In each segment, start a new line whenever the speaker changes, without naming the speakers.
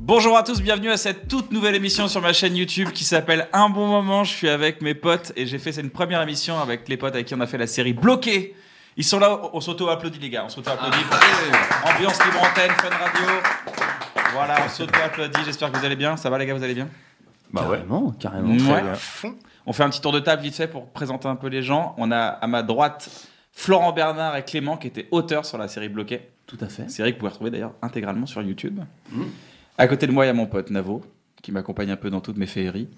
Bonjour à tous, bienvenue à cette toute nouvelle émission sur ma chaîne YouTube qui s'appelle Un bon moment. Je suis avec mes potes et j'ai fait cette première émission avec les potes avec qui on a fait la série Bloqué. Ils sont là, on s'auto-applaudit les gars, on s'auto-applaudit. Ambiance libre antenne, fun radio. Voilà, on s'auto-applaudit, j'espère que vous allez bien. Ça va les gars, vous allez bien
Bah ouais, non, carrément.
Ouais, fond. On fait un petit tour de table vite fait pour présenter un peu les gens. On a à ma droite Florent Bernard et Clément qui étaient auteurs sur la série Bloqué.
Tout à fait.
Série que vous pouvez retrouver d'ailleurs intégralement sur YouTube. À côté de moi, il y a mon pote Navo, qui m'accompagne un peu dans toutes mes féeries,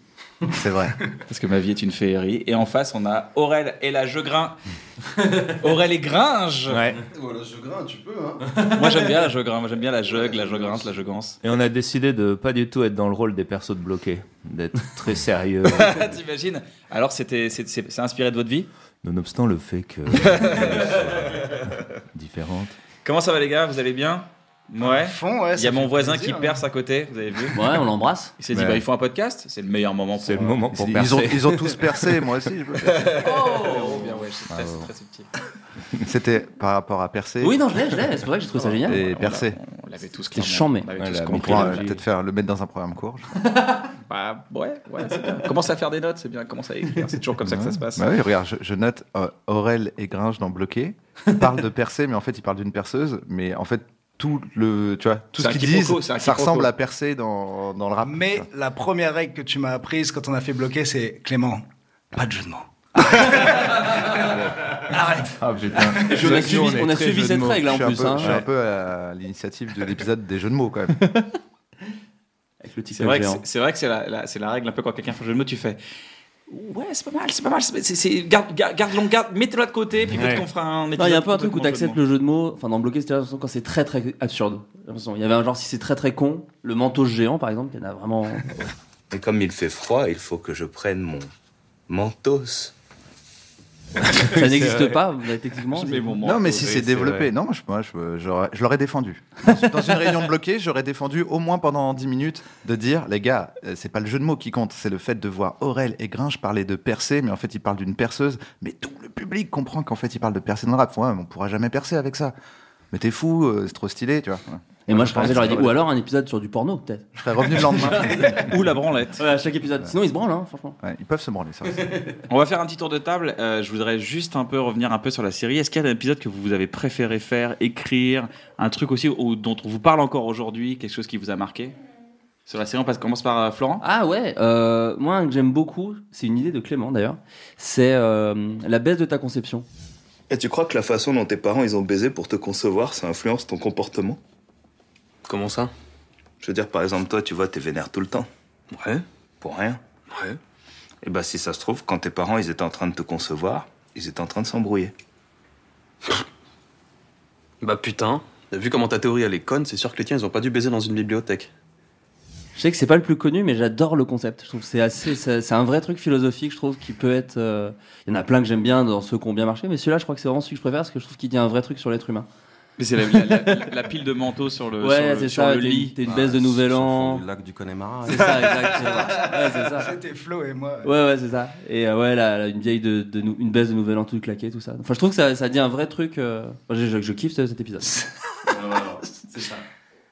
C'est vrai.
parce que ma vie est une féerie. Et en face, on a Aurel et la Jegrin. Aurel et Gringe
Voilà, je grimpe, tu peux, hein.
Moi, j'aime bien la Jegrin, moi j'aime bien la Jeug, la Jegrince, la Jeugance.
Et on a décidé de pas du tout être dans le rôle des persos de bloqués, d'être très sérieux,
Euh,
T'imagines Alors, c'était, c'est, c'est- c'est inspiré de votre vie
nonobstant le fait que différente.
Comment ça va, les gars Vous allez bien Ouais.
Fond, ouais.
Il y a mon voisin
hein.
qui perce à côté, vous avez vu
Ouais, on l'embrasse.
Il s'est dit,
Ouais.
bah, ils font un podcast, c'est le meilleur moment pour. euh,
C'est le moment pour
Ils ont,
percer.
ils ont tous percé, moi aussi. je peux-
Oh, bien, ouais, c'est très, c'est très subtil.
C'était par rapport à percer.
Oui, non, je l'ai, je l'ai. C'est pour ça que j'ai trouvé ça génial.
Et percer.
On l'avait tous
C'était
clairement,
chambé.
On l'avait
Ouais,
tous
la
On
compris.
pourra euh,
Trilogie.
peut-être faire le mettre dans un programme court. je sais
Bah, ouais, ouais, c'est bien. Commence à faire des notes, c'est bien, commence à écrire, c'est toujours comme ça que ça se
pas.
passe.
Bah oui, regarde, je, je note euh, Aurel et Gringe dans Bloqué. Ils parlent de percer, mais en fait, ils parlent d'une perceuse. Mais en fait, tout le, tu vois,
C'est
tout ce
un
qu'ils disent,
quiproquo, c'est un
ça
quiproquo.
ressemble à percer dans, dans le rap.
Mais la première règle que tu m'as apprise quand on a fait bloquer, c'est Clément, pas de jeu de mots.
Ah putain.
Je- on a suivi, on a suivi cette règle
je
là en
suis, un
plus.
peu,
hein.
je suis un peu à l'initiative de l'épisode des jeux de mots quand même.
Avec le tic
C'est vrai, que
géant.
c'est- c'est vrai que c'est la, la- c'est la règle un peu quand quelqu'un fait un jeu de mots, tu fais Ouais, c'est pas mal, c'est pas mal, c'est- c'est- c'est- garde, garde, garde, l'on garde, mettez-le de côté, puis peut-être qu'on fera un épisode.
Non, il y a un peu un truc où tu
complètement
acceptes le jeu de mots, enfin dans bloquer, c'était la façon quand c'est très très absurde. J'ai l'impression, Il y avait un genre si c'est très très con, le manteau géant par exemple, il y en a vraiment. euh,
Et comme il fait froid, il faut que je prenne mon mentos.
Ça n'existe pas mais techniquement.
jeu de mots. Je mets mon
Non,
manteau.
mais si c'est développé, non, je, moi, je, j'aurais- je l'aurais défendu. Dans- Dans une réunion de bloquée, j'aurais défendu au moins pendant 10 minutes de dire, les gars, euh, c'est pas le jeu de mots qui compte, c'est le fait de voir Aurel et Gringe parler de percer, mais en fait, ils parlent d'une perceuse. Mais tout le public comprend qu'en fait, ils parlent de percer dans le rap. Ouais, mais on pourra jamais percer avec ça. Mais t'es fou, euh, c'est trop stylé, tu vois. Ouais.
Et moi je pensais, j'aurais dit,
Ouais.
ou alors un épisode sur du porno peut-être.
Je serais revenu le lendemain.
Ou la branlette.
Ouais, à chaque épisode. Sinon ils se branlent, hein, franchement.
Ouais, ils peuvent se branler, ça.
On va faire un petit tour de table. Euh, je voudrais juste un peu revenir un peu sur la série. Est-ce qu'il y a un épisode que vous avez préféré faire, écrire, un truc aussi où- dont on vous parle encore aujourd'hui, quelque chose qui vous a marqué sur la série On passe, commence par euh, Florent.
Ah ouais, euh, moi un que j'aime beaucoup, c'est une idée de Clément d'ailleurs, c'est euh, la baisse de ta conception.
Et tu crois que la façon dont tes parents ils ont baisé pour te concevoir, ça influence ton comportement
Comment ça
Je veux dire, par exemple, toi, tu vois, t'es vénère tout le temps,
Ouais,
pour rien.
ouais.
Et bah, si ça se trouve, quand tes parents ils étaient en train de te concevoir, ils étaient en train de s'embrouiller.
Bah putain, t'as vu comment ta théorie elle est conne, c'est sûr que les tiens ils ont pas dû baiser dans une bibliothèque.
Je sais que c'est pas le plus connu, mais j'adore le concept. Je trouve que c'est assez, c'est c'est un vrai truc philosophique. Je trouve qui peut être. euh, Il y en a plein que j'aime bien dans ceux qui ont bien marché, mais celui-là, je crois que c'est vraiment celui que je préfère parce que je trouve qu'il dit un vrai truc sur l'être humain.
Mais c'est la, la- la- la pile de manteaux sur le, sur
ouais,
le-
c'est
sur
ça.
le
T'es
lit.
une- t'es une
Ah,
baisse de Nouvel An.
lac du Connemara.
C'est ça, exact. ouais, c'est ça.
C'était Flo et moi.
Ouais, ouais, c'est ça. Et euh, ouais, là, là, une vieille de, de nou- une baisse de Nouvel An tout claqué, tout ça. Enfin, je trouve que ça, ça dit un vrai truc. euh, moi, Je, je- je kiffe ce- cet épisode.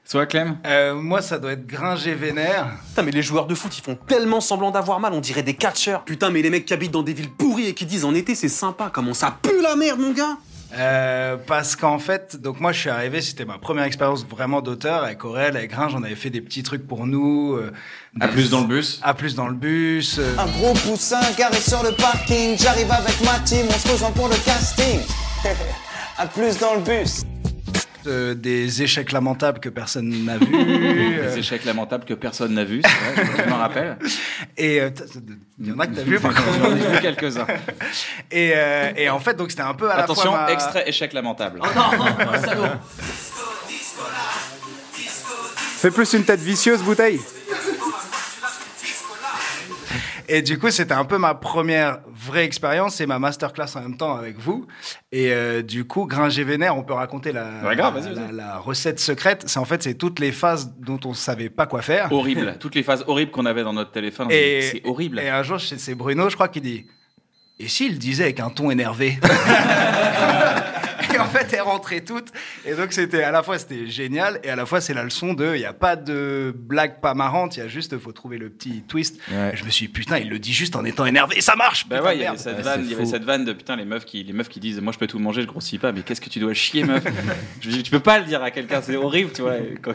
Soit Clem
Euh, moi, ça doit être gringé vénère.
Putain, mais les joueurs de foot ils font tellement semblant d'avoir mal, on dirait des catcheurs. Putain, mais les mecs qui habitent dans des villes pourries et qui disent en été c'est sympa, comment ça pue la merde mon gars
Euh, parce qu'en fait, donc moi je suis arrivé, c'était ma première expérience vraiment d'auteur avec Aurel, avec Gringe, on avait fait des petits trucs pour nous. euh,
À
des-
plus dans le bus.
À plus dans le bus. euh,
Un gros poussin garé sur le parking. J'arrive avec ma team, on se rejoint pour le casting. à plus dans le bus.
euh, des échecs lamentables que personne n'a vus.
Des
euh,
échecs lamentables que personne n'a vus, c'est vrai, je m'en rappelle.
et euh, putain, il y en a que t'as vu, par contre.
J'en ai vu quelques-uns.
Et, euh, et en fait, donc c'était un peu à
Attention,
la fois. ma- Oh
extrait échec lamentable.
Fais plus une tête vicieuse, bouteille.
Et du coup, c'était un peu ma première vraie expérience et ma masterclass en même temps avec vous. Et euh, du coup, Gringer Vénère, on peut raconter la,
Ouais, grave, vas-y,
la,
vas-y.
la recette secrète. C'est en fait, c'est toutes les phases dont on savait pas quoi faire.
Horrible. Toutes les phases horribles qu'on avait dans notre téléphone,
Et-
c'est horrible.
Et un jour, c'est c'est Bruno, je crois, qui dit Et s'il disait avec un ton énervé Et en fait, elles rentraient toutes. Et donc, c'était à la fois, c'était génial, et à la fois, c'est la leçon de il n'y a pas de blague pas marrante, il y a juste, faut trouver le petit twist.
Ouais.
Et je me suis dit, putain, il le dit juste en étant énervé, ça marche
Bah
putain,
ouais, il y avait
merde.
cette
Ouais,
vanne,
c'est
il y avait
fou.
cette vanne de putain les meufs qui les meufs qui disent moi je peux tout manger, je grossis pas, mais qu'est-ce que tu dois chier meuf Je dis tu peux pas le dire à quelqu'un, c'est horrible, tu vois. et quand-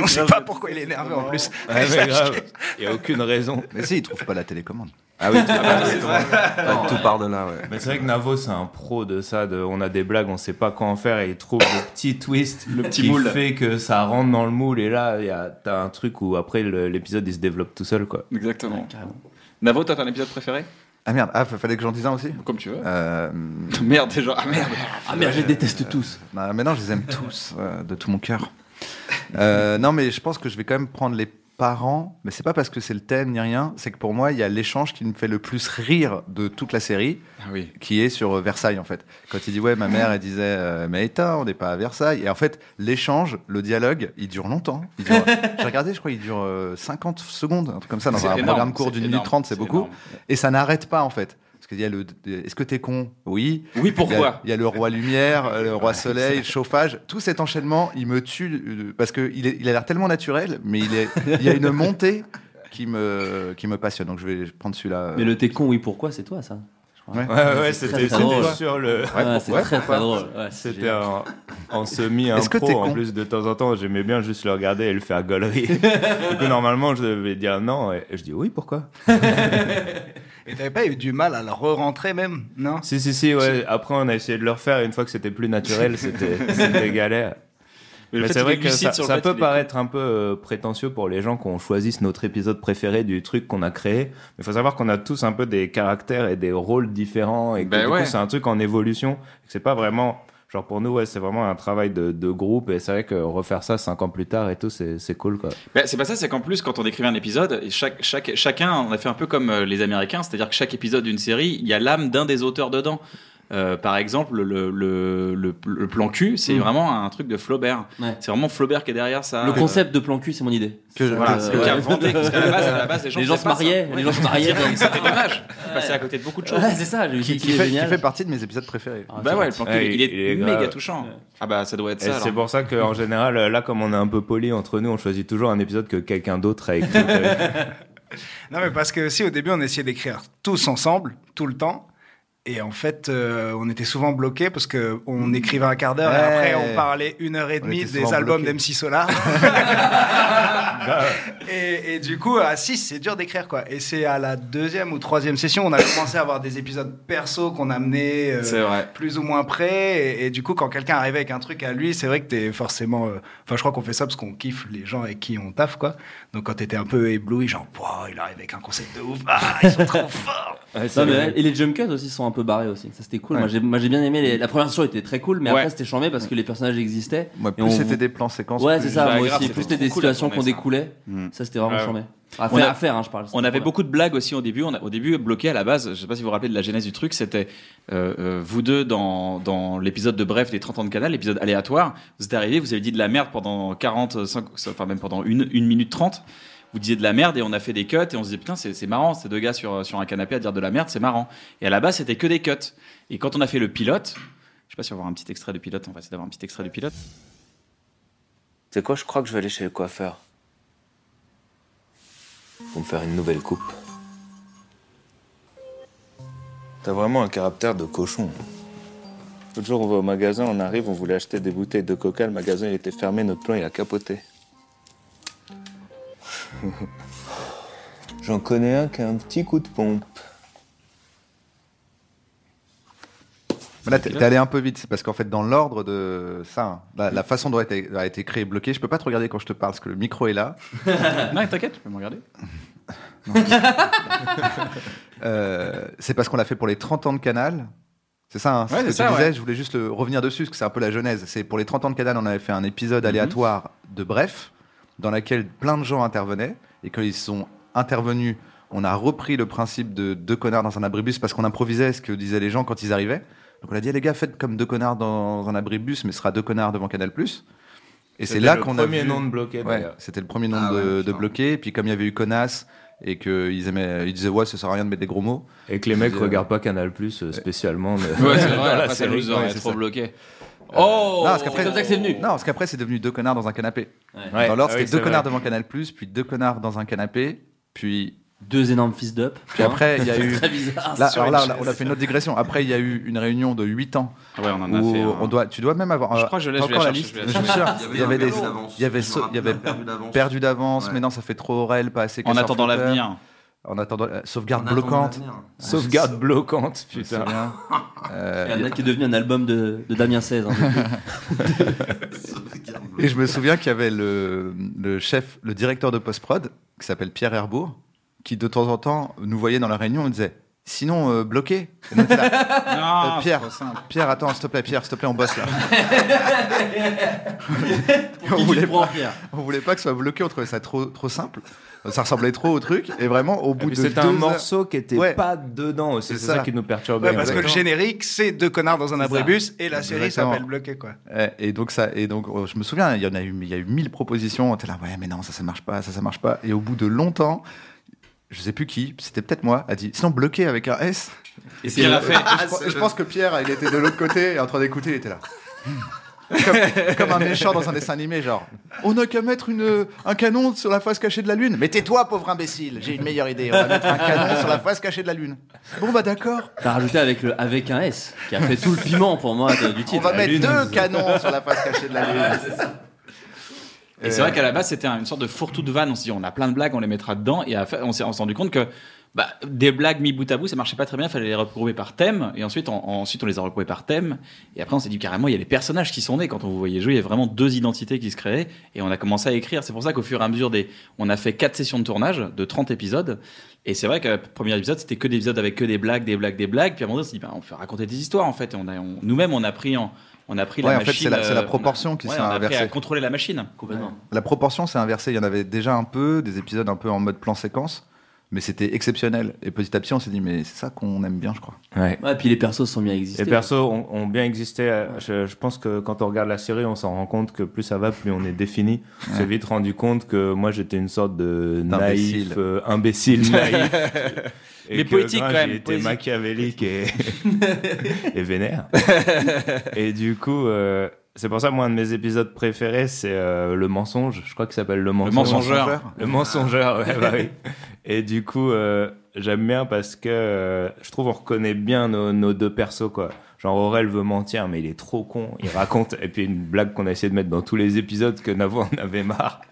On sait pas pourquoi il est énervé en plus.
Ouais, mais grave. Il n'y a aucune raison.
Mais si, il trouve pas la télécommande.
Ah oui, tout, tout part de là, ouais. Mais c'est vrai que Navo, c'est un pro de ça. De, on a des blagues, on sait pas quoi en faire et il trouve le petit twist le
petit
qui
moule.
fait que ça rentre dans le moule. Et là, il y a- t'as un truc où après le- l'épisode il se développe tout seul, quoi.
Exactement. Navo, toi t'as un épisode préféré
Ah merde, ah, fa- fallait que j'en dise un aussi
Comme tu veux.
Euh,
Merde déjà. Ah merde.
Ah merde, je les déteste tous.
bah, mais non, je les aime tous, euh, de tout mon cœur. Euh, non, mais je pense que je vais quand même prendre les parents, mais c'est pas parce que c'est le thème ni rien, c'est que pour moi, il y a l'échange qui me fait le plus rire de toute la série.
Ah oui.
qui est sur euh, Versailles en fait. Quand il dit ouais, ma mère elle disait euh, mais éteins, on n'est pas à Versailles. Et en fait, l'échange, le dialogue, il dure longtemps. Il dure- J'ai regardé, je crois, il dure euh, 50 secondes, un truc comme ça dans
C'est
un
énorme,
programme court
c'est
d'une minute
énorme,
trente, c'est
c'est
beaucoup.
énorme.
Et ça n'arrête pas en fait. Parce qu'il y a le, est-ce que t'es con Oui.
Oui
Il y, a,
pourquoi
il y a le roi lumière, euh, le roi soleil, le chauffage. Tout cet enchaînement, il me tue euh, parce que il, est- il a l'air tellement naturel, mais il, est, il y a une montée qui me qui me passionne. Donc je vais prendre celui-là.
Mais le t'es con, oui, pourquoi, c'est toi ça je crois.
Ouais.
Ouais, ouais,
c'est très,
c'était
très
c'était
drôle.
sur le.
Ouais, c'est très très drôle. Ouais, c'est
C'était
génial.
en, en semi
Est-ce que t'es
impro en
con
plus de temps en temps j'aimais bien juste le regarder et le faire gaulerie. du coup normalement je devais dire non et je dis oui pourquoi
Et t'avais pas eu du mal à la re-rentrer même, non
Si si si ouais après on a essayé de le refaire et une fois que c'était plus naturel c'était c'était galère.
Mais le
Mais
fait qu'il
c'est
est
vrai que
lucide
ça,
sur le
ça
fait
peut
qu'il est-
paraître un peu euh, prétentieux pour les gens qu'on choisisse notre épisode préféré du truc qu'on a créé. Mais faut savoir qu'on a tous un peu des caractères et des rôles différents et que
Ben
du coup,
ouais.
c'est un truc en évolution. Que C'est pas vraiment, genre pour nous, ouais, c'est vraiment un travail de, de groupe et c'est vrai que refaire ça cinq ans plus tard et tout, c'est, c'est cool quoi.
Bah, c'est pas ça, c'est qu'en plus, quand on écrivait un épisode, et chaque, chaque, chacun, on a fait un peu comme euh, les Américains, c'est-à-dire que chaque épisode d'une série, il y a l'âme d'un des auteurs dedans. Euh, par exemple, le, le, le, le plan cul, c'est
Hmm.
Mm.
vraiment un truc de Flaubert.
Ouais.
C'est vraiment Flaubert qui est derrière ça.
Le
Euh,
concept de plan cul, c'est mon idée.
Que je-
voilà,
que-
c'est
Euh,
qui a
ouais.
inventé, parce qu'à la base, à la base, les gens,
Les gens
faisaient
se
pas ça.
mariaient,
Ouais.
les gens se mariaient.
C'était dommage. Passer à côté de beaucoup de choses.
Ouais, c'est ça, j'ai eu
qui,
qui,
qui fait, qui
génial.
fait partie de mes épisodes préférés.
Ah,
Bah ouais, le plan cul,
Ouais,
il,
il-
est
il est
méga
grave.
touchant.
Ouais. Mmh.
Ah bah ça doit être
Et
ça.
c'est
alors.
pour ça qu'en général, là, comme on est un peu poli entre nous, on choisit toujours un épisode que quelqu'un d'autre a écrit.
Non, mais parce que aussi, au début, on essayait d'écrire tous ensemble, tout le temps. Et en fait, euh, on était souvent bloqués parce qu'on écrivait un quart d'heure et après,
Ouais.
Mmh. on parlait une heure et
On
demie
était
des
souvent
albums
bloqués.
d'MC Solar. et, et du coup, à 6, c'est dur d'écrire, quoi. Et c'est à la deuxième ou troisième session, on a commencé à avoir des épisodes perso qu'on amenait euh,
C'est vrai.
plus ou moins près. Et, et du coup, quand quelqu'un arrivait avec un truc à lui, c'est vrai que t'es forcément. euh, Enfin, je crois qu'on fait ça parce qu'on kiffe les gens avec qui on taffe, quoi. Donc, quand t'étais un peu ébloui, genre, Pouah, il arrive avec un concept de ouf, ah, ils sont trop forts.
Non, mais ouais, et les jump cuts aussi sont un peu barrés aussi. Ça c'était cool. Moi, j'ai- Moi j'ai bien aimé. les- La première saison était très cool, mais
Ouais.
après c'était chambé parce que les personnages existaient.
Moi,
Et on-
plus c'était des plans séquences.
Ouais,
plus-
c'est ça.
Bah,
Moi
grave,
aussi,
c'était
plus c'était
trop
des
cool à
situations
tourner,
qu'on
ça.
découlait.
Mm.
Ça c'était vraiment
Ouais.
chambé. À
On
faire,
a-
à faire, hein, je parle.
On avait beaucoup de blagues aussi au début. On a, au début, bloqué à la base, je sais pas si vous vous rappelez de la genèse du truc, c'était euh, euh, vous deux dans, dans l'épisode de Bref des 30 ans de Canal, l'épisode aléatoire. Vous êtes arrivés, vous avez dit de la merde pendant 40, 5, enfin même pendant une, une minute 30. Vous disiez de la merde et on a fait des cuts et on se disait putain, c'est c'est marrant, ces deux gars sur, sur un canapé à dire de la merde, c'est marrant. Et à la base, c'était que des cuts. Et quand on a fait le pilote, je sais pas si on va avoir un petit extrait du pilote, on va essayer d'avoir un petit extrait du pilote.
C'est quoi, je crois que je vais aller chez le coiffeur. Pour me faire une nouvelle coupe. T'as vraiment un caractère de cochon. L'autre jour, on va au magasin, on arrive, on voulait acheter des bouteilles de coca, le magasin il était fermé, notre plan il a capoté. J'en connais un qui a un petit coup de pompe.
Mais Là, t'es t'es allé un peu vite, c'est parce qu'en fait, dans l'ordre de ça, hein, la, la façon dont a été, a été créé bloqué, je peux pas te regarder quand je te parle, parce que le micro est là.
non, t'inquiète, tu peux me regarder.
Euh, c'est parce qu'on l'a fait pour les 30 ans de Canal. C'est ça, hein, c'est
Ouais,
ce
c'est
que
ça,
tu disais,
ouais.
je voulais juste le- revenir dessus, parce que c'est un peu la genèse. C'est pour les 30 ans de Canal, on avait fait un
Mhm.
épisode aléatoire de Bref, dans lequel plein de gens intervenaient, et quand ils sont intervenus, on a repris le principe de deux connards dans un abribus, parce qu'on improvisait ce que disaient les gens quand ils arrivaient. Donc on a dit, "Eh, les gars, faites comme deux connards dans un abribus, mais ce sera deux connards devant Canal+. Et c'est
C'était
là
le
qu'on a
premier
vu-
nom de Bloqué,
Ouais,
d'ailleurs.
c'était le premier nom
Ah
de,
ouais,
de
putain.
bloqué. Et puis comme il y avait eu connasse et qu'ils aimaient, euh, ils disaient ouais, ça sert à rien de mettre des gros mots.
Et que les mecs
Je-
regardent pas Canal Plus euh, spécialement. mais-
Ouais, c'est vrai,
Dans la
après, ça
série.
nous aurait
ouais, c'est
trop
ça. Euh,
bloqué. Oh
Non, parce qu'après-
C'est comme ça que c'est venu.
Non, parce qu'après c'est devenu deux connards dans un canapé.
Ouais,
dans l'ordre,
ah oui,
c'était deux
c'est
connards
vrai.
devant Canal+, puis deux connards dans un canapé, puis
Deux énormes fils d'up.
puis après il y a eu.
Très bizarre.
Là, alors là, là, on a fait une autre digression. Après, il y a eu une réunion de 8 ans
Ah Ouais, on en a
où
fait.
on doit, tu dois même avoir.
Je
euh,
crois que Ah, je l'ai,
pas
je vais
encore
la
la
chercher,
liste,
je vais la
mais je suis sûr.
chercher.
Il y avait des,
d'avance.
il y avait,
Je me
ce- il
rappelle,
y avait
perdu d'avance.
perdu d'avance,
Ouais.
mais non, ça fait trop Aurel, pas assez. que
En
sur
attendant
Flickr.
l'avenir.
En attendant, euh,
On
sauvegarde
attend
bloquante.
l'avenir.
Sauvegarde bloquante,
C'est
putain.
bien. Euh,
Il y en a qui est devenu un album de, de Damien 16.
Sauvegarde bloquante.
Et je me souviens qu'il y avait le, le chef, le directeur de post-prod, qui s'appelle Pierre Herbourg, qui de temps en temps nous voyait dans la réunion et disait Sinon, euh, bloqué. Et nous, on était là,
Non,
Euh, Pierre. Pierre, attends, s'il te plaît, Pierre, s'il te plaît, on bosse là. on, voulait pas, on voulait pas que ce soit bloqué, on trouvait ça trop, trop simple. Ça ressemblait trop au truc. Et vraiment, au
Et
bout
puis
de deux
C'était Ah, un
heures-
morceau qui était
Ouais.
pas dedans aussi.
C'est
C'est ça.
ça.
qui nous perturbait.
Ouais, parce que le
Exactement.
générique, c'est deux connards dans un abribus et la série
Exactement.
s'appelle Bloqué, quoi.
Ouais, Et donc ça, et donc euh, je me souviens, il y en a eu, il y a eu mille propositions. On était là, ouais, mais non, ça, ça marche pas, ça, ça marche pas. Et au bout de longtemps, je sais plus qui, c'était peut-être moi, a dit, sinon bloqué avec un S. Ah,
Et Pierre a fait.
je, pense- je pense que Pierre, il était de l'autre côté, et en train d'écouter, il était là. comme, comme un méchant dans un dessin animé, genre, on n'a qu'à mettre une, un canon sur la face cachée de la lune. Mais tais-toi, pauvre imbécile, j'ai une meilleure idée. On va mettre un canon sur la face cachée de la lune. Bon bah d'accord,
T'as rajouté avec, le, avec un S, qui a fait tout le piment pour moi de- du titre.
on va
La
mettre
lune.
deux canons sur la face cachée de la lune.
Et c'est vrai qu'à la base, c'était une sorte de fourre-tout de vanne. On s'est dit, on a plein de blagues, on les mettra dedans. Et à la fin, on s'est on s'est rendu compte que bah, des blagues mis bout à bout, ça marchait pas très bien. Il fallait les regrouper par thème. Et ensuite, on, on- ensuite, on les a regroupés par thème. Et après, on s'est dit carrément, il y a les personnages qui sont nés. Quand on vous voyait jouer, il y a vraiment deux identités qui se créaient. Et on a commencé à écrire. C'est pour ça qu'au fur et à mesure des. On a fait quatre sessions de tournage de 30 épisodes. Et c'est vrai que le premier épisode, c'était que des épisodes avec que des blagues, des blagues, des blagues. Puis à un moment donné, on s'est dit, bah, on fait raconter des histoires, en fait. Et on a, on- nous-mêmes, on a pris en. On a pris
Ouais,
la
en fait,
machine.
c'est la- c'est
euh, on
la
a-
proportion qui
ouais,
s'est
on a appris à
inversée.
contrôler la machine. hein,
Complètement.
La proportion s'est inversée. Il y en avait déjà un peu, des épisodes un peu en mode plan séquence, mais c'était exceptionnel. Et petit à petit, on s'est dit, mais c'est ça qu'on aime bien, je crois.
Ouais.
Ouais, puis les persos sont bien existés.
Les persos ont, ont bien existé. Euh, Je, je pense que quand on regarde la série, on s'en rend compte que plus ça va, plus on est défini. On s'est vite rendu compte que moi, j'étais une sorte de
D'imbécile.
naïf, euh, imbécile, naïf. Et
Mais
que
poétique,
Gringe,
quand même,
il était
poétique.
machiavélique et, et vénère. et du coup, euh, c'est pour ça, moi, un de mes épisodes préférés, c'est euh, Le Mensonge. Je crois qu'il s'appelle Le Mensonge.
Mensongeur.
Le mensongeur, ouais, bah oui. Et du coup, euh, j'aime bien parce que euh, je trouve on reconnaît bien nos, nos deux persos, quoi. Genre Aurel veut mentir, mais il est trop con. Il raconte, et puis une blague qu'on a essayé de mettre dans tous les épisodes que Navo en avait marre.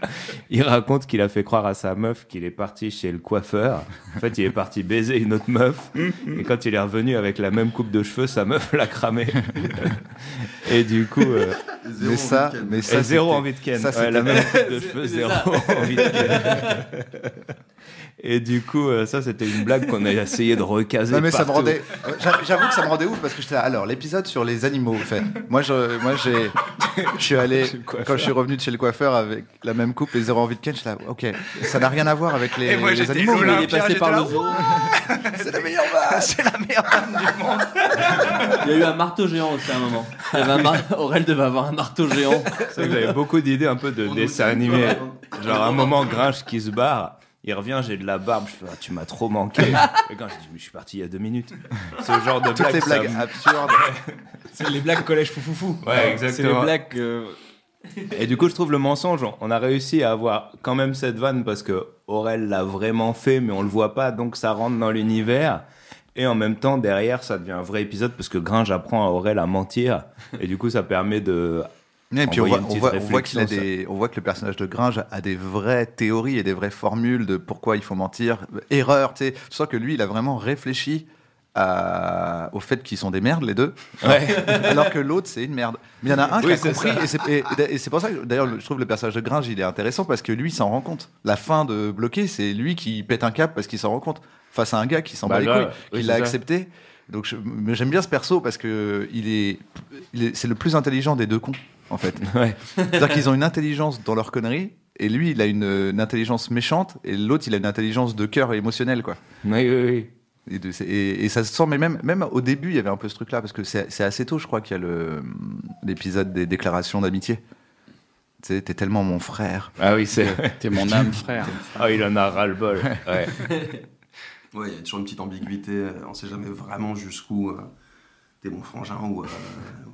Il raconte qu'il a fait croire à sa meuf qu'il est parti chez le coiffeur. En fait, il est parti baiser une autre meuf. Et quand il est revenu avec la même coupe de cheveux, sa meuf l'a cramé. Et du coup, euh,
Mais ça, mais ça,
et zéro
c'était-
envie de Ken.
ça,
Ouais,
c'était-
la même coupe de cheveux, zéro envie de Ken. Et du coup, euh, ça, c'était une blague qu'on a essayé de recaser.
Non, mais ça me
partout.
rendait. euh, j'a- J'avoue que ça me rendait ouf parce que j'étais là, Alors, l'épisode sur les animaux, en fait. Moi, je, moi, j'ai, je suis allé quand je suis revenu de chez le coiffeur avec la même coupe et zéro envie de Ken. Je suis là, ok, ça n'a rien à voir avec les,
Et moi,
les
j'étais
animaux.
Olympia,
mais il est passé
j'étais
par
là,
le zoo.
C'est la meilleure vanne C'est la meilleure vanne du monde
Il y a eu un marteau géant aussi à un moment. Il y avait un mar- Aurel devait avoir un marteau géant.
C'est vrai que j'avais beaucoup d'idées un peu de dessins animés. Genre, à un moment, Gringe qui se barre. Il revient, j'ai de la barbe. Je fais, Ah, tu m'as trop manqué. Et Gringe, je dis, mais je suis parti il y a deux minutes. Ce genre de
Toutes
blague.
les
ça
blagues
me-
absurdes.
C'est les blagues collège foufoufou.
Ouais,
C'est
exactement.
les blagues. euh,
Et du coup, je trouve le mensonge, on- on a réussi à avoir quand même cette vanne parce que Aurel l'a vraiment fait, mais on le voit pas, donc ça rentre dans l'univers. Et en même temps, derrière, ça devient un vrai épisode parce que Gringe apprend à Aurel à mentir. Et du coup, ça permet de.
Et puis on
Envoyer
voit,
une
on
petite
voit- on voit qu'il a
réflexion,
des, on voit que le personnage de Gringe a des vraies théories et des vraies formules de pourquoi il faut mentir, erreur, tu sais. Tu sens que lui, il a vraiment réfléchi à- au fait qu'ils sont des merdes, les deux.
Ouais.
Alors que l'autre, c'est une merde. Mais il y en a un
Oui,
qui a
c'est
compris.
ça.
Et c'est, et- et c'est pour ça que, d'ailleurs, je trouve le personnage de Gringe, il est intéressant parce que lui, il s'en rend compte. La fin de Bloqué, c'est lui qui pète un cap parce qu'il s'en rend compte. Face à un gars qui s'en
Bah,
bat les
grave.
couilles,
Oui,
qui
c'est
l'a
ça.
accepté. Donc, je- mais j'aime bien ce perso parce que il est, il est- c'est le plus intelligent des deux cons, en fait.
Ouais.
C'est-à-dire qu'ils ont une intelligence dans leur connerie. Et lui, il a une, une intelligence méchante, et l'autre, il a une intelligence de cœur et émotionnelle, quoi.
Oui, oui, oui.
Et, de- c'est- et- et ça se sent, mais même, même au début, il y avait un peu ce truc-là, parce que c'est c'est assez tôt, je crois, qu'il y a le- l'épisode des déclarations d'amitié. Tu sais, t'es tellement mon frère.
Ah oui, c'est.
T'es mon âme, frère.
Ah, il en a ras-le-bol. Ouais.
Ouais, il y a toujours une petite ambiguïté. euh, On sait jamais vraiment jusqu'où euh, t'es mon frangin ou euh,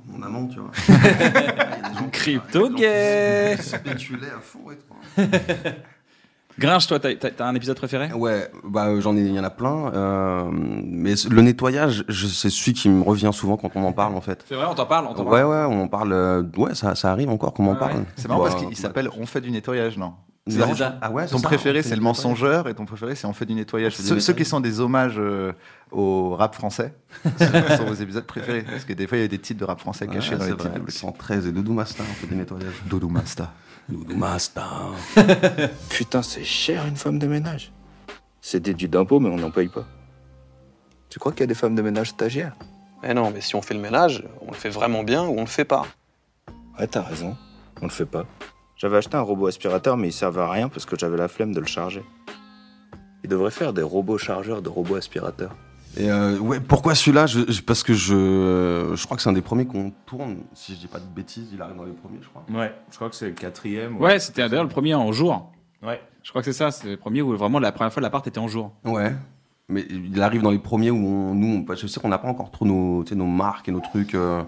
mon amant, tu vois.
Crypto-gay.
Spéculer à fond et tout.
Gringe, toi, t'as- t'as t'as un épisode préféré
Ouais, bah euh, j'en ai, il y en a plein. euh, mais c- le nettoyage, je- c'est celui qui me revient souvent quand on en parle en fait.
C'est vrai, on t'en parle, on t'en
Ouais,
parle.
ouais, on en parle. euh, ouais, ça, ça arrive encore qu'on en
Ouais,
parle.
C'est marrant
Bah,
parce qu'il s'appelle On fait du nettoyage, non
C'est
C'est-à-dire,
ça. Ah ouais, c'est
ton
ça, On
préféré,
fait
c'est
du
le mensongeur, et ton préféré, c'est On fait du nettoyage.
fait du
Ceux, ceux
nettoyage.
qui sont des hommages euh, au rap français ce sont vos épisodes préférés. Parce que des fois, il y a des titres de rap français
Ouais,
cachés dans
c'est
les titres
vrai.
de Bloqué.
113 et Doudou Masta, on fait des nettoyages.
Doudou Masta.
Doudou Masta.
Putain, c'est cher une femme de ménage. C'est déduit d'impôts, mais on n'en paye pas. Tu crois qu'il y a des femmes de ménage stagiaires
Mais Eh non, mais si on fait le ménage, on le fait vraiment bien ou on le fait pas.
Ouais, t'as raison. On le fait pas. J'avais acheté un robot aspirateur, mais il servait à rien parce que j'avais la flemme de le charger. Il devrait faire des robots chargeurs de robots aspirateurs.
Et euh, ouais, pourquoi celui-là Je- je- Parce que je, je crois que c'est un des premiers qu'on tourne, si je dis pas de bêtises, il arrive dans les premiers, je crois.
Ouais, je crois que c'est le quatrième.
Ouais, c'était d'ailleurs le premier en jour.
Ouais.
Je crois que c'est ça, c'est le premier où vraiment la première fois l'appart était en jour.
Ouais. Mais il arrive dans les premiers où on- nous, on, je sais qu'on n'a pas encore trop nos, tu sais, nos marques et nos trucs. euh,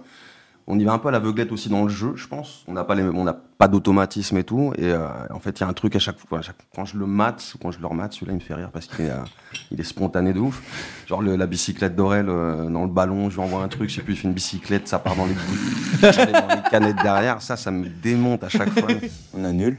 on y va un peu à l'aveuglette aussi dans le jeu, je pense. On n'a pas, les- on n'a pas d'automatisme et tout. Et euh, en fait, il y a un truc à chaque fois. à chaque- quand je le mate, quand je le remate, celui-là, il me fait rire parce qu'il est, euh, il est spontané de ouf. Genre le- la bicyclette d'Aurel euh, dans le ballon, je lui envoie un truc, je sais plus, il fait une bicyclette, ça part dans les, bou- ça part dans les canettes derrière. Ça, ça me démonte à chaque fois.
On annule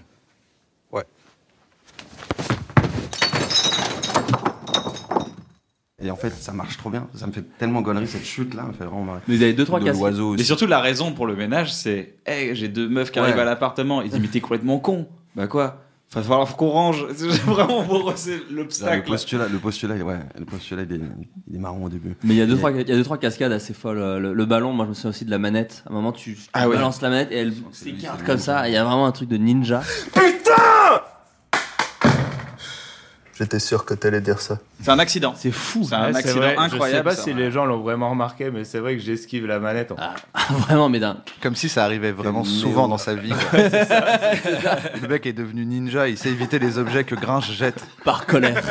Et en fait, ça marche trop bien. Ça me fait tellement gonnerie cette chute-là. me fait vraiment marrer.
Mais vous avez deux, trois
De
casques.
l'oiseau aussi.
Et surtout, la raison pour le ménage, c'est Hey, j'ai deux meufs qui
Ouais.
arrivent à l'appartement. Il dit Mais t'es complètement con. Bah quoi Enfin, il va falloir qu'on range. C'est vraiment pour c'est
Ah,
Le
l'obstacle.
postulat, le postulat, ouais, le postulat, il est, il est marrant au début.
Mais il y a deux trois, il y a deux trois cascades assez folles. Euh, Le, le ballon, moi je me souviens aussi de la manette. À un moment, tu, tu
Ah ouais.
balances la manette et elle s'écarte comme ça. Il y a vraiment un truc de ninja.
J'étais sûr que t'allais dire ça.
C'est un accident.
C'est fou.
C'est Ah, un
Ouais, c'est
accident
vrai. Je sais
incroyable.
pas
ça.
si les gens l'ont vraiment remarqué, mais c'est vrai que j'esquive la manette. en-
Ah,
vraiment, mais d'un.
Comme si ça arrivait vraiment souvent dans sa vie. quoi. Le mec est devenu ninja, il sait éviter les objets que Gringe jette.
Par colère.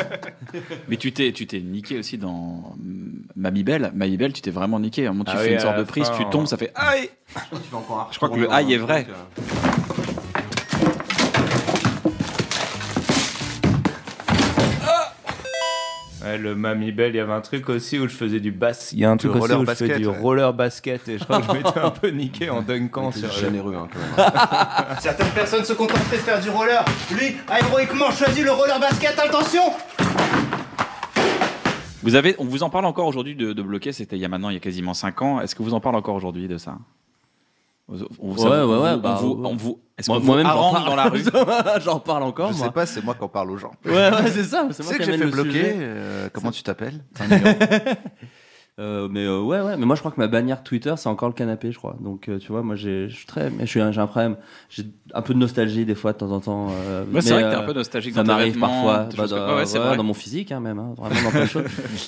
Mais tu t'es, tu t'es niqué aussi dans mm, Mamie Belle. Mamie Belle, tu t'es vraiment niqué. À un moment, tu
Ah
fais
oui,
une
à
sorte
la
de prise,
fin,
tu tombes, ça fait aïe.
Je
crois que le aïe est vrai.
Ouais, le Mamie Belle, il y avait un truc aussi où je faisais du bass. Il y a un truc
Du
aussi
roller
où je fais
basket,
du
ouais.
roller basket et je crois que je m'étais un peu niqué en dunkant sur le-
généreux, hein, quand même.
Certaines personnes se contenteraient de faire du roller. Lui a héroïquement choisi le roller basket, attention
Vous avez, on vous en parle encore aujourd'hui de, de bloquer. C'était il y a maintenant, il y a quasiment 5 ans. Est-ce que vous en parle encore aujourd'hui de ça On- on- ça-
Ouais, ouais,
on-
ouais,
on
bah,
vous-
ouais.
on vous- Est-ce
Moi-
qu'on vous
Moi-même, j'en
harangue
parle.
dans la rue
j'en parle encore.
Je
moi.
sais pas, c'est moi qui en parle aux gens.
Ouais, ouais, c'est ça.
Tu
C'est moi qui
sais que j'ai
amène
fait
le
bloquer.
sujet.
euh, comment tu t'appelles
Euh, mais euh, ouais, ouais. Mais moi, je crois que ma bannière Twitter, c'est encore le canapé, je crois. Donc, euh, tu vois, moi, j'ai, je suis très, mais je suis, un- j'ai un problème. J'ai un peu de nostalgie des fois de temps en temps. euh,
Ouais, c'est vrai
mais,
que t'es
euh,
un peu nostalgique
Ça
dans tes
m'arrive
vêtements,
parfois
des
bah,
choses
dans,
comme- Ouais, ouais, c'est
ouais,
vrai.
dans mon physique, hein, même, hein, vraiment dans plein de choses.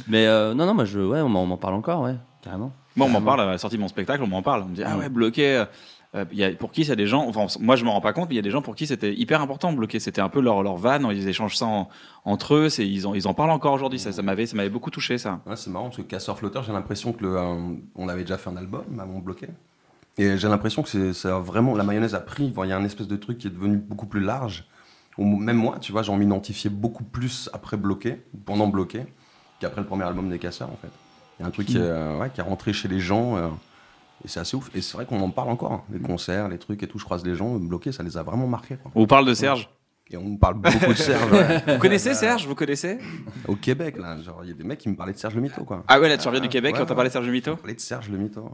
Mais euh, non, non, moi, je, ouais, on m'en on m'en parle encore, ouais, carrément.
Moi, on m'en parle à la sortie de mon spectacle, on m'en parle. On me dit, ah ouais, bloqué. euh, euh, il y a- pour qui c'est des gens, enfin, moi je m'en rends pas compte, mais il y a des gens pour qui c'était hyper important de bloquer. C'était un peu leur, leur van, ils échangent ça en- entre eux, c'est- ils, en, ils en parlent encore aujourd'hui. Ça, ça m'avait ça m'avait beaucoup touché ça.
Ouais, c'est marrant parce que Casseur Flotteur, j'ai l'impression que le, euh, on avait déjà fait un album, Maman Bloqué. Et j'ai l'impression que c'est, ça a vraiment, la mayonnaise a pris. Enfin, Il y a un espèce de truc qui est devenu beaucoup plus large. Au- Même moi, tu vois, j'en m'identifiais beaucoup plus après Bloqué, pendant Bloqué, qu'après le premier album des Casseurs, en fait. Il y a un truc qui, est, euh, ouais, qui est rentré chez les gens. euh, et c'est assez ouf. Et c'est vrai qu'on en parle encore. hein. Les concerts, les trucs et tout, je croise les gens. Bloqué, ça les a vraiment marqués. quoi.
On vous parle de Serge
Et on me parle beaucoup de Serge. bah,
Vous connaissez Serge Vous connaissez
Au Québec, là, genre, il y a des mecs qui me parlaient de Serge Le Mito, quoi.
Ah ouais, là, tu reviens du
Ah,
Québec
ouais,
quand t'as
ouais.
parlé de Serge Mito
de Serge Le Mito.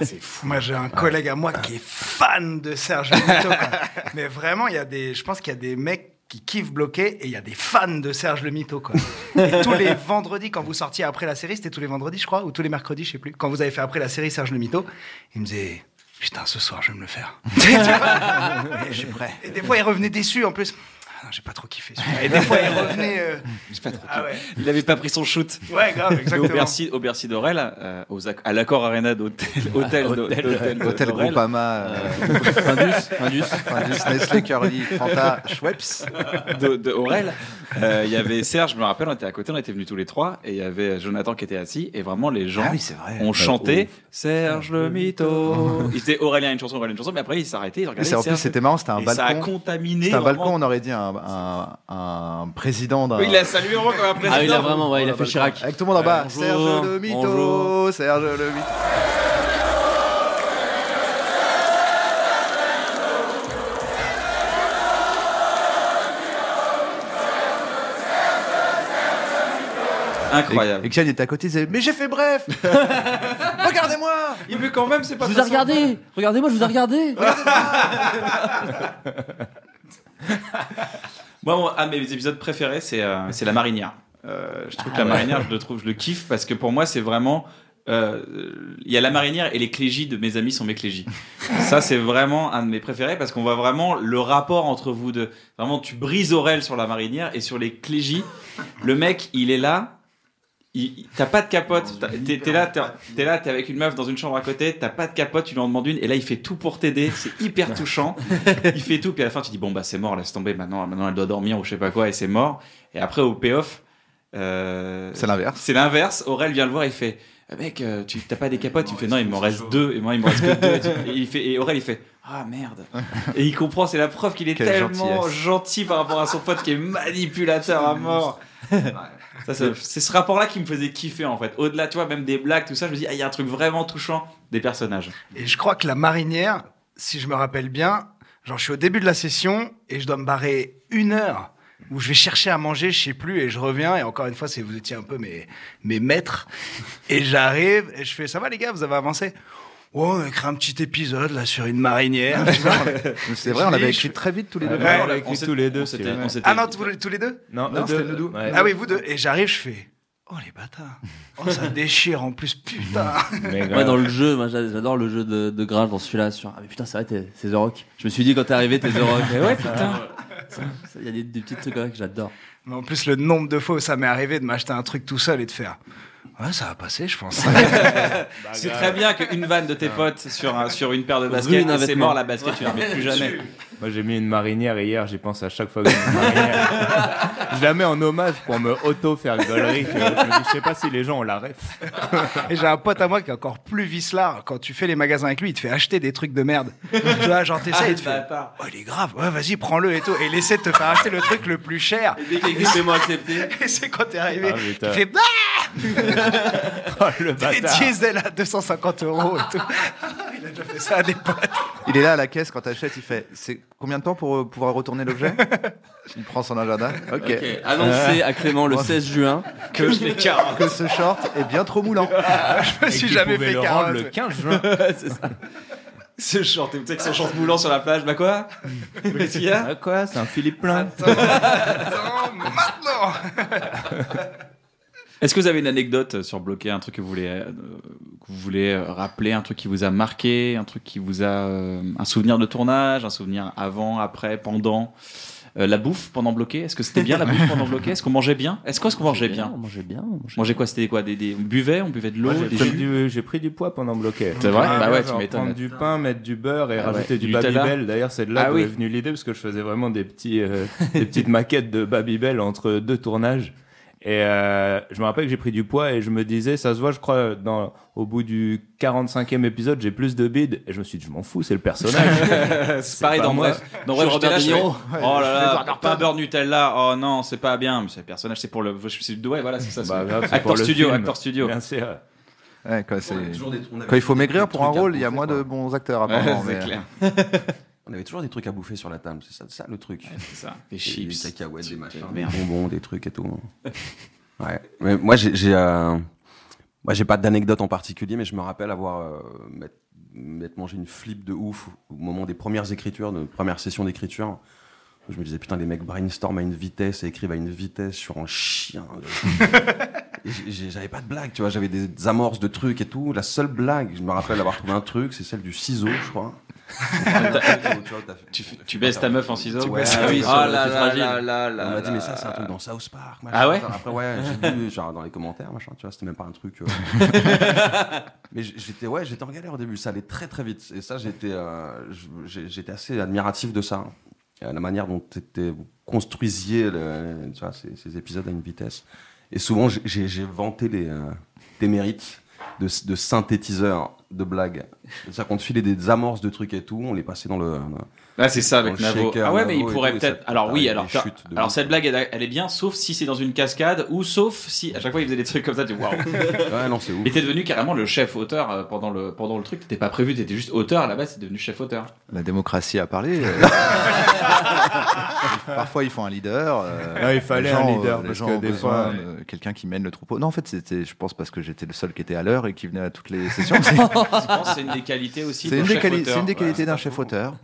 C'est fou. Moi, j'ai un collègue à moi qui est fan de Serge Lemito. quoi. Mais vraiment, il y a des, je pense qu'il y a des mecs qui kiffent bloquer et il y a des fans de Serge Le Mito, quoi. Et tous les vendredis, quand vous sortiez après la série, c'était tous les vendredis, je crois, ou tous les mercredis, je sais plus. Quand vous avez fait après la série Serge Le Mito, il me disait. Putain, ce soir, je vais me le faire. Et je suis prêt. Et des fois, il revenait déçu en plus. Ah, non, j'ai pas trop kiffé. celui-là. Et des fois, il revenait. euh, Ah ouais.
Il avait pas pris son shoot.
Ouais, grave,
Mais
exactement.
Au Bercy, au Bercy d'Aurel, euh, aux acc- à l'accord Arena d'hôtel, hôtel,
Ah, Hôtel- euh,
d'hôtel,
Hôtel
d'Aurel.
Groupama, euh, Findus, Findus. Findus, Nestlé, Curly, Fanta, Schweppes.
De, de Aurel, euh, il y avait Serge, je me rappelle, on était à côté, on était venus tous les trois, et il y avait Jonathan qui était assis, et vraiment les gens
Ah oui, c'est vrai.
ont
Bah,
chanté Serge le mytho. Ils étaient Aurélien une chanson, Aurélien une chanson, mais après ils s'arrêtaient, ils
Oui,
regardaient.
c'est- en plus,
Serge.
c'était marrant, c'était un
Et
balcon.
Ça a contaminé.
C'était un
vraiment.
balcon, on aurait dit un, un- un président d'un.
Oui, il a salué vraiment comme un président.
Ah, il a vraiment, ouais, il a
Voilà,
fait Chirac.
Avec tout le monde en bas.
Bonjour,
Serge le mytho,
bonjour.
Serge le mytho.
Incroyable.
Et Xian était à côté, il disait Mais j'ai fait bref Regardez-moi
Il veut quand même, c'est pas
Je vous ai regardé Regardez-moi, je vous ai regardé
Moi, mon- un de mes épisodes préférés, c'est euh, c'est la marinière. Euh, je trouve que la
ouais.
marinière, je le trouve, je le kiffe parce que pour moi, c'est vraiment. euh, Il y a la marinière et les clégis de mes amis sont mes clégis. Ça, c'est vraiment un de mes préférés parce qu'on voit vraiment le rapport entre vous deux. Vraiment, tu brises Aurel sur la marinière et sur les clégis, le mec, il est là. il- il- T'as pas de capote, t'as- t'es t'es là, t'es t'es là, t'es avec une meuf dans une chambre à côté, t'as pas de capote, tu lui en demandes une, et là il fait tout pour t'aider, c'est hyper touchant, il fait tout, puis à la fin tu dis bon bah c'est mort, laisse tomber, maintenant, maintenant elle doit dormir ou je sais pas quoi, et c'est mort, et après au payoff, euh,
C'est l'inverse.
C'est l'inverse, Aurel vient le voir, il fait Eh, mec, euh, tu t'as pas des capotes, il me fait non, il m'en reste deux, et moi il me reste que deux, et il fait, et Aurel il fait ah merde, et il comprend, c'est la preuve qu'il est
Quelle
tellement
gentillesse.
gentil par rapport à son pote qui est manipulateur à mort. Ça, ça- c'est ce rapport-là qui me faisait kiffer en fait. Au-delà, tu vois, même des blagues, tout ça, je me dis, ah, il y a un truc vraiment touchant des personnages.
Et je crois que la marinière, si je me rappelle bien, genre je suis au début de la session et je dois me barrer une heure où je vais chercher à manger, je sais plus, et je reviens, et encore une fois, c'est vous étiez un peu mes, mes maîtres, et j'arrive, et je fais, ça va les gars, vous avez avancé Ouais, on a écrit un petit épisode là sur une marinière. tu vois.
C'est vrai, on
Je
l'avait
dis,
écrit très vite tous les deux.
Ouais, on l'avait
écrit tous les deux,
c'était-
celui-là.
on s'était-
Ah non, tous, les- tous les deux
Non, Non, eux c'était deux. nous deux. Ouais.
Ah oui, vous deux. Et j'arrive, je fais, oh les bâtards, oh ça déchire en plus, putain.
Moi, dans le jeu, moi, j'a- j'adore le jeu de, de Gringe dans celui-là. Sur... Ah, mais putain, c'est vrai, t'es- c'est The Rock. Je me suis dit quand t'es arrivé, t'es The Rock.
Mais ouais, putain.
Il y a des, des petits trucs là que j'adore.
Mais en plus, le nombre de fois où ça m'est arrivé de m'acheter un truc tout seul et de faire. Ouais, ça va passer, je pense.
Bah,
c'est très bien qu'une vanne de tes potes sur, un- sur une paire de
Ruine
baskets,
un
c'est
vêtement.
mort la basket, tu la remets plus jamais.
Moi j'ai mis une marinière hier, j'y pense à chaque fois que je mets une marinière. je la mets en hommage pour me auto-faire gaulerie. Je me dis, je sais pas si les gens ont la ref.
Et j'ai un pote à moi qui est encore plus vicelard. Quand tu fais les magasins avec lui, il te fait acheter des trucs de merde. tu vois, genre t'essayes,
Ah,
il te fait. Oh, il est grave, ouais, vas-y, prends-le et tout. Et il essaie de te faire acheter le truc le plus cher.
Et dès qu'il existe, c'est accepté.
Et c'est quand t'es arrivé,
Ah,
il
putain.
fait. Ah Des
le bâtard. Ah,
diesel à 250 euros et tout. il a déjà fait ça à des potes.
Il est là à la caisse quand t'achètes, il fait C'est combien de temps pour euh, pouvoir retourner l'objet Il prend son agenda. Ok.
Ok, annoncé
Euh,
à Clément le 16 juin
que je les carotte.
Que ce short est bien trop moulant.
Ah, Je me suis jamais fait
rendre
carotte.
le 15 juin.
c'est ça. Ce short, tu sais avec son short moulant sur la plage, bah quoi Qu'est-ce qu'il y a
Ah, quoi C'est un Philippe Plein.
Maintenant
Est-ce que vous avez une anecdote sur bloquer un truc que vous voulez, euh, que vous voulez euh, rappeler, un truc qui vous a marqué, un truc qui vous a euh, un souvenir de tournage, un souvenir avant, après, pendant Euh, la bouffe pendant bloqué Est-ce que c'était bien la bouffe pendant bloqué Est-ce qu'on mangeait bien Est-ce qu'on qu'on mangeait bien
On mangeait bien.
Manger quoi C'était quoi des, des- On buvait, on buvait de l'eau,
Moi, j'ai
des
pris
jus
du- J'ai pris du poids pendant Ah, bloquet.
C'est vrai
J'aimerais
Bah ouais,
bien,
tu
genre,
m'étonnes.
prendre du pain, mettre du beurre et
Ah ouais.
rajouter du
Du Nutella.
Babybel. D'ailleurs, c'est de là
Ah
que
oui.
est venue l'idée parce que je faisais vraiment des petits, euh, des petites maquettes de Babybel entre deux tournages. Et euh, je me rappelle que j'ai pris du poids et je me disais, ça se voit, je crois, dans, au bout du 45e épisode, j'ai plus de bide. Et je me suis dit, je m'en fous, c'est le personnage.
C'est pareil dans
moi.
Bref. Dans Bref,
Georges
Robert
Bernard
Niro.
Niro.
Oh
Ouais, je fais
là là,
Edward
pas beurre Nutella. Oh non, c'est pas bien. Mais c'est le personnage, c'est pour le. C'est ouais, voilà, c'est ça. c'est-
Bah, grave, c'est pour
acteur
le
studio,
film.
acteur studio.
Bien sûr.
Ouais, quand, c'est-
toujours des- on avait
quand il faut
des-
maigrir
des
pour un
trucs à
rôle, il y a
bouffer,
moins de
quoi.
bons acteurs apparemment.
Ouais,
mais- euh,
c'est clair.
On avait toujours des trucs à bouffer sur la table, c'est ça, ça le truc.
c'est ça. Des
Des
chips,
Des cacahuètes, des machins,
merde.
des bonbons, des trucs et tout. Ouais. Mais moi, j'ai, j'ai, euh, moi, j'ai pas d'anecdote en particulier, mais je me rappelle avoir euh, m'être- m'être mangé une flip de ouf au moment des premières écritures, de première session d'écriture. Je me disais, putain, les mecs brainstorm à une vitesse et écrivent à une vitesse sur un chien. Et j'ai- j'ai- J'avais pas de blague, tu vois, j'avais des amorces de trucs et tout. La seule blague, je me rappelle avoir trouvé un truc, c'est celle du ciseau, je crois.
tu, tu baisses ta meuf en ciseaux
Ouais,
Ah oui,
sur
ah
le-
là
c'est
là
fragile.
là là là
On m'a dit,
là
mais ça, c'est un
là.
truc dans South Park.
Ah ouais
Après, ouais, j'ai vu, genre, dans les commentaires, machin, tu vois, c'était même pas un truc. euh. mais j- j'étais, ouais, j'étais en galère au début, ça allait très très vite. Et ça, j'étais, euh, j- j'ai- j'étais assez admiratif de ça. Euh, La manière dont t'étais- vous construisiez le- tu vois, ces, ces épisodes à une vitesse. Et souvent, j'ai- j'ai j'ai vanté les, euh, tes mérites de, de synthétiseur de blagues. C'est-à-dire qu'on te filait des amorces de trucs et tout, on les passait dans le.
Ah, c'est ça
dans
avec
le
Navo.
shaker,
ah ouais, mais il
Navo et
pourrait
tout, et
peut-être.
ça-
Alors oui,
t'arrives
alors,
des
t'as-
chutes de
alors
ouf.
cette blague, elle, elle est bien, sauf si c'est dans une cascade ou sauf si à chaque fois il faisait des trucs comme ça, tu waouh.
ouais, non, c'est ouf.
Et t'es devenu carrément le chef auteur euh, pendant le pendant le truc. T'étais pas prévu, t'étais juste auteur à la base, t'es devenu chef auteur.
La démocratie a parlé. euh. Parfois, ils font un leader. euh,
Ouais, il fallait
les
un
gens,
leader,
euh, les
parce
gens
que
ont
des
besoin
fois,
de quelqu'un qui mène le troupeau. Non, en fait, c'était, je pense, parce que j'étais le seul qui était à l'heure et qui venait à toutes les sessions. C'est-
Je pense que c'est une des qualités aussi.
C'est
d'un
une, des
chef
quali-
auteur.
c'est une des
Voilà.
qualités d'un chef auteur.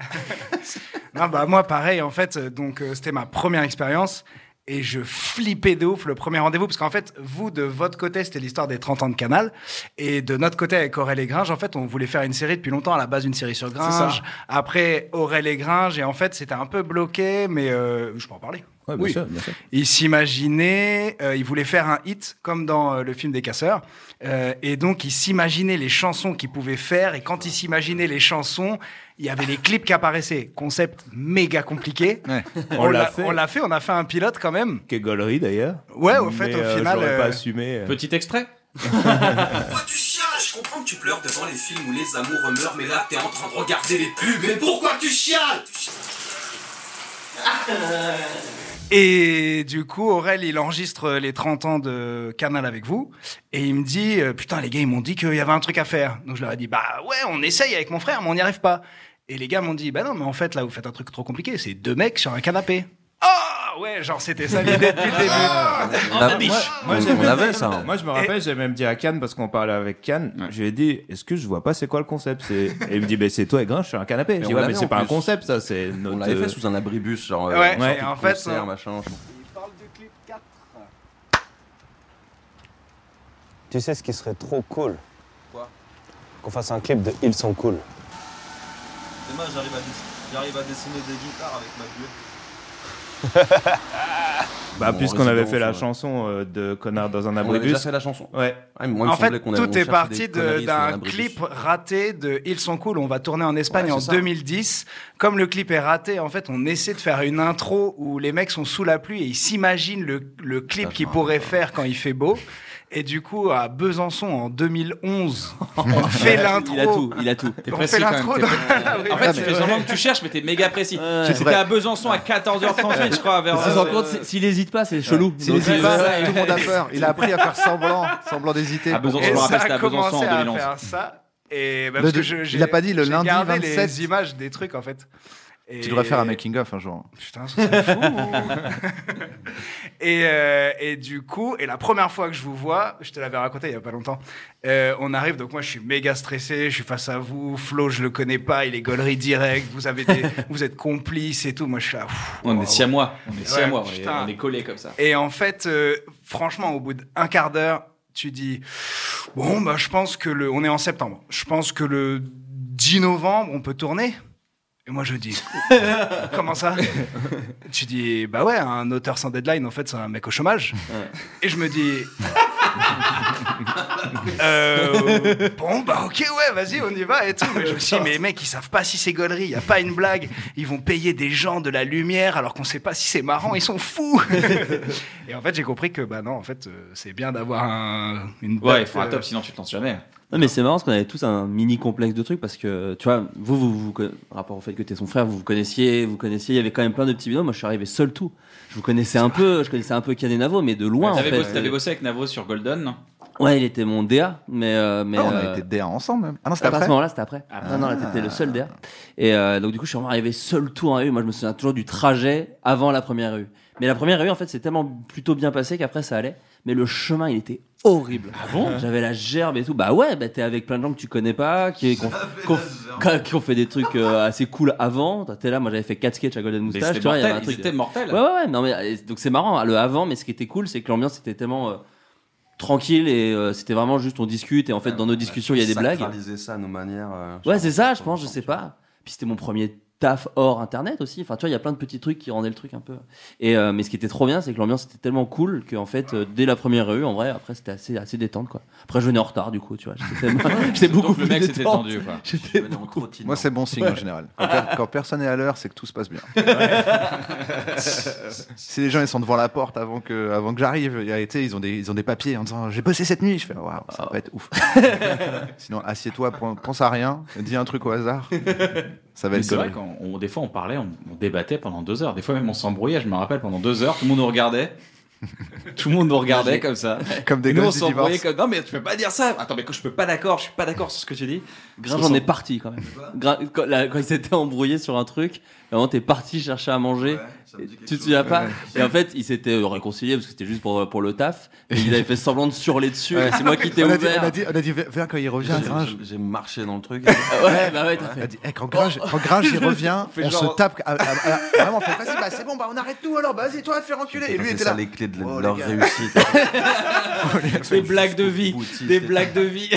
Non, bah moi pareil en fait, euh, donc euh, c'était ma première expérience et je flippais de ouf le premier rendez-vous parce qu'en fait, vous de votre côté, c'était l'histoire des 30 ans de Canal et de notre côté avec Aurel et Gringe, en fait, on voulait faire une série depuis longtemps à la base une série sur Gringe,
ça.
après Aurel et Gringe et en fait, c'était un peu bloqué mais euh, je peux en parler.
Ouais, bien sûr, bien sûr.
Ils s'imaginaient, euh, ils voulaient faire un hit comme dans euh, le film des casseurs, Euh, et donc ils s'imaginaient les chansons qu'ils pouvaient faire, et quand ils s'imaginaient les chansons, il y avait les clips qui apparaissaient. Concept méga compliqué.
On l'a fait.
on l'a fait, on a fait un pilote quand même.
Quelle galerie d'ailleurs.
Ouais, au fait,
Mais,
au
euh,
final,
j'aurais pas
euh,
assumé. euh.
Petit extrait
Pourquoi tu chiales Je comprends que tu pleures devant les films où les amours meurent, mais là t'es en train de regarder les pubs. Mais pourquoi tu chiales
Ah,
Et du coup, Aurel, il enregistre les 30 ans de Canal avec vous. Et il me dit, euh, putain, les gars, ils m'ont dit qu'il y avait un truc à faire. Donc je leur ai dit, bah ouais, on essaye avec mon frère, mais on n'y arrive pas. Et les gars m'ont dit, bah non, mais en fait, là, vous faites un truc trop compliqué. C'est deux mecs sur un canapé. Ah ouais, genre, c'était ça l'idée depuis le début.
Ah, moi- moi, j'ai même-
hein.
Moi, je me rappelle, j'ai même dit à Cannes, parce qu'on parlait avec Cannes, je lui ai dit, est-ce que je vois pas c'est quoi le concept c'est- Et il me dit, ben c'est toi et Gringe sur un canapé. Je
Mais
dis,
on
ouais,
l'avait
mais c'est
en
pas un
plus.
concept, ça, c'est notre. euh,
On l'avait fait sous un abribus, genre. euh,
Ouais.
une sorte
Ouais,
de
en fait,
concert,
on-
machin. je-
Tu sais ce qui serait trop cool
Quoi
Qu'on fasse un clip de Ils sont cool.
Demain, j'arrive à, dessiner des guitares avec ma buée.
Bah,
Bon,
puisqu'on avait
résidence,
fait la
ouais.
chanson euh, de Connard dans un
avait
abribus.
déjà fait la chanson. Ah,
Ouais.
en fait, tout est parti de- d'un clip raté de Ils sont cool. On va tourner en Espagne
Ouais,
en
c'est ça.
2010. Comme le clip est raté, en fait, on essaie de faire une intro où les mecs sont sous la pluie et ils s'imaginent le, le clip qu'ils pourraient faire quand il fait beau. Et du coup, à Besançon, en 2011, on fait l'intro.
Il a tout, il a tout.
On fait l'intro
t'es
dans-
précis.
Ah oui.
En fait, tu fais semblant que tu cherches, mais t'es méga précis.
C'est
C'était
vrai.
à Besançon à 14h38, je crois. Vers,
Si s'en
euh,
compte, s'il- s'il hésite pas, c'est chelou.
S'il
Donc,
hésite
euh,
pas,
ouais.
tout le monde a peur. Il a appris à faire semblant, semblant d'hésiter.
À Besançon,
pour-
je me rappelle,
Ça
c'était
a
à Besançon en
commencé à
2011.
faire ça. Et bah,
Le
parce que
deux-
je-
il
j'ai-
a pas dit le
j'ai
lundi
gardé
27.
les images des trucs, en fait. Et-
Tu devrais faire un making-of un jour.
Putain, ça serait fou. et, euh, et du coup, et la première fois que je vous vois, je te l'avais raconté il y a pas longtemps. euh, on arrive, donc moi je suis méga stressé, je suis face à vous. Flo, je le connais pas, il est gaulerie direct. Vous avez, des- vous êtes complices et tout. Moi je suis là. pff,
On
waouh.
est siamois, on est
Ouais,
siamois, on est-
putain.
on est collés comme ça.
Et en fait, euh, franchement, au bout d'un quart d'heure, tu dis bon bah je pense que le, on est en septembre. Je pense que le 10 novembre, on peut tourner. Et moi je dis comment ça Tu dis bah ouais, un auteur sans deadline, en fait, c'est un mec au chômage. Et je me dis euh, bon bah ok ouais vas-y on y va et tout mais je me suis dit, mais les mecs ils savent pas si c'est gaulerie il y a pas une blague ils vont payer des gens de la lumière alors qu'on sait pas si c'est marrant ils sont fous et en fait j'ai compris que bah non en fait euh, c'est bien d'avoir un, une
Ouais, il
date,
faut un
euh,
top, sinon tu te lances jamais.
Non mais c'est marrant parce qu'on avait tous un mini complexe de trucs parce que tu vois vous vous, vous conna- par rapport au fait que t'es son frère vous vous connaissiez vous connaissiez il y avait quand même plein de petits binômes moi je suis arrivé seul tout je vous connaissais un peu je connaissais un peu Ken et Navo mais de loin Ah, en
T'avais
fait euh,
bossé, t'avais bossé avec Navo sur Golden, non
Ouais, il était mon DA, mais. euh, mais
Ah, on a
euh,
été DA ensemble, même. Ah non, c'était
pas À
après
ce moment-là, c'était après. non, non, là, t'étais le seul DA. Et euh, donc, du coup, je suis vraiment arrivé seul tout en rue. Moi, je me souviens toujours du trajet avant la première rue. Mais la première rue, en fait, c'est tellement plutôt bien passé qu'après, ça allait. Mais le chemin, il était horrible. Ah
bon
J'avais la gerbe et tout. Bah ouais, bah, t'es avec plein de gens que tu connais pas, qui, qui ont, qui ont- qui ont fait des trucs euh, assez cool avant. T'es là, moi, j'avais fait 4 sketchs à Golden Moustache.
c'était
tu vois, il y avait
mortel,
un
ils
truc-
étaient mortels.
Ouais, ouais, ouais. Non, mais, euh, donc, c'est marrant, hein, le avant, mais ce qui était cool, c'est que l'ambiance était tellement. euh, tranquille et euh, c'était vraiment juste on discute et en fait dans nos discussions il y a des blagues
Sacraliser ça à nos manières. euh,
Ouais, c'est ça, je pense, je sais pas. Puis c'était mon premier taf hors internet aussi. Enfin, tu vois, il y a plein de petits trucs qui rendaient le truc un peu. Et euh, mais ce qui était trop bien, c'est que l'ambiance était tellement cool que en fait, euh, dès la première rue, en vrai, après c'était assez assez détente quoi. Après, je venais en retard du coup, tu vois. J'étais tellement- j'étais
Donc,
beaucoup
le
plus
mec s'était
détente.
tendu, quoi.
J'étais beaucoup-
Moi, c'est bon signe en
Ouais.
général. Quand, per- quand personne est à l'heure, c'est que tout se passe bien.
Ah
Euh, si les gens ils sont devant la porte avant que, avant que j'arrive, il y a été, ils, ont des, ils ont des papiers en disant j'ai bossé cette nuit. Je fais waouh, ça va être ouf. Sinon, assieds-toi, pen- pense à rien, dis un truc au hasard. Ça va
Mais
être
c'est vrai
cool.
qu'on on- des fois on parlait, on, on débattait pendant deux heures. Des fois même on s'embrouillait. Je me rappelle pendant deux heures, tout le monde nous regardait. tout le monde nous regardait comme ça.
Comme des
Et nous, on
gosses du
s'embrouillait
divorce.
comme non mais tu peux pas dire ça. Attends mais que je peux pas d'accord, je suis pas d'accord sur ce que tu dis.
Gringe
Parce
on
qu'on
est
s'en-
parti quand même. Gringe- quand, la- quand ils s'étaient embrouillés sur un truc, vraiment t'es parti chercher à manger. Et tu te souviens pas
Ouais.
Et en fait, ils s'étaient réconciliés parce que c'était juste pour, pour le taf. Et ils avaient fait semblant de surler dessus.
Ouais.
et C'est moi qui t'ai
on
ouvert.
a dit, on a dit, on a dit, viens quand il revient,
j'ai-
Gringe.
J'ai marché dans le truc.
ouais, bah ouais, t'as
fait. Eh, quand Gringe, quand Gringe, il revient,
Fais
on
genre- Ah
se tape. à- à- à- vraiment, on fait vas-y, bah, c'est bon, bah, on arrête tout alors, bah, vas-y, toi, va te faire enculer. Et
Putain,
lui, il
c'est
était
ça
là.
les clés de
Oh,
leur
les gars.
réussite.
des blagues de vie, des blagues de vie.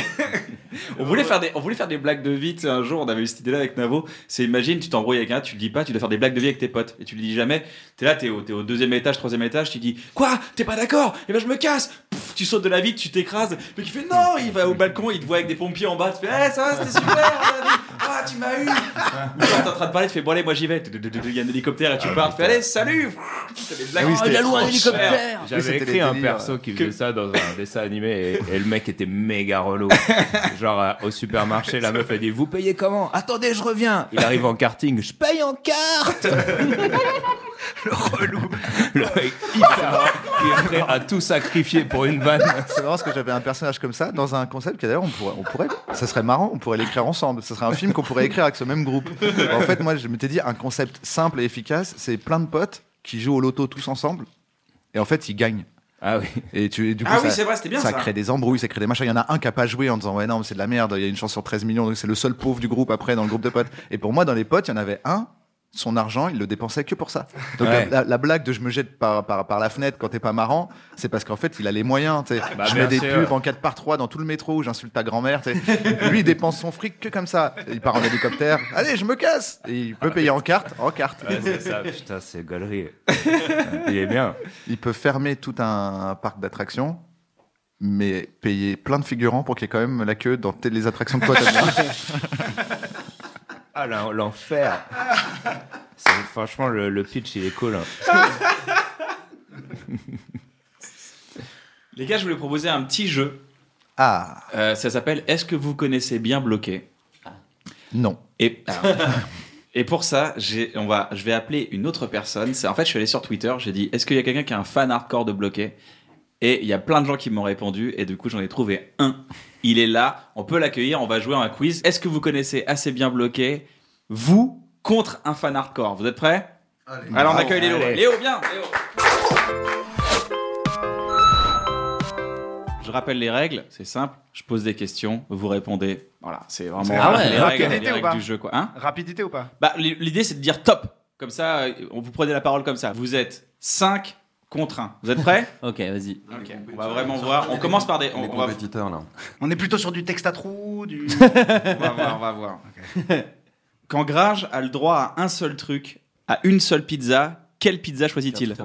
on voulait faire des, on voulait faire des blagues de vie. tu sais, un jour, on avait eu cette idée-là avec Navo. C'est imagine, tu t'embrouilles avec un, tu le dis pas, tu dois faire des blagues de vie avec tes potes et tu le dis jamais. T'es là, t'es au, t'es au deuxième étage, troisième étage, tu dis quoi T'es pas d'accord Et ben je me casse. Pff, tu sautes de la vitre, tu t'écrases. Mais il fait non, il va au balcon, il te voit avec des pompiers en bas. Tu fais, eh, ça va, c'était super. on a vu. Ah, tu m'as eu. Ou genre, t'es en train de parler, tu fais bon allez, moi j'y vais. Il y a un hélicoptère et
Ah,
tu pars. Tu fais allez, salut. T'as des blagues.
Ah oui,
Oh, il a
c'était-
loué un
Oh,
hélicoptère.
J'avais écrit un perso qui faisait ça dans un dessin animé et, et le mec était méga relou. Genre euh, au supermarché, la meuf a dit Vous payez comment Attendez, je reviens Il arrive en karting, je paye en carte Le relou Le mec hyper qui est prêt à tout sacrifier pour une vanne.
C'est marrant parce que j'avais un personnage comme ça dans un concept que d'ailleurs on pourrait, on pourrait, ça serait marrant, on pourrait l'écrire ensemble. Ça serait un film qu'on pourrait écrire avec ce même groupe. En fait, moi, je m'étais dit un concept simple et efficace, c'est plein de potes qui jouent au loto tous ensemble et en fait ils gagnent.
Ah oui.
Et tu, et du coup,
Ah oui,
ça,
c'est vrai, c'était bien, ça.
crée des embrouilles, ça crée des machins. Il y en a un qui a pas joué en disant ouais non mais c'est de la merde. Il y a une chance sur 13 millions, donc c'est le seul pauvre du groupe après dans le groupe de potes. Et pour moi, dans les potes, il y en avait un. Son argent, il le dépensait que pour ça. Donc la-
Ouais.
la, la blague de je me jette par, par, par la fenêtre quand t'es pas marrant, c'est parce qu'en fait il a les moyens. tu sais
Bah,
je
bien
mets des
sûr.
pubs en 4 par 3 dans tout le métro où j'insulte ta grand-mère. tu sais. Lui, il dépense son fric que comme ça. Il part en hélicoptère. Allez, je me casse. Et il peut payer en carte, en carte.
Ah, Ouais, c'est ça, putain, c'est galerie. Il est bien.
Il peut fermer tout un parc d'attractions, mais payer plein de figurants pour qu'il y ait quand même la queue dans t- les attractions que toi t'aimes bien.
Ah l'en- l'enfer C'est- Franchement, le, le pitch il est cool. hein.
Les gars, je voulais proposer un petit jeu. Euh,
Ah.
ça s'appelle Est-ce que vous connaissez bien bloqué
Non.
Et, alors, et pour ça, j'ai- on va, je vais appeler une autre personne. C'est- En fait, je suis allé sur Twitter, j'ai dit Est-ce qu'il y a quelqu'un qui est un fan hardcore de bloqué Et il y a plein de gens qui m'ont répondu, et du coup, j'en ai trouvé un. Il est là, on peut l'accueillir, on va jouer à un quiz. Est-ce que vous connaissez assez bien bloqué Vous contre un fan hardcore. Vous êtes prêts Alors, on accueille Léo.
Allez.
Léo, viens Léo. Je rappelle les règles, c'est simple. Je pose des questions, vous répondez. Voilà, c'est vraiment
Ah ouais,
les
ok.
règles, les
Rapidité ou
règles
pas
du jeu. Quoi. Hein
Rapidité ou pas
bah, l- l'idée, c'est de dire top. Comme ça, euh, on vous prenez la parole comme ça. Vous êtes 5 contre 1. Vous êtes prêts
Ok, vas-y.
On va vraiment voir. On commence par des. On, on va,
là.
On est plutôt sur du texte à trous, du.
on va voir, on va voir. Quand Gringe a le droit à un seul truc, à une seule pizza, quelle pizza choisit-il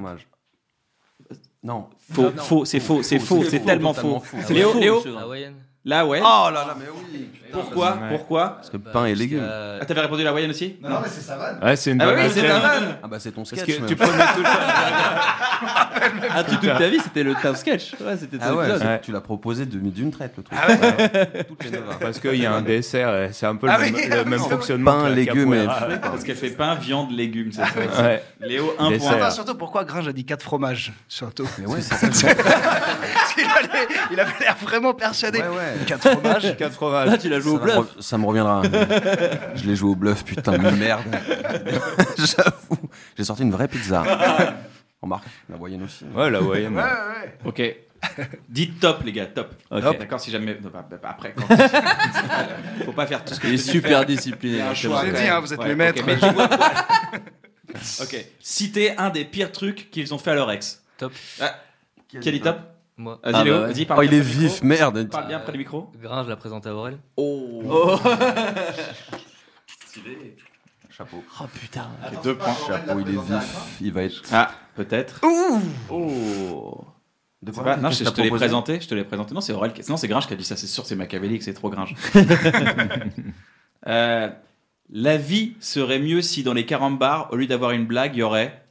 Non.
Faux, faux, c'est faux, c'est faux, c'est tellement faux. Léo, Léo,
Hawaïenne.
La Wayenne
Oh là là, mais oui.
Pourquoi
parce que-
Pourquoi
Parce que pain et légumes.
Ah, t'avais répondu la Wayenne aussi
Non, non, mais c'est sa vanne.
Ouais, c'est une
Ah
vanne
oui,
à
c'est
thème.
ta vanne
Ah bah c'est ton
Parce
sketch.
que
même.
tu prenais tout
Ah, toute ta vie, c'était le taf sketch. Ouais, c'était
Ah
ton
ouais,
épisode.
c'est- tu l'as proposé de- d'une traite le
Ah
truc.
Parce qu'il y a un dessert, et c'est un peu le
Ah
même,
oui,
le même
non.
fonctionnement. que la capoeira.
Parce qu'elle fait pain, viande, légumes, c'est ça.
Ouais.
Léo, un
Dessert.
point.
Enfin,
Surtout pourquoi Gringe a dit 4 fromages surtout.
Mais ouais,
Parce qu'il allait- il avait l'air vraiment persuadé. 4 fromages.
Quatre
Ah,
fromages.
Là, tu l'as joué au
Ça me
bluff.
re- Ça me reviendra. Je l'ai joué au bluff, putain de merde. J'avoue, j'ai sorti une vraie pizza. Remarque, la Voyenne aussi.
Ouais, la Voyenne.
Ouais, ouais.
Ok. Dites top, les gars, top.
Ok.
Top. D'accord, si jamais. non, bah, bah, après, quand... faut pas faire tout ce que
Il est
je te dis
super
faire. Ah,
discipliné,
Il y a un
c'est
choix,
vrai.
quand
J'ai dit,
même.
hein, vous êtes
Ouais,
mes
ok,
maîtres.
mais tu vois- ok. Citez un des pires trucs qu'ils ont fait à leur ex. Top. Qui a dit top
Moi.
Vas-y,
Ah,
Léo,
bah ouais.
vas-y, parle
Oh, il
bien
est
près du micro.
vif, merde.
Parle bien près du micro.
Gringe l'a présenté à Aurel.
Oh.
Oh.
Chapeau.
Oh putain.
Deux points.
Chapeau, il est vif. Il va être.
Ah, peut-être.
Ouh
Oh
De
C'est
quoi
pas- Non, je,
Qu'est-ce
je
que
te
t'as
l'ai
proposé
présenté, je te l'ai présenté. Non, c'est Aurel qui... Non, c'est Gringe qui a dit ça, c'est sûr, c'est machiavélique, c'est trop Gringe. Euh, la vie serait mieux si dans les carambars, au lieu d'avoir une blague, il y aurait...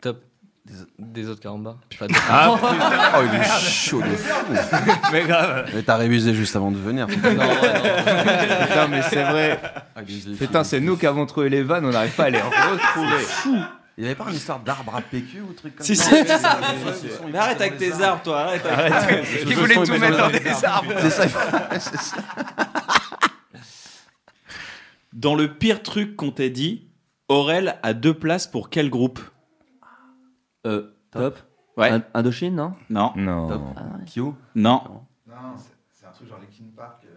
Top. Des, des autres carambars.
Ah, putain. Oh, il est chaud de fou.
Mais grave.
Mais t'as révisé juste avant de venir.
Non, Putain, mais c'est vrai.
Ah,
Putain, c'est nous qui avons trouvé les vannes, on n'arrive pas à les retrouver.
Il n'y avait pas une histoire d'arbre à PQ ou truc comme
Si,
ça
si, si, si. Mais arrête avec tes arbres, toi, arrête. avec-
Arrête.
Ce
Ils
sont-
voulaient
ils
tout
sont-
mettre dans
ils sont-
des
ils sont-
arbres.
C'est ça.
C'est ça.
Dans le pire truc qu'on t'ait dit, Aurel a deux places pour quel groupe
Euh, top.
Ouais.
Ind- Indochine, non
Non.
Non.
Top. Ah ouais.
Kyo
Non.
Non, c'est- c'est un truc genre les King Park. euh.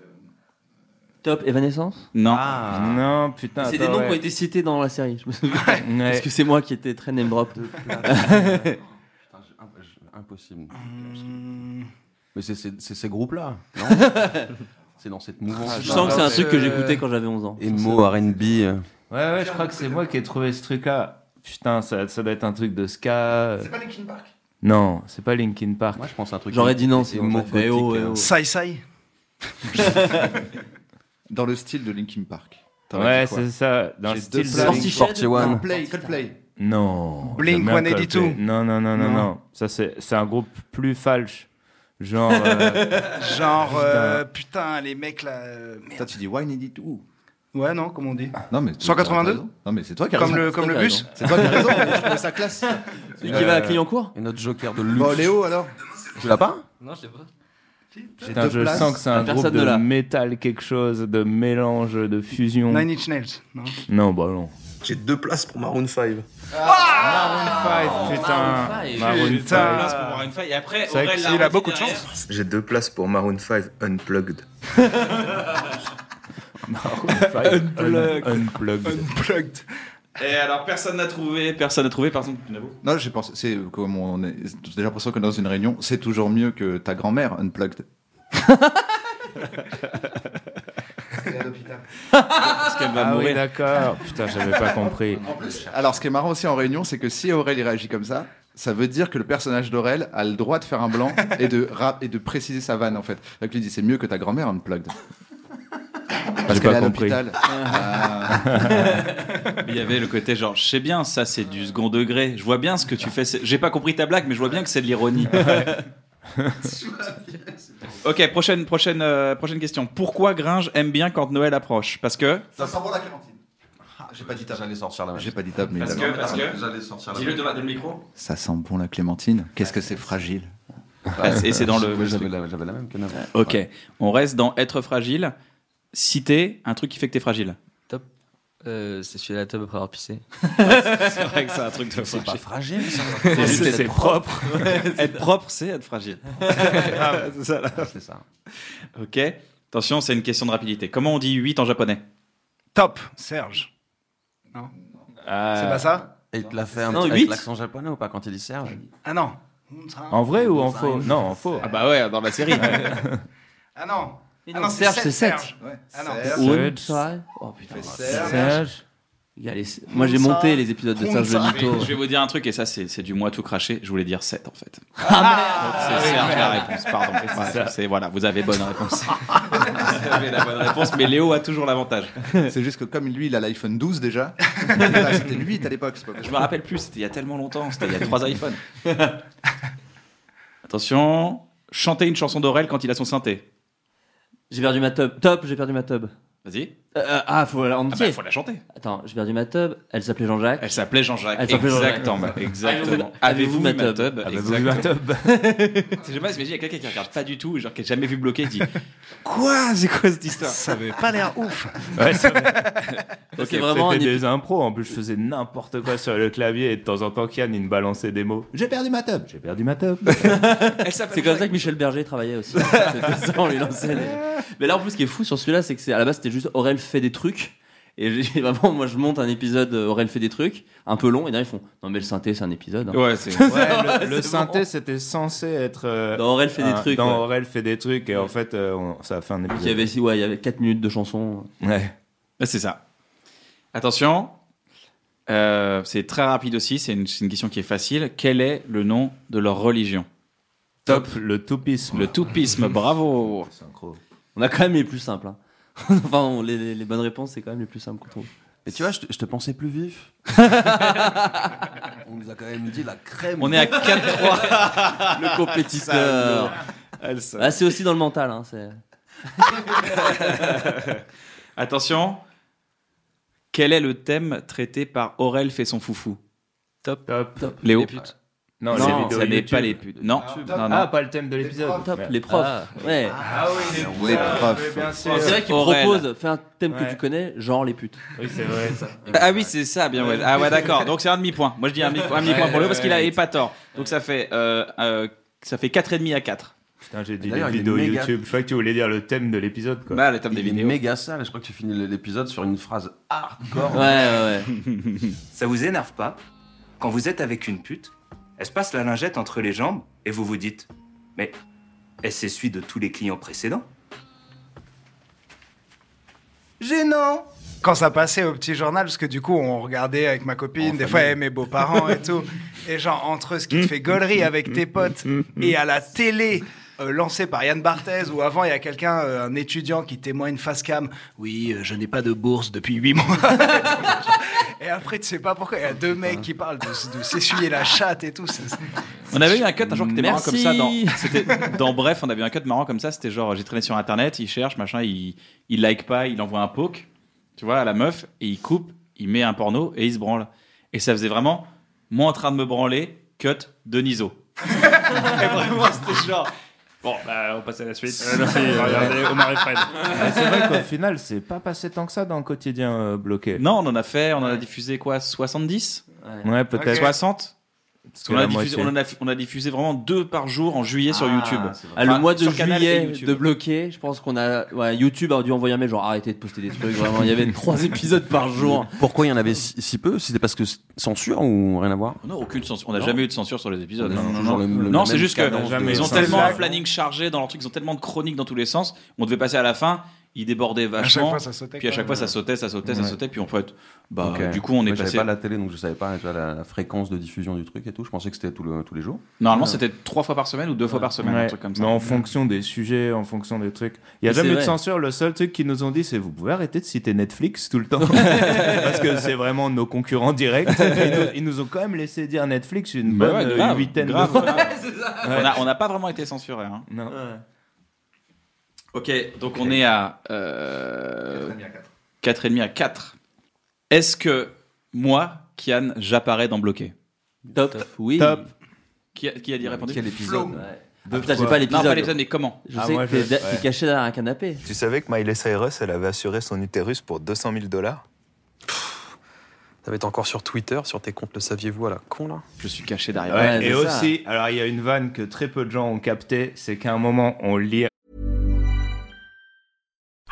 Top Evanescence
Non.
Ah.
Ah.
Non, putain.
C'est des
attends,
noms
ouais.
qui ont été cités dans la série, je me souviens.
Ouais.
Parce que c'est moi qui étais très name drop.
Putain, j'ai- imp- j'ai- Impossible.
Hum.
Mais c'est c'est- c'est ces groupes-là. non c'est dans cette mouvance.
Je sens que c'est un truc que j'écoutais quand j'avais 11 ans.
Emo, RB. euh,
Ouais, ouais, je crois que c'est moi qui ai trouvé ce truc-là. Putain, ça, ça doit être un truc de ska. euh.
C'est pas Linkin Park
Non, c'est pas Linkin Park.
Moi, je pense à un truc.
J'aurais dit non, c'est
Emo,
en fait. Eh oh, eh
euh.
oh.
Sai Sai.
Dans le style de Linkin Park.
Ouais, c'est
euh,
ça, dans le style de Linkin Park. 41.
Play, Coldplay.
Non.
Blink
j'aime bien
182.
Coldplay. Non, non, non, non,
Non.
non. Ça, c'est c'est un groupe plus falche. Genre. euh,
Genre, euh,
putain.
putain, les mecs là. euh, merde.
Toi, tu dis Wine Edit Who
Ouais, non, comment on dit
Non, mais.
182?
t'as raison. Non, mais c'est toi qui as
Comme
raison.
le- comme
C'est toi
le
qui as
bus?
raison. C'est toi qui as raison. mais Je trouvais ça classe.
Celui qui va à Clignancourt
Et notre joker de luxe.
Bon, Léo, alors
Tu l'as pas
Non, je sais pas.
Putain, je sens que c'est un groupe de métal, quelque chose, de mélange, de fusion.
Nine Inch Nails, non
Non, bah non.
J'ai deux places pour Maroon 5.
Ah
Maroon 5, putain. Maroon
Putain.
5.
Ah, Pour Maroon 5, et après,
C'est vrai
Aurel
que
l'a
s'il a
remis
beaucoup de
derrière.
J'ai deux places pour Maroon 5 Unplugged.
Unplugged.
Unplugged.
Et alors, personne n'a trouvé, personne n'a trouvé, par exemple, Nabo
Non, j'ai pensé. C'est comme on est. J'ai l'impression que dans une réunion, c'est toujours mieux que ta grand-mère unplugged.
Parce qu'elle va
ah oui,
mourir.
d'accord. Putain, j'avais pas compris.
Alors, ce qui est marrant aussi en réunion, c'est que si Aurel il réagit comme ça, ça veut dire que le personnage d'Aurel a le droit de faire un blanc et de, ra- et de préciser sa vanne en fait. Donc, il dit c'est mieux que ta grand-mère unplugged. Parce
J'ai
qu'elle
pas
est à
compris.
l'hôpital.
Il y avait le côté genre, je sais bien, ça c'est du second degré. Je vois bien ce que tu fais. C'est- J'ai pas compris ta blague, mais je vois bien que c'est de l'ironie. ok, prochaine, prochaine, euh, prochaine question. Pourquoi Gringe aime bien quand Noël approche Parce que.
Ça sent bon la clémentine.
J'ai pas dit table. J'allais sortir la même.
J'ai pas dit table, mais il a-
J'allais sortir la
Dis-le
même.
devant le micro.
Ça sent bon la clémentine. Qu'est-ce que c'est fragile.
Et Bah, c'est dans le.
Ouais, J'avais la, j'avais la même que Nava.
Ok, on reste dans être fragile. Citer un truc qui fait que t'es fragile.
Top. Euh, c'est celui à la top après avoir pissé.
c'est vrai que c'est un truc de
C'est pas fragile, ça.
C'est juste
C'est
être propre. être propre, c'est être fragile.
Grave.
c'est ça, là.
C'est ça.
Ok. Attention, c'est une question de rapidité. Comment on dit 8 en japonais
Top, Serge.
Euh,
C'est pas ça
Et il te l'a fait un
Non,
petit
huit.
avec l'accent japonais ou pas quand il y sert
Ah non.
En vrai ou en faux Non, en faux.
Ah bah ouais, dans la série.
Ah non.
Mais
Ah
non,
non,
Serge, c'est sept.
sept, Serge. Ah non.
Un,
Serge.
trois. Oh putain.
Serge.
Serge.
Il y a les- Moi j'ai monté les épisodes de Serge Lito.
Je vais vous dire un truc, et ça c'est c'est du moi tout craché. Je voulais dire 7 en fait.
Ah,
Donc,
merde.
C'est Serge la
Ah, oui,
réponse,
merde.
pardon.
C'est
Ouais,
ça.
C'est voilà, vous avez bonne réponse. vous avez la bonne réponse, mais Léo a toujours l'avantage.
C'est juste que comme lui, il a l'iPhone 12 déjà. bah, C'était lui à l'époque. c'est pas
Je me rappelle plus, c'était il y a tellement longtemps, c'était il y a trois iPhones. Attention, chanter une chanson d'Aurel quand il a son synthé.
J'ai perdu ma tub. Top, j'ai perdu ma tub.
Vas-y.
ah, faut la, en entier.
bah, faut la chanter.
Attends, j'ai perdu ma tub. Elle s'appelait Jean-Jacques.
Elle s'appelait Jean-Jacques.
Elle s'appelait Jean-Jacques. bah.
Exactement. Exactement.
Avez-vous ma Ah
tub
tub
Exactement. C'est jamais, je me dis, il y a quelqu'un qui regarde pas du tout, genre qui a jamais vu bloqué, il dit Quoi C'est quoi cette histoire
Ça avait pas l'air ouf.
Ouais, c'est vrai.
Ok,
C'était
vraiment un
des impros. En plus, je faisais n'importe quoi sur le clavier et de temps en temps, Kian, il me balançait des mots. J'ai perdu ma table. J'ai perdu ma table.
C'est comme ça que Michel Berger travaillait aussi. C'était ça, on lui lançait les- Mais là, en plus, ce qui est fou sur celui-là, c'est que c'est- à la base, c'était juste Aurel fait des trucs. Et j'ai- vraiment, moi, je monte un épisode euh, Aurel fait des trucs, un peu long, et derrière, ils font Non, mais le synthé, c'est un épisode. hein.
Ouais, le,
c'est
le synthé,
bon.
c'était censé être. euh,
Dans Aurel fait des
un-
trucs,
Dans
ouais.
Aurel fait des trucs, et en fait, euh, on- ça a fait un épisode.
Il y avait, ouais, il y avait 4 minutes de Bah, chansons.
Ouais.
c'est ça. Attention, euh, c'est très rapide aussi, c'est une, c'est une question qui est facile. Quel est le nom de leur religion
Top, le toupisme.
Le toupisme, bravo
On a quand même les plus simples. hein. enfin, on- les, les- les bonnes réponses, c'est quand même les plus simples qu'on trouve.
Et tu vois, je te, je te pensais plus vif. On nous a quand même dit la crème.
On est à 4-3. Eh, le compétiteur. Ah, c'est aussi dans le mental. Hein, c'est-
Attention, quel est le thème traité par Aurel fait son foufou
Top.
Top.
Léo
Les putes.
Non,
Non,
non,
les vidéos
ça n'est
YouTube.
pas les putes. Non,
Ah,
non,
top.
non.
Ah, pas le thème de l'épisode.
Top,
Merde.
les profs.
Ah.
Ouais.
Ah oui, les
Alors,
profs, oui, bien sûr.
C'est vrai qu'ils
Aurel.
proposent, fais un thème que
Ouais.
tu connais, genre les putes.
Oui, c'est vrai.
Ah oui, c'est ça, bien ouais. Ah ouais, d'accord. Donc c'est un demi-point. Moi je dis un demi-point un demi-point pour Léo parce qu'il
Ouais,
n'avait pas tort. Donc ça fait, euh, euh, ça fait 4,5 à 4.
Putain, j'ai dit
D'ailleurs, il
les
est
vidéos
méga-
YouTube. Je crois que tu voulais dire le thème de l'épisode, quoi.
Bah, le thème
Il est méga sale. Je crois que tu finis l'épisode sur une phrase hardcore.
Ça vous énerve pas Quand vous êtes avec une pute, elle se passe la lingette entre les jambes et vous vous dites Mais elle s'essuie de tous les clients précédents.
Gênant Quand ça passait au petit journal, parce que du coup, on regardait avec ma copine, des fois, avec mes beaux-parents et tout. Et genre, entre ce qui
Mmh.
Hmm.
te fait gaulerie avec tes potes et à la télé. euh, lancée par Yann Barthès, ou avant, il y a quelqu'un, euh, un étudiant qui témoigne face cam. Oui, euh, je n'ai pas de bourse depuis 8 mois. et après, tu sais pas pourquoi, il y a deux mecs qui parlent de, s- de s'essuyer la chatte et tout. c'est-
On avait eu un cut un jour qui était marrant comme ça. Dans,
Merci.
c'était- dans Bref, on avait eu un cut marrant comme ça. C'était genre, j'ai traîné sur internet, il cherche, machin, il, il like pas, il envoie un poke, tu vois, à la meuf, et il coupe, il met un porno et il se branle. Et ça faisait vraiment, moi en train de me branler, cut Deniso. et vraiment, c'était genre. Bon, bah, on passe à la suite.
Euh, non, euh,
regardez Omar et Fred.
Mais C'est vrai qu'au final, c'est pas passé tant que ça dans le quotidien euh, bloqué.
Non, on en a fait, on en a diffusé quoi 70
Ouais, Ouais, peut-être. Ok.
60 Parce
que
qu'on a
la
diffusé-
moitié.
on, en a, on a diffusé vraiment deux par jour en juillet sur
Ah,
YouTube.
c'est vrai.
Enfin,
le mois de
sur Canal et
juillet
YouTube.
de bloquer, je pense qu'on a. ouais, YouTube a dû envoyer un mail genre arrêtez de poster des trucs, vraiment. Il y avait trois épisodes par jour.
Pourquoi il y en avait si, si peu C'était parce que c- censure ou rien à voir
Non, aucune censure. On n'a
Non.
jamais eu de censure sur les épisodes.
On a
Non, non,
toujours
non.
le- le
Non,
même
c'est juste
cadence de
qu'ils ont
cinq
tellement un
heures.
planning chargé dans leur truc, ils ont tellement de chroniques dans tous les sens. On devait passer à la fin, ils débordaient vachement.
chaque fois, ça sautait,
Puis à
quoi.
chaque fois, ça sautait, ça sautait, ça
Ouais.
sautait. Puis en fait, bah,
Ok.
du coup, on est
Moi,
passé.
J'avais pas la télé, donc je savais pas tu vois, la, la fréquence de diffusion du truc et tout. Je pensais que c'était tout le- tous les jours.
Normalement,
Ouais.
c'était trois fois par semaine ou deux fois par semaine, un
Ouais.
truc comme ça.
Mais en fonction des sujets, en fonction des trucs. Il n'y a
Mais c'est
jamais eu de
vrai.
censure. Le seul truc qu'ils nous ont dit, c'est vous pouvez arrêter de citer Netflix tout le temps. Parce que c'est vraiment nos concurrents directs. Ils nous, ils nous ont quand même laissé dire Netflix une
Bah
bonne
ouais,
euh,
grave,
huitaine
grave,
de fois.
grave. On a- On n'a pas vraiment été censuré. hein.
Non.
Ok, donc on est à. Euh, 4,5 à 4. Est-ce que moi, Kian, j'apparais dans bloqué
Top, oui.
Top. Qui a, qui a dit répondre
Quel épisode
Ouais.
Deux
Ah, putain, j'ai
fois.
pas l'épisode. Ah,
Non, pas l'épisode, mais comment
Je
Ah,
sais que t'es da- t'es caché derrière un canapé.
Tu savais que Miley Cyrus, elle avait assuré son utérus pour 200 000 dollars
Ça va être encore sur Twitter, sur tes comptes, le saviez-vous à la con là
Je suis caché derrière.
Ouais, et aussi, alors il y a une vanne que très peu de gens ont captée, c'est qu'à un moment, on lit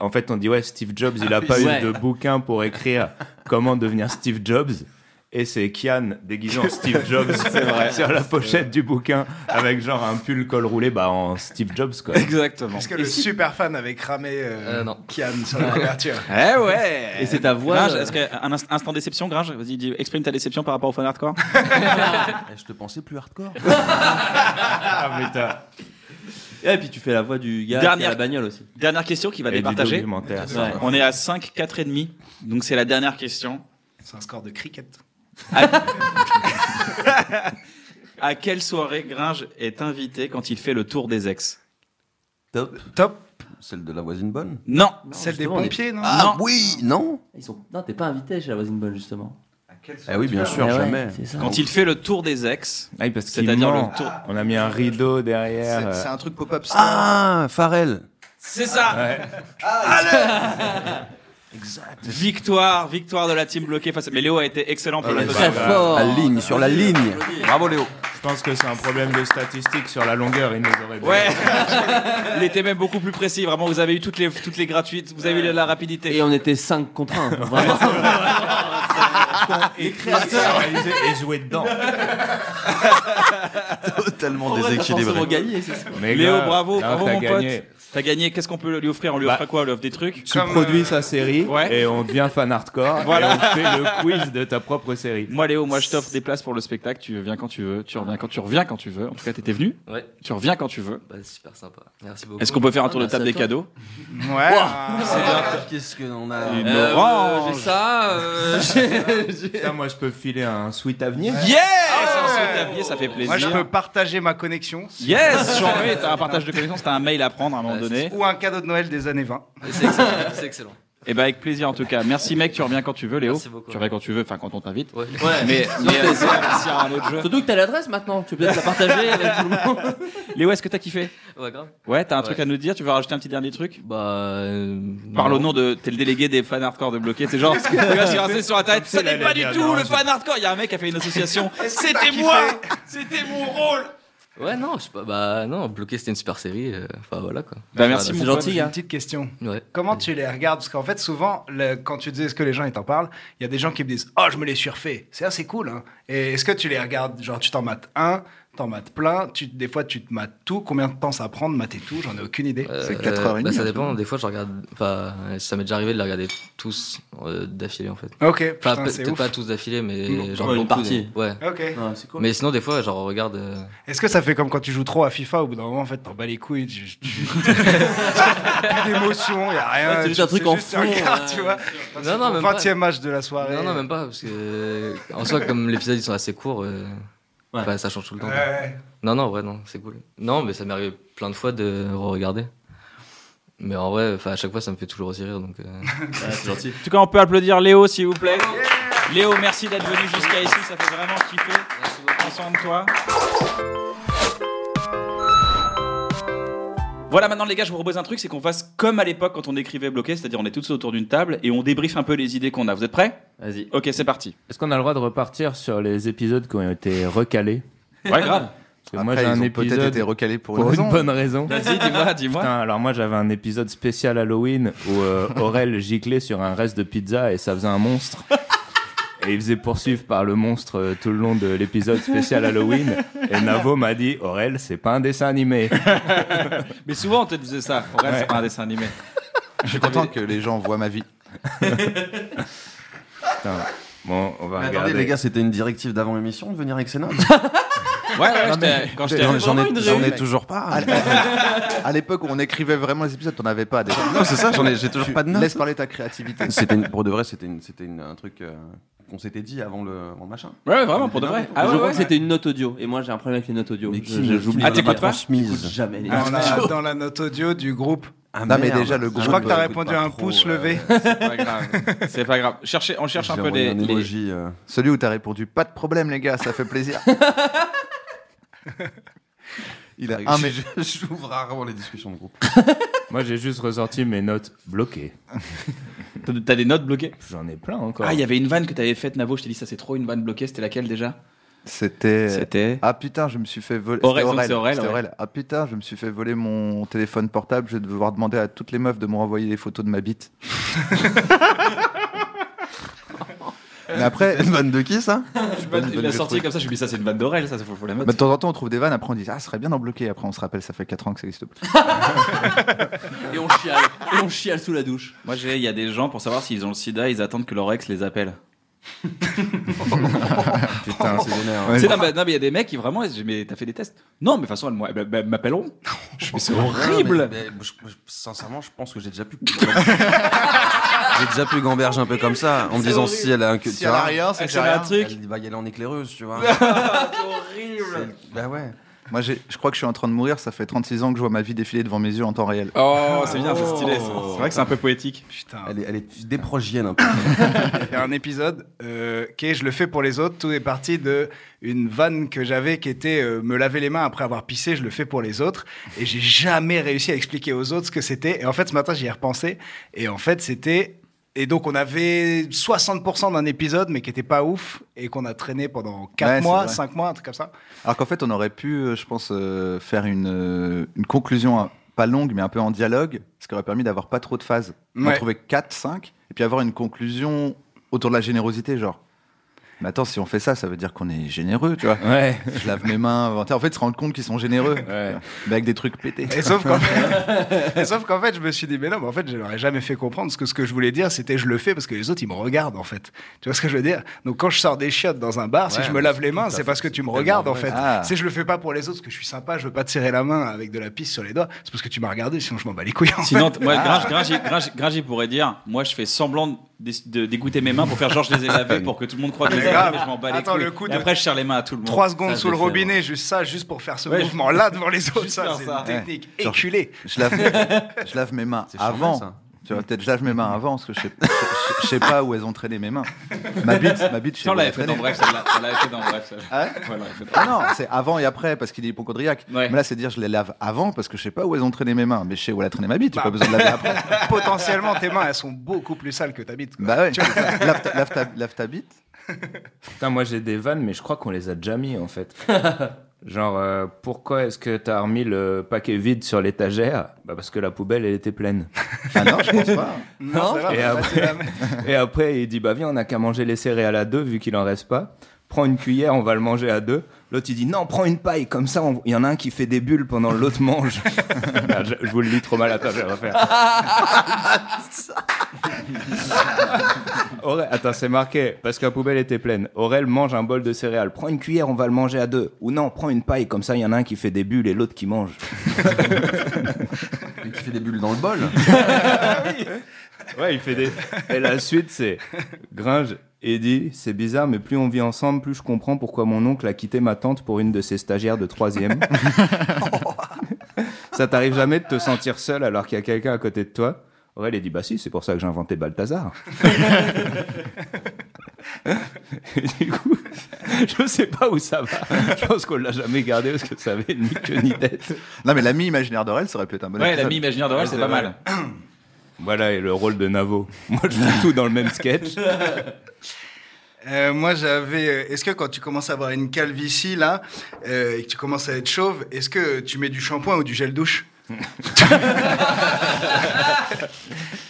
En fait, on dit ouais, Steve Jobs, il
Ah,
a pas
ouais.
eu de bouquin pour écrire comment devenir Steve Jobs. Et c'est Kian déguisé en Steve Jobs
C'est vrai.
sur la pochette du bouquin avec genre un pull col roulé bah, en Steve Jobs quoi.
Exactement.
Est-ce que le super fan avait cramé euh, Kian sur la couverture
Eh ouais
Et c'est ta voix,
Gringe,
euh.
est-ce que- un inst- instant déception, Gringe Vas-y, dis- exprime ta déception par rapport au fan hardcore.
Ah, Je te pensais plus hardcore.
Et puis tu fais la voix du gars qui a la bagnole aussi.
Dernière question qui va
Et du
départager.
documentaire.
Ouais. On est à 5, 4 et demi. Donc c'est la dernière question.
C'est un score de cricket.
À quelle soirée Gringe est invité quand il fait le tour des ex
Top.
Top.
Celle de la voisine bonne
Non.
Celle
Justement, on est-
Ah oui, non
Ils sont... Non, t'es pas invité chez la voisine bonne, justement.
Eh oui, bien sûr,
Eh ouais,
jamais.
c'est ça.
Quand il fait le tour des ex,
parce qu'il
c'est-à-dire
ment.
le tour.
On a mis un rideau derrière.
C'est- c'est un truc pop-up
Ah, Farrell.
C'est ça
Exact.
Victoire, victoire de la team bloquée face à... Mais Léo a été excellent pour
Ah
la
ouais,
deuxième.
c'est vrai. La ligne, sur la ligne.
Bravo Léo.
Je pense que c'est un problème de statistique sur la longueur. Il nous aurait dit.
Ouais Il était même beaucoup plus précis, vraiment, vous avez eu toutes les, toutes les gratuites, vous avez eu la rapidité.
Et on était 5 contre 1. Vraiment.
Écrire, réaliser et jouer dedans.
Totalement
On va
déséquilibré.
forcément gagner, c'est ça.
Mais
Léo,
grave,
bravo,
grave,
bravo
t'as
mon
gagné.
pote. T'as gagné, qu'est-ce qu'on peut lui offrir On lui
Bah,
offre quoi On lui offre des trucs
Tu produis sa série et on devient fan hardcore.
Voilà.
Et on fait le quiz de ta propre série.
Moi Léo, moi je t'offre des places pour le spectacle, tu viens quand tu veux, tu reviens quand tu reviens quand tu veux. En tout cas, t'étais venu
Ouais.
Tu reviens quand tu veux.
Bah, c'est super sympa. Merci beaucoup.
Est-ce qu'on peut faire un tour
Ah,
de table des
merci à toi.
C'est
cadeaux
bien. Qu'est-ce que on a
Une
Euh,
orange.
j'ai ça, euh, j'ai-
Putain, moi je peux filer un sweet avenir.
Yes
Ah,
Un sweet avenir, ça fait plaisir.
Ah, Moi, je peux partager ma connexion.
Yes Jean-Louis, t'as un partage de connaissances, t'as un mail à prendre à un moment donné.
Ou un cadeau de Noël des années 20.
C'est excellent. C'est excellent.
Et bah avec plaisir en tout cas. Merci mec, tu reviens quand tu veux Léo.
Merci beaucoup.
Tu reviens quand tu veux, enfin quand on t'invite.
Ouais.
Mais,
Surtout-
mais euh, c'est parti à un autre jeu.
Surtout que t'as l'adresse maintenant, tu peux peut-être la partager avec tout le monde.
Léo, est-ce que t'as kiffé
Ouais, grave.
Ouais, t'as un truc à nous dire Tu veux rajouter un petit dernier truc
Bah. euh,
Parle
non.
au nom de. T'es le délégué des fans hardcore de bloqué. C'est genre. tu vas sur un- sur internet.
C'est
Ça n'est
la
pas du
dernière,
tout
non,
le
je-
fan hardcore. Il y a un mec qui a fait une association.
Est-ce que t'as
C'était
kiffé
moi C'était mon rôle
Ouais, non, je sais pas. Bah, non, bloqué, c'était une super série. euh, Enfin, voilà quoi.
Bah,
Voilà,
C'est
pote.
gentil,
J'ai
hein.
Une petite question.
Ouais.
Comment tu les regardes Parce qu'en fait, souvent, le- quand tu disais ce que les gens ils t'en parlent, il y a des gens qui me disent Oh, je me les surfais. C'est assez cool. hein. Et est-ce que tu les regardes Genre, tu t'en mates un, t'en mates plein, tu, des fois, tu te mates tout. Combien de temps ça prend de mater tout J'en ai aucune idée.
Euh, bah,
hein.
Ça dépend. Des fois, je regarde. Enfin, ça m'est déjà arrivé de les regarder tous euh, d'affilée en fait.
Ok,
Enfin,
putain,
pe-
c'est
peut-être
ouf.
pas tous d'affilée, mais
Non.
genre
Mm. Ouais, une
beaucoup,
partie.
mais- Ouais.
Ok. Ouais, c'est cool.
Mais sinon, des fois, genre, on regarde. euh,
Est-ce que ça fait comme quand tu joues trop à FIFA Au bout d'un moment, en fait, t'en bats les couilles. Tu, tu- plus d'émotion, y a rien.
Ouais, c'est juste un
Tu-
truc
c'est
en
juste
fond,
un quart,
ouais.
tu vois.
Non, non,
Au
même pas.
20e match de la soirée.
Non, non, même pas, parce que euh, en soi, comme l'épisode ils sont assez courts, euh, bah, ça change tout le temps.
Ouais,
quoi.
ouais.
Non, non, ouais, non, c'est cool. Non, mais ça m'est arrivé plein de fois de re-regarder. Mais en vrai, enfin, à chaque fois, ça me fait toujours aussi rire, donc. euh,
c'est gentil. En tout cas, on peut applaudir Léo, s'il vous plaît. Léo, merci d'être venu jusqu'à ici. Ça fait vraiment kiffer. Prends soin de toi. Voilà, maintenant les gars, je vous propose un truc, c'est qu'on fasse comme à l'époque quand on écrivait bloqué, c'est-à-dire on est tous autour d'une table et on débriefe un peu les idées qu'on a. Vous êtes prêts
Vas-y.
Ok, c'est parti.
Est-ce qu'on a le droit de repartir sur les épisodes qui ont été recalés
Ouais, grave.
Parce que moi,
Après,
j'ai un
ils ont
épisode
peut-être été recalés pour une raison.
bonne raison.
Vas-y, dis-moi, dis-moi.
Putain, alors moi, j'avais un épisode spécial Halloween où euh, Aurel giclait sur un reste de pizza et ça faisait un monstre. Et il faisait poursuivre par le monstre euh, tout le long de l'épisode spécial Halloween. Et Navo m'a dit Aurel, c'est pas un dessin animé.
Mais souvent on te disait ça. En vrai,
Ouais.
c'est pas un dessin animé.
Je suis content que les gens voient ma vie.
Putain. Bon, on va
Mais
regarder.
attendez, les gars, c'était une directive d'avant émission de venir avec Sénat
Ouais, ouais,
Non,
je
mais-
t'ai- quand je t'ai-
j'en, j'en ai, j'en ai toujours pas.
Ah, À l'époque où on écrivait vraiment les épisodes, t'en avais pas déjà.
Non, c'est ça, j'en ai- j'ai toujours
Tu-
pas de notes.
Laisse parler ta créativité.
C'était une- pour de vrai, c'était, une- c'était une- un truc euh, qu'on s'était dit avant le, avant le machin.
Ouais, ouais, vraiment, pour de vrai. Ah
je
ouais,
crois
ouais.
que
Ah,
c'était une note audio et moi j'ai un problème avec les notes audio.
qui
Je-
ne-
je-
qui
j'oublie
ne l'a
de les
pas
lire.
transmise
J'écoute Jamais les
Dans
notes
la,
audio.
dans la note audio du groupe.
Ah,
Non, mais merde. déjà, le
Je
groupe,
crois que t'as
euh,
répondu
écoute
à
pas
un
trop,
pouce
euh.
levé.
C'est pas grave. C'est pas grave. Cherchez- on cherche un
J'ai
peu
envoyé
les,
un
les-
emoji, euh,
Celui où t'as répondu pas de problème les gars, ça fait plaisir. Il a
Avec-
un mé-
je- J'ouvre rarement les discussions de groupe.
Moi, j'ai juste ressorti mes notes bloquées.
T'as des notes bloquées
J'en ai plein encore.
Ah, il y avait une vanne que t'avais faite, Navo. Je t'ai dit, ça c'est trop une vanne bloquée. C'était laquelle déjà
C'était.
C'était.
Ah putain, je me suis fait voler.
Aurel,
C'était
donc c'est Aurel,
C'était
ouais.
Aurel. Ah putain, je me suis fait voler mon téléphone portable. Je vais devoir demander à toutes les meufs de me renvoyer les photos de ma bite. Mais après.
Une vanne de qui ça
Il l'a sorti comme ça. Je me dis, ça c'est une vanne d'Aurel. Ça, faut, faut la mettre.
Mais Bah, de temps en temps, on trouve des vannes. Après, on dit Ah, ce serait bien d'en bloquer. Après, on se rappelle, ça fait 4 ans que ça existe plus.
Et on chiale. Et on chiale sous la douche. Moi, j'ai. Il y a des gens pour savoir s'ils ont le sida, ils attendent que leur ex les appelle.
Putain, c'est vénère.
Tu sais, non, mais non, mais il y a des mecs qui vraiment. ils disent, Mais t'as fait des tests Non, mais de toute façon, elles m'a- bah, bah, m'appelleront. Je fais, c'est horrible.
Non, mais- mais je- je- sincèrement, je pense que j'ai déjà pu. j'ai déjà pu gamberger un peu comme ça, en me
C'est
disant
horrible.
si elle a un. que-
Si
tu
elle
vois,
a rien, c'est
elle
que j'ai rien.
un truc. Elle va y aller en éclaireuse, tu vois.
horrible.
Bah ouais.
Moi, j'ai- je crois que je suis en train de mourir. Ça fait 36 ans que je vois ma vie défiler devant mes yeux en temps réel.
Oh, c'est bien, c'est stylé. ça. C'est vrai que c'est un peu poétique.
Putain.
Elle est, elle est déprogienne un peu.
Il y a un épisode euh, qui est Je le fais pour les autres. Tout est parti de une vanne que j'avais qui était euh, Me laver les mains après avoir pissé, je le fais pour les autres. Et j'ai jamais réussi à expliquer aux autres ce que c'était. Et en fait, ce matin, j'y ai repensé. Et en fait, c'était. Et donc, on avait 60% d'un épisode, mais qui était pas ouf, et qu'on a traîné pendant 4
Ouais, c'est
mois,
vrai.
5 mois, un truc comme ça.
Alors qu'en fait, on aurait pu, euh, je pense, euh, faire une, euh, une conclusion hein, pas longue, mais un peu en dialogue, ce qui aurait permis d'avoir pas trop de phases. On
Ouais.
trouver 4, 5, et puis avoir une conclusion autour de la générosité, genre. Mais attends, si on fait ça, ça veut dire qu'on est généreux, tu vois.
Ouais.
Je lave mes mains. En fait, se rendre compte qu'ils sont généreux. Mais avec des trucs pétés.
Et sauf qu'en fait, et sauf qu'en fait, je me suis dit, mais non, mais en fait, je leur ai jamais fait comprendre parce que ce que je voulais dire, c'était je le fais parce que les autres, ils me regardent, en fait. Tu vois ce que je veux dire Donc, quand je sors des chiottes dans un bar, si
Ouais,
je me
mais
lave
c'est
les
tout
mains,
à
c'est
fait-
parce que tu me
c'est
regardes, en
tellement
fait.
vrai. Ah.
Si je le fais pas pour les autres, parce que je suis sympa, je veux pas te serrer la main avec de la pisse sur les doigts, c'est parce que tu m'as regardé, sinon je m'en bats les couilles. en
Sinon,
fait. Ah.
t- moi, Gringe, Gringe, il- Gringe- Gringe, il pourrait dire Moi, je fais semblant de, de- dégoûter mes mains pour faire genre je les ai lavées pour que tout le monde croit que je les ai
Mais grave.
lavées, mais je m'en bats les
Attends,
couilles.
le coup
Et
de-
après, je serre les mains à tout le monde.
3 secondes
Ça, je
sous le
l'ai fait,
robinet, juste ça, juste pour faire ce
Ouais, je-
mouvement-là devant les autres,
Juste
ça,
faire
c'est
ça.
une technique
Genre,
éculée.
Je lave, je lave mes mains
charmant,
avant.
ça.
Tu vois, peut-être je lave mes mains avant parce que je sais, je- je- je sais pas où elles ont traîné mes mains. Ma bite, ma bite, je sais
Ça, on
où elle
l'avait
a
fait
traîné.
dans bref, celle-là. On l'avait fait dans bref, celle-là.
Ah
Ouais, on l'avait fait dans-
Ah non, c'est avant et après parce qu'il est hypochondriaque. Mais là, c'est dire je les lave avant parce que je sais pas où elles ont traîné mes mains, mais je sais où elle a traîné ma
Bah.
bite. J'ai pas besoin de laver après.
Potentiellement, tes mains, elles sont beaucoup plus sales que ta bite. quoi.
Bah ouais.
Tu vois
lave, ta, lave ta- lave ta bite.
Putain, moi j'ai des vannes, mais je crois qu'on les a déjà mis en fait. Genre, euh, pourquoi est-ce que t'as remis le paquet vide sur l'étagère Bah parce que la poubelle elle était pleine.
Ah non, je pense pas.
Non, c'est vrai,
et,
on a passé
après, et après, il dit Bah viens, on a qu'à manger les céréales à deux vu qu'il en reste pas. Prends une cuillère, on va le manger à deux. L'autre il dit Non, prends une paille, comme ça on- il y en a un qui fait des bulles pendant que l'autre mange. Ah, je, je vous le dis trop mal, attends, je vais refaire. Aurel- Attends, c'est marqué, parce que la poubelle était pleine. Aurel mange un bol de céréales. Prends une cuillère, on va le manger à deux. Ou non, prends une paille, comme ça il y en a un qui fait des bulles et l'autre qui mange.
Mais qui fait des bulles dans le bol.
Ouais, il fait des. Et la suite, c'est Gringe. Et dit, c'est bizarre, mais plus on vit ensemble, plus je comprends pourquoi mon oncle a quitté ma tante pour une de ses stagiaires de troisième. ça t'arrive jamais de te sentir seul alors qu'il y a quelqu'un à côté de toi Aurel, il dit, bah si, c'est pour ça que j'ai inventé Balthazar. Et du coup, je sais pas où ça va. Je pense qu'on l'a jamais gardé parce que ça avait ni queue ni tête.
Non, mais l'ami imaginaire d'Aurel, ça aurait pu être un bon
Ouais,
épisode.
l'ami imaginaire d'Aurel, c'est pas mal.
Voilà, et le rôle de Navo. Moi, je fais tout dans le même sketch.
Euh, moi, j'avais. euh, Est-ce que quand tu commences à avoir une calvitie là euh, et que tu commences à être chauve, est-ce que tu mets du shampoing ou du gel douche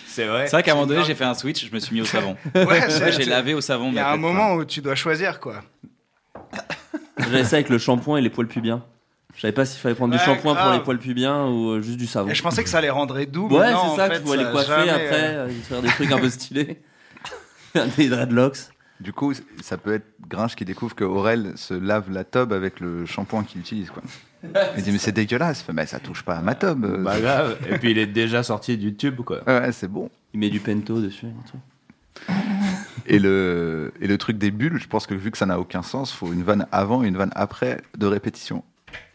C'est vrai.
C'est vrai qu'à un moment donné, j'ai fait un switch, je me suis mis au savon.
Ouais,
Ouais,
c'est-
j'ai lavé au savon.
Il y
mais
a un
peut-être
moment où tu dois choisir quoi.
J'avais ça avec le shampoing et les poils pubiens. Je savais pas s'il fallait prendre
Ouais,
du shampoing pour
grave.
les poils pubiens ou euh, juste du savon.
Et je pensais que ça les rendrait doux. mais
Ouais,
non, en
c'est ça,
fait,
tu vois les
ça a
coiffer
jamais,
après,
euh,
euh, faire des trucs un peu stylés. des dreadlocks.
Du coup, ça peut être Gringe qui découvre que Aurel se lave la tobe avec le shampoing qu'il utilise. Quoi. Il dit mais c'est dégueulasse, Fait, mais ça touche pas à ma tobe. euh,
Bah
ça-
grave. Et puis il est déjà sorti du tube, quoi.
Ouais, c'est bon.
Il met du pento dessus. un truc.
Et le, et le truc des bulles, je pense que vu que ça n'a aucun sens, faut une vanne avant et une vanne après de répétition.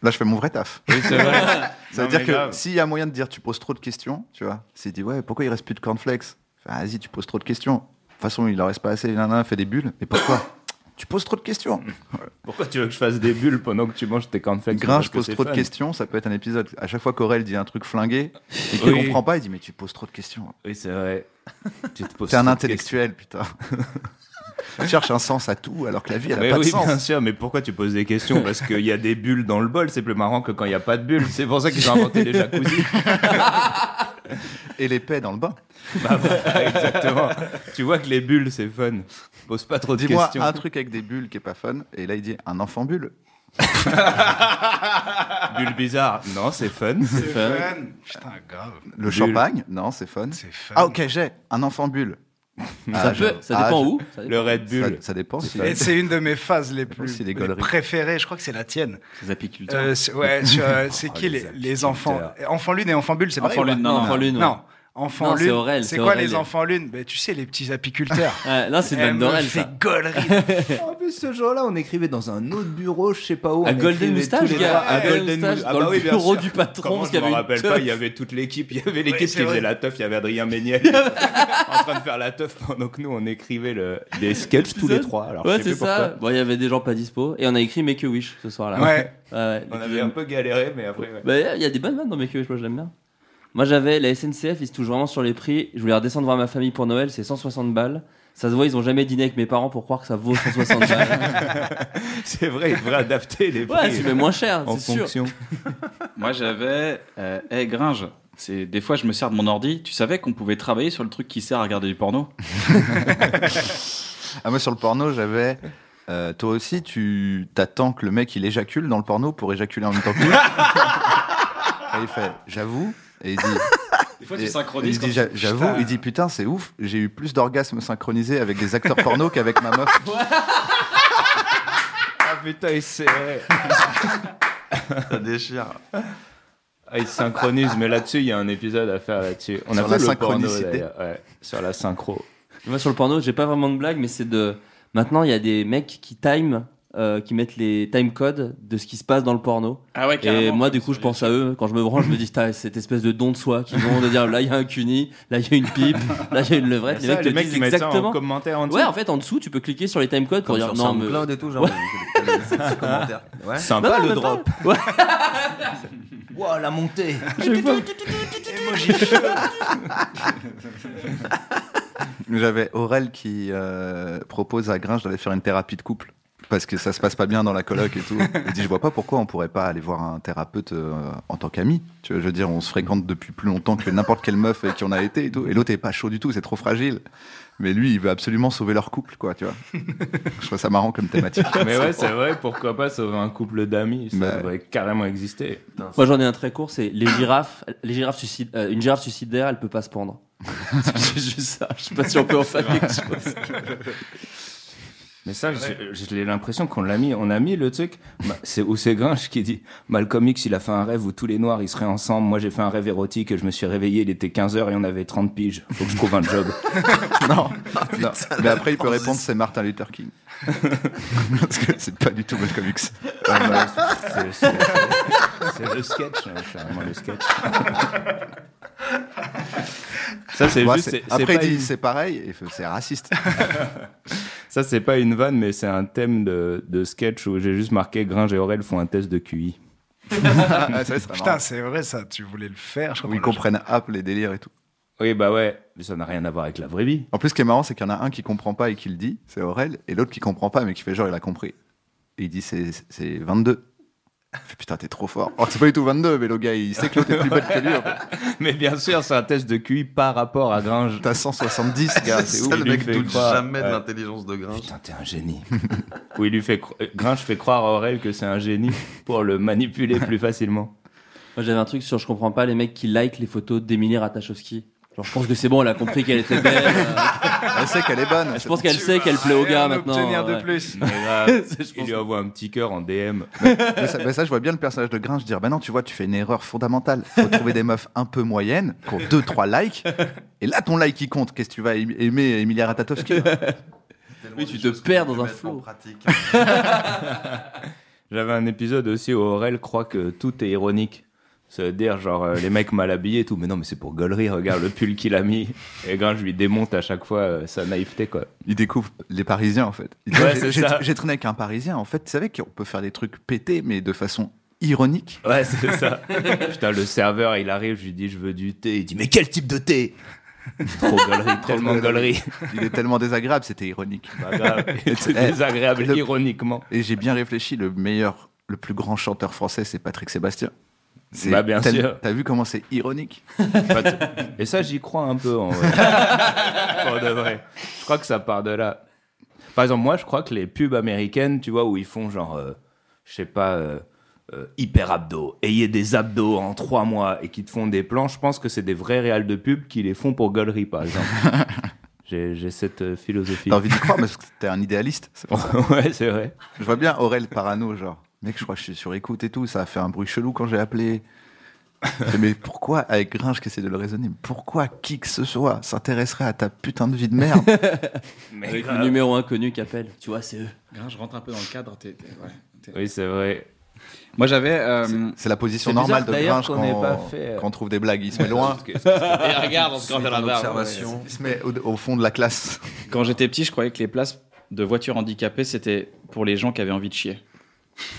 Là, je fais mon vrai taf.
c'est vrai.
ça
Non,
veut dire
mais
que
grave.
s'il y a moyen de dire tu poses trop de questions, tu vois, s'il dit ouais, pourquoi il reste plus de cornflakes Enfin, Vas-y, tu poses trop de questions. De toute façon, il en reste pas assez, il en a fait des bulles. Mais pourquoi Tu poses trop de questions.
Pourquoi tu veux que je fasse des bulles pendant que tu manges tes cornflakes Parce
Gringe
que
pose
c'est
trop de
fun.
questions, ça peut être un épisode. À chaque fois qu'Aurel dit un truc flingué et qu'il
Oui.
comprend pas, il dit Mais tu poses trop de questions.
Oui, c'est vrai. Tu te poses
T'es un
trop de
intellectuel, putain. Tu cherches un sens à tout alors que la vie, elle a
mais
pas
oui,
de sens.
bien sûr, mais pourquoi tu poses des questions Parce qu'il y a des bulles dans le bol, c'est plus marrant que quand il n'y a pas de bulles. C'est pour ça qu'ils ont inventé les jacuzzi.
Et les paix dans le bain.
Bah, bah, exactement. Tu vois que les bulles, c'est fun. Pose pas trop de
Dis-moi
questions.
un truc avec des bulles qui est pas fun. Et là, il dit un enfant bulle.
Bulle bizarre. Non, c'est fun.
C'est fun.
Putain, grave.
Le
Bulle.
champagne, non, c'est fun. Ah, ok, j'ai un enfant bulle.
Ah,
Ah,
Ça peut- ça dépend où, ça dépend. Le
Red
Bull. Ça, ça dépend. si-
Et C'est une de mes phases les plus
si les
les
gauleries.
préférées. Je crois que c'est la tienne.
Les apiculteurs.
Euh, c'est- ouais, sur, euh, c'est
Oh,
qui
les
les, les enfants Enfant lune et enfant bulle,
Ah
c'est
Ah,
Enfant
pareil.
lune,
ouais.
non, enfant lune, ouais.
Non, enfant
Non, c'est
lune.
Aurel,
C'est
c'est
quoi
Aurel,
les
les-
enfants lune Ben, Tu sais, les petits apiculteurs.
Ouais, là,
Eh,
c'est de la
Elle me
Dorel,
fait
ça.
gaulerie.
En plus, ce jour-là, on écrivait dans un autre bureau, je sais pas où.
À
on
Golden
écrivait
Moustache,
tous les
gars,
trois.
à
Ouais,
Golden
Mou-
Moustache,
Ah
dans
bah
le
oui, bien
bureau
sûr.
du patron,
Comment
parce qu'il
je
y
m'en
avait une
rappelle
teuf.
pas, il y avait toute l'équipe, il y avait l'équipe
c'est
qui
vrai.
faisait la teuf, il y avait Adrien Méniel en train de faire la teuf pendant que nous, on écrivait le- des sketchs tous les trois. Alors, je
ouais,
sais
c'est
plus
ça.
pourquoi.
Bon, il y avait des gens pas dispo. Et on a écrit Make a Wish ce soir-là.
Ouais.
les
On
plus
avait un
jeunes.
peu galéré, mais après. ouais.
Bah, Il y a des bonnes vannes dans Make a Wish, moi j'aime bien. Moi j'avais la SNCF, ils se touchent vraiment sur les prix. Je voulais redescendre voir ma famille pour Noël, c'est 160 balles. Ça se voit, ils ont jamais dîné avec mes parents pour croire que ça vaut 160 balles.
c'est vrai, il devrait adapter les prix.
Ouais, tu mets moins cher,
en
c'est sûr.
fonction.
Moi, j'avais. Euh, hey, Gringe, c'est des fois, je me sers de mon ordi. Tu savais qu'on pouvait travailler sur le truc qui sert à regarder du porno
Ah, moi, sur le porno, j'avais. euh, toi aussi, tu t'attends que le mec il éjacule dans le porno pour éjaculer en même temps que lui. et il fait J'avoue. Et il dit.
Des fois, tu
et-
synchronises
Il dit
quand
J'a-
tu-
J'avoue.
Putain.
Il dit Putain, c'est ouf. J'ai eu plus d'orgasmes synchronisés avec des acteurs porno qu'avec ma meuf.
Ah putain, il s'est.
Ça déchire.
Ah, il synchronise, mais là-dessus, il y a un épisode à faire là-dessus. On
Sur
a
la
fait le porno,
synchronicité.
d'ailleurs, ouais, sur la synchro.
Moi sur le porno, j'ai pas vraiment de blague, mais c'est de. Maintenant, il y a des mecs qui time, euh, qui mettent les time codes de ce qui se passe dans le porno.
Ah ouais, carrément,
Et moi, du coup, je pense à eux. Quand je me branche, je me dis, Putain, cette espèce de don de soi qui vont de dire, là, il y a un cuni, là, il y a une pipe, là, il y a une levrette.
Il y a ça,
te
les mecs
disent
qui mettent ça en
exactement.
commentaire en dessous.
Ouais, en fait, en dessous, tu peux cliquer sur les time codes pour
Comme
dire,
sur
non, mais.
SoundCloud et tout, genre,
Ouais.
commentaire. Ouais.
Sympa,
Non, non,
le
même
drop.
pas. Ouais.
Wow, la montée.
J'avais Aurel qui euh, propose à Gringe d'aller faire une thérapie de couple parce que ça se passe pas bien dans la coloc et tout. Il dit je vois pas pourquoi on pourrait pas aller voir un thérapeute euh, en tant qu'ami. Tu vois, je veux dire on se fréquente depuis plus longtemps que n'importe quelle meuf avec qui on a été et tout. Et l'autre est pas chaud du tout, c'est trop fragile. Mais lui il veut absolument sauver leur couple quoi, tu vois. je trouve ça marrant comme thématique. Bah.
Mais ouais, c'est vrai, pourquoi pas sauver un couple d'amis Ça devrait carrément exister.
Moi, j'en ai un très court, c'est les girafes. Les girafes suicid- euh, une girafe suicidaire, elle peut pas se pendre. c'est juste ça. Je sais pas si on peut en faire quelque chose.
Mais ça, je- je- j'ai l'impression qu'on l'a mis, on a mis le truc. Bah, c'est où c'est Gringe qui dit Malcolm X, il a fait un rêve où tous les noirs ils seraient ensemble. Moi, j'ai fait un rêve érotique et je me suis réveillé, il était 15h et on avait 30 piges. Faut que je trouve un job.
non. Non. Mais après il peut répondre Ah, Oh, c'est Martin Luther King. parce que c'est pas du tout Malcolm X.
Ah, bah, c'est- c'est- c'est- C'est le sketch, hein, c'est vraiment le sketch. Ça, c'est
Moi,
juste. c'est- c'est
Après,
pas
il dit
une-
c'est pareil, et fait, c'est raciste.
Ça, c'est pas une vanne, mais c'est un thème de, de sketch où j'ai juste marqué Gringe et Aurel font un test de QI. Ah,
Putain, c'est vrai ça. Tu voulais le faire. Je crois
Où ils
qu'on l'a
comprennent Apple les délires et tout.
Oui, bah ouais, mais ça n'a rien à voir avec la vraie vie.
En plus, ce qui est marrant, c'est qu'il y en a un qui comprend pas et qui le dit, c'est Aurel, et l'autre qui comprend pas mais qui fait genre il a compris. Et il dit c'est c'est 22. Il fait, Putain, t'es trop fort. Alors que c'est pas du tout 22, mais le gars, il sait que l'autre est plus bête que lui. en fait.
Mais bien sûr, c'est un test de QI par rapport à Gringe.
T'as 170, gars, c'est
où
ouf.
il lui fait croire- ouais.
l'intelligence de Gringe.
Putain, t'es un génie. Où il lui fait cro- euh, Gringe fait croire à Aurel que c'est un génie pour le manipuler plus facilement.
Moi j'avais un truc sur je comprends pas les mecs qui like les photos d'Emilie Ratajkowski. Genre je pense que c'est bon, elle a compris qu'elle était belle. euh.
Ah,
elle sait qu'elle est bonne.
Je pense qu'elle sait qu'elle plaît aux gars maintenant. euh. ouais.
Mais grave, il lui envoie un petit cœur en DM.
mais, ça, mais ça, je vois bien le personnage de Gringe dire Bah non, tu vois, tu fais une erreur fondamentale. Faut trouver des meufs un peu moyennes, qui ont 2-3 likes. Et là, ton like, il compte. Qu'est-ce que tu vas aim- aimer, Emilia hein Ratatowski
Oui, tu te perds dans un flow.
J'avais un épisode aussi où Aurel croit que tout est ironique. se dire genre euh, les mecs mal habillés et tout mais non mais c'est pour gaulerie regarde le pull qu'il a mis et Gringe lui démonte à chaque fois euh, sa naïveté quoi
il découvre les Parisiens en fait
ouais,
J'ai-
c'est
j'ai
ça.
j'ai traîné avec un Parisien, en fait, tu savais qu'on peut faire des trucs pétés, mais de façon ironique.
Ouais, c'est ça. Putain, le serveur, Ah, il arrive, je lui dis, je veux du thé. Il dit, mais quel type de thé Trop gaulerie, tellement gaulerie.
Il est tellement désagréable, c'était ironique.
Bah, grave. Il était
Eh,
désagréable, ironiquement.
Et j'ai bien réfléchi, le meilleur, le plus grand chanteur français, c'est Patrick Sébastien. C'est-
Bah, bien
t'as-
sûr.
T'as vu comment c'est ironique
Et ça, j'y crois un peu, en vrai. Pour de vrai. Je crois que ça part de là. Par exemple, moi, je crois que les pubs américaines, tu vois, où ils font genre, euh, je sais pas, euh, euh, hyper abdos, ayez des abdos en trois mois, et qui te font des plans, je pense que c'est des vrais réals de pub qui les font pour gaulerie, par exemple. J'ai j'ai cette euh, philosophie.
T'as envie d'y croire parce que t'es un idéaliste. C'est pour ça.
ouais, c'est vrai.
Je vois bien Aurel Parano, genre, mec, je crois que je suis sur écoute et tout. Ça a fait un bruit chelou quand j'ai appelé. Je fais, mais pourquoi, avec Gringe qui essaie de le raisonner, mais pourquoi qui que ce soit s'intéresserait à ta putain de vie de merde
Avec le numéro inconnu qui appelle. Tu vois, c'est eux.
Hein, Je rentre un peu dans le cadre. t'es- t'es- ouais, t'es-
Oui, c'est vrai.
Moi, j'avais. euh,
C'est la position
C'est bizarre
normale de
d'ailleurs
Gringe
qu'on
quand,
ait pas fait, euh,
quand on trouve des blagues. Il se met loin.
Et regarde, on se grange à la barre.
Observation. Il se met au, au fond de la classe.
Quand j'étais petit, je croyais que les places de voitures handicapées, c'était pour les gens qui avaient envie de chier.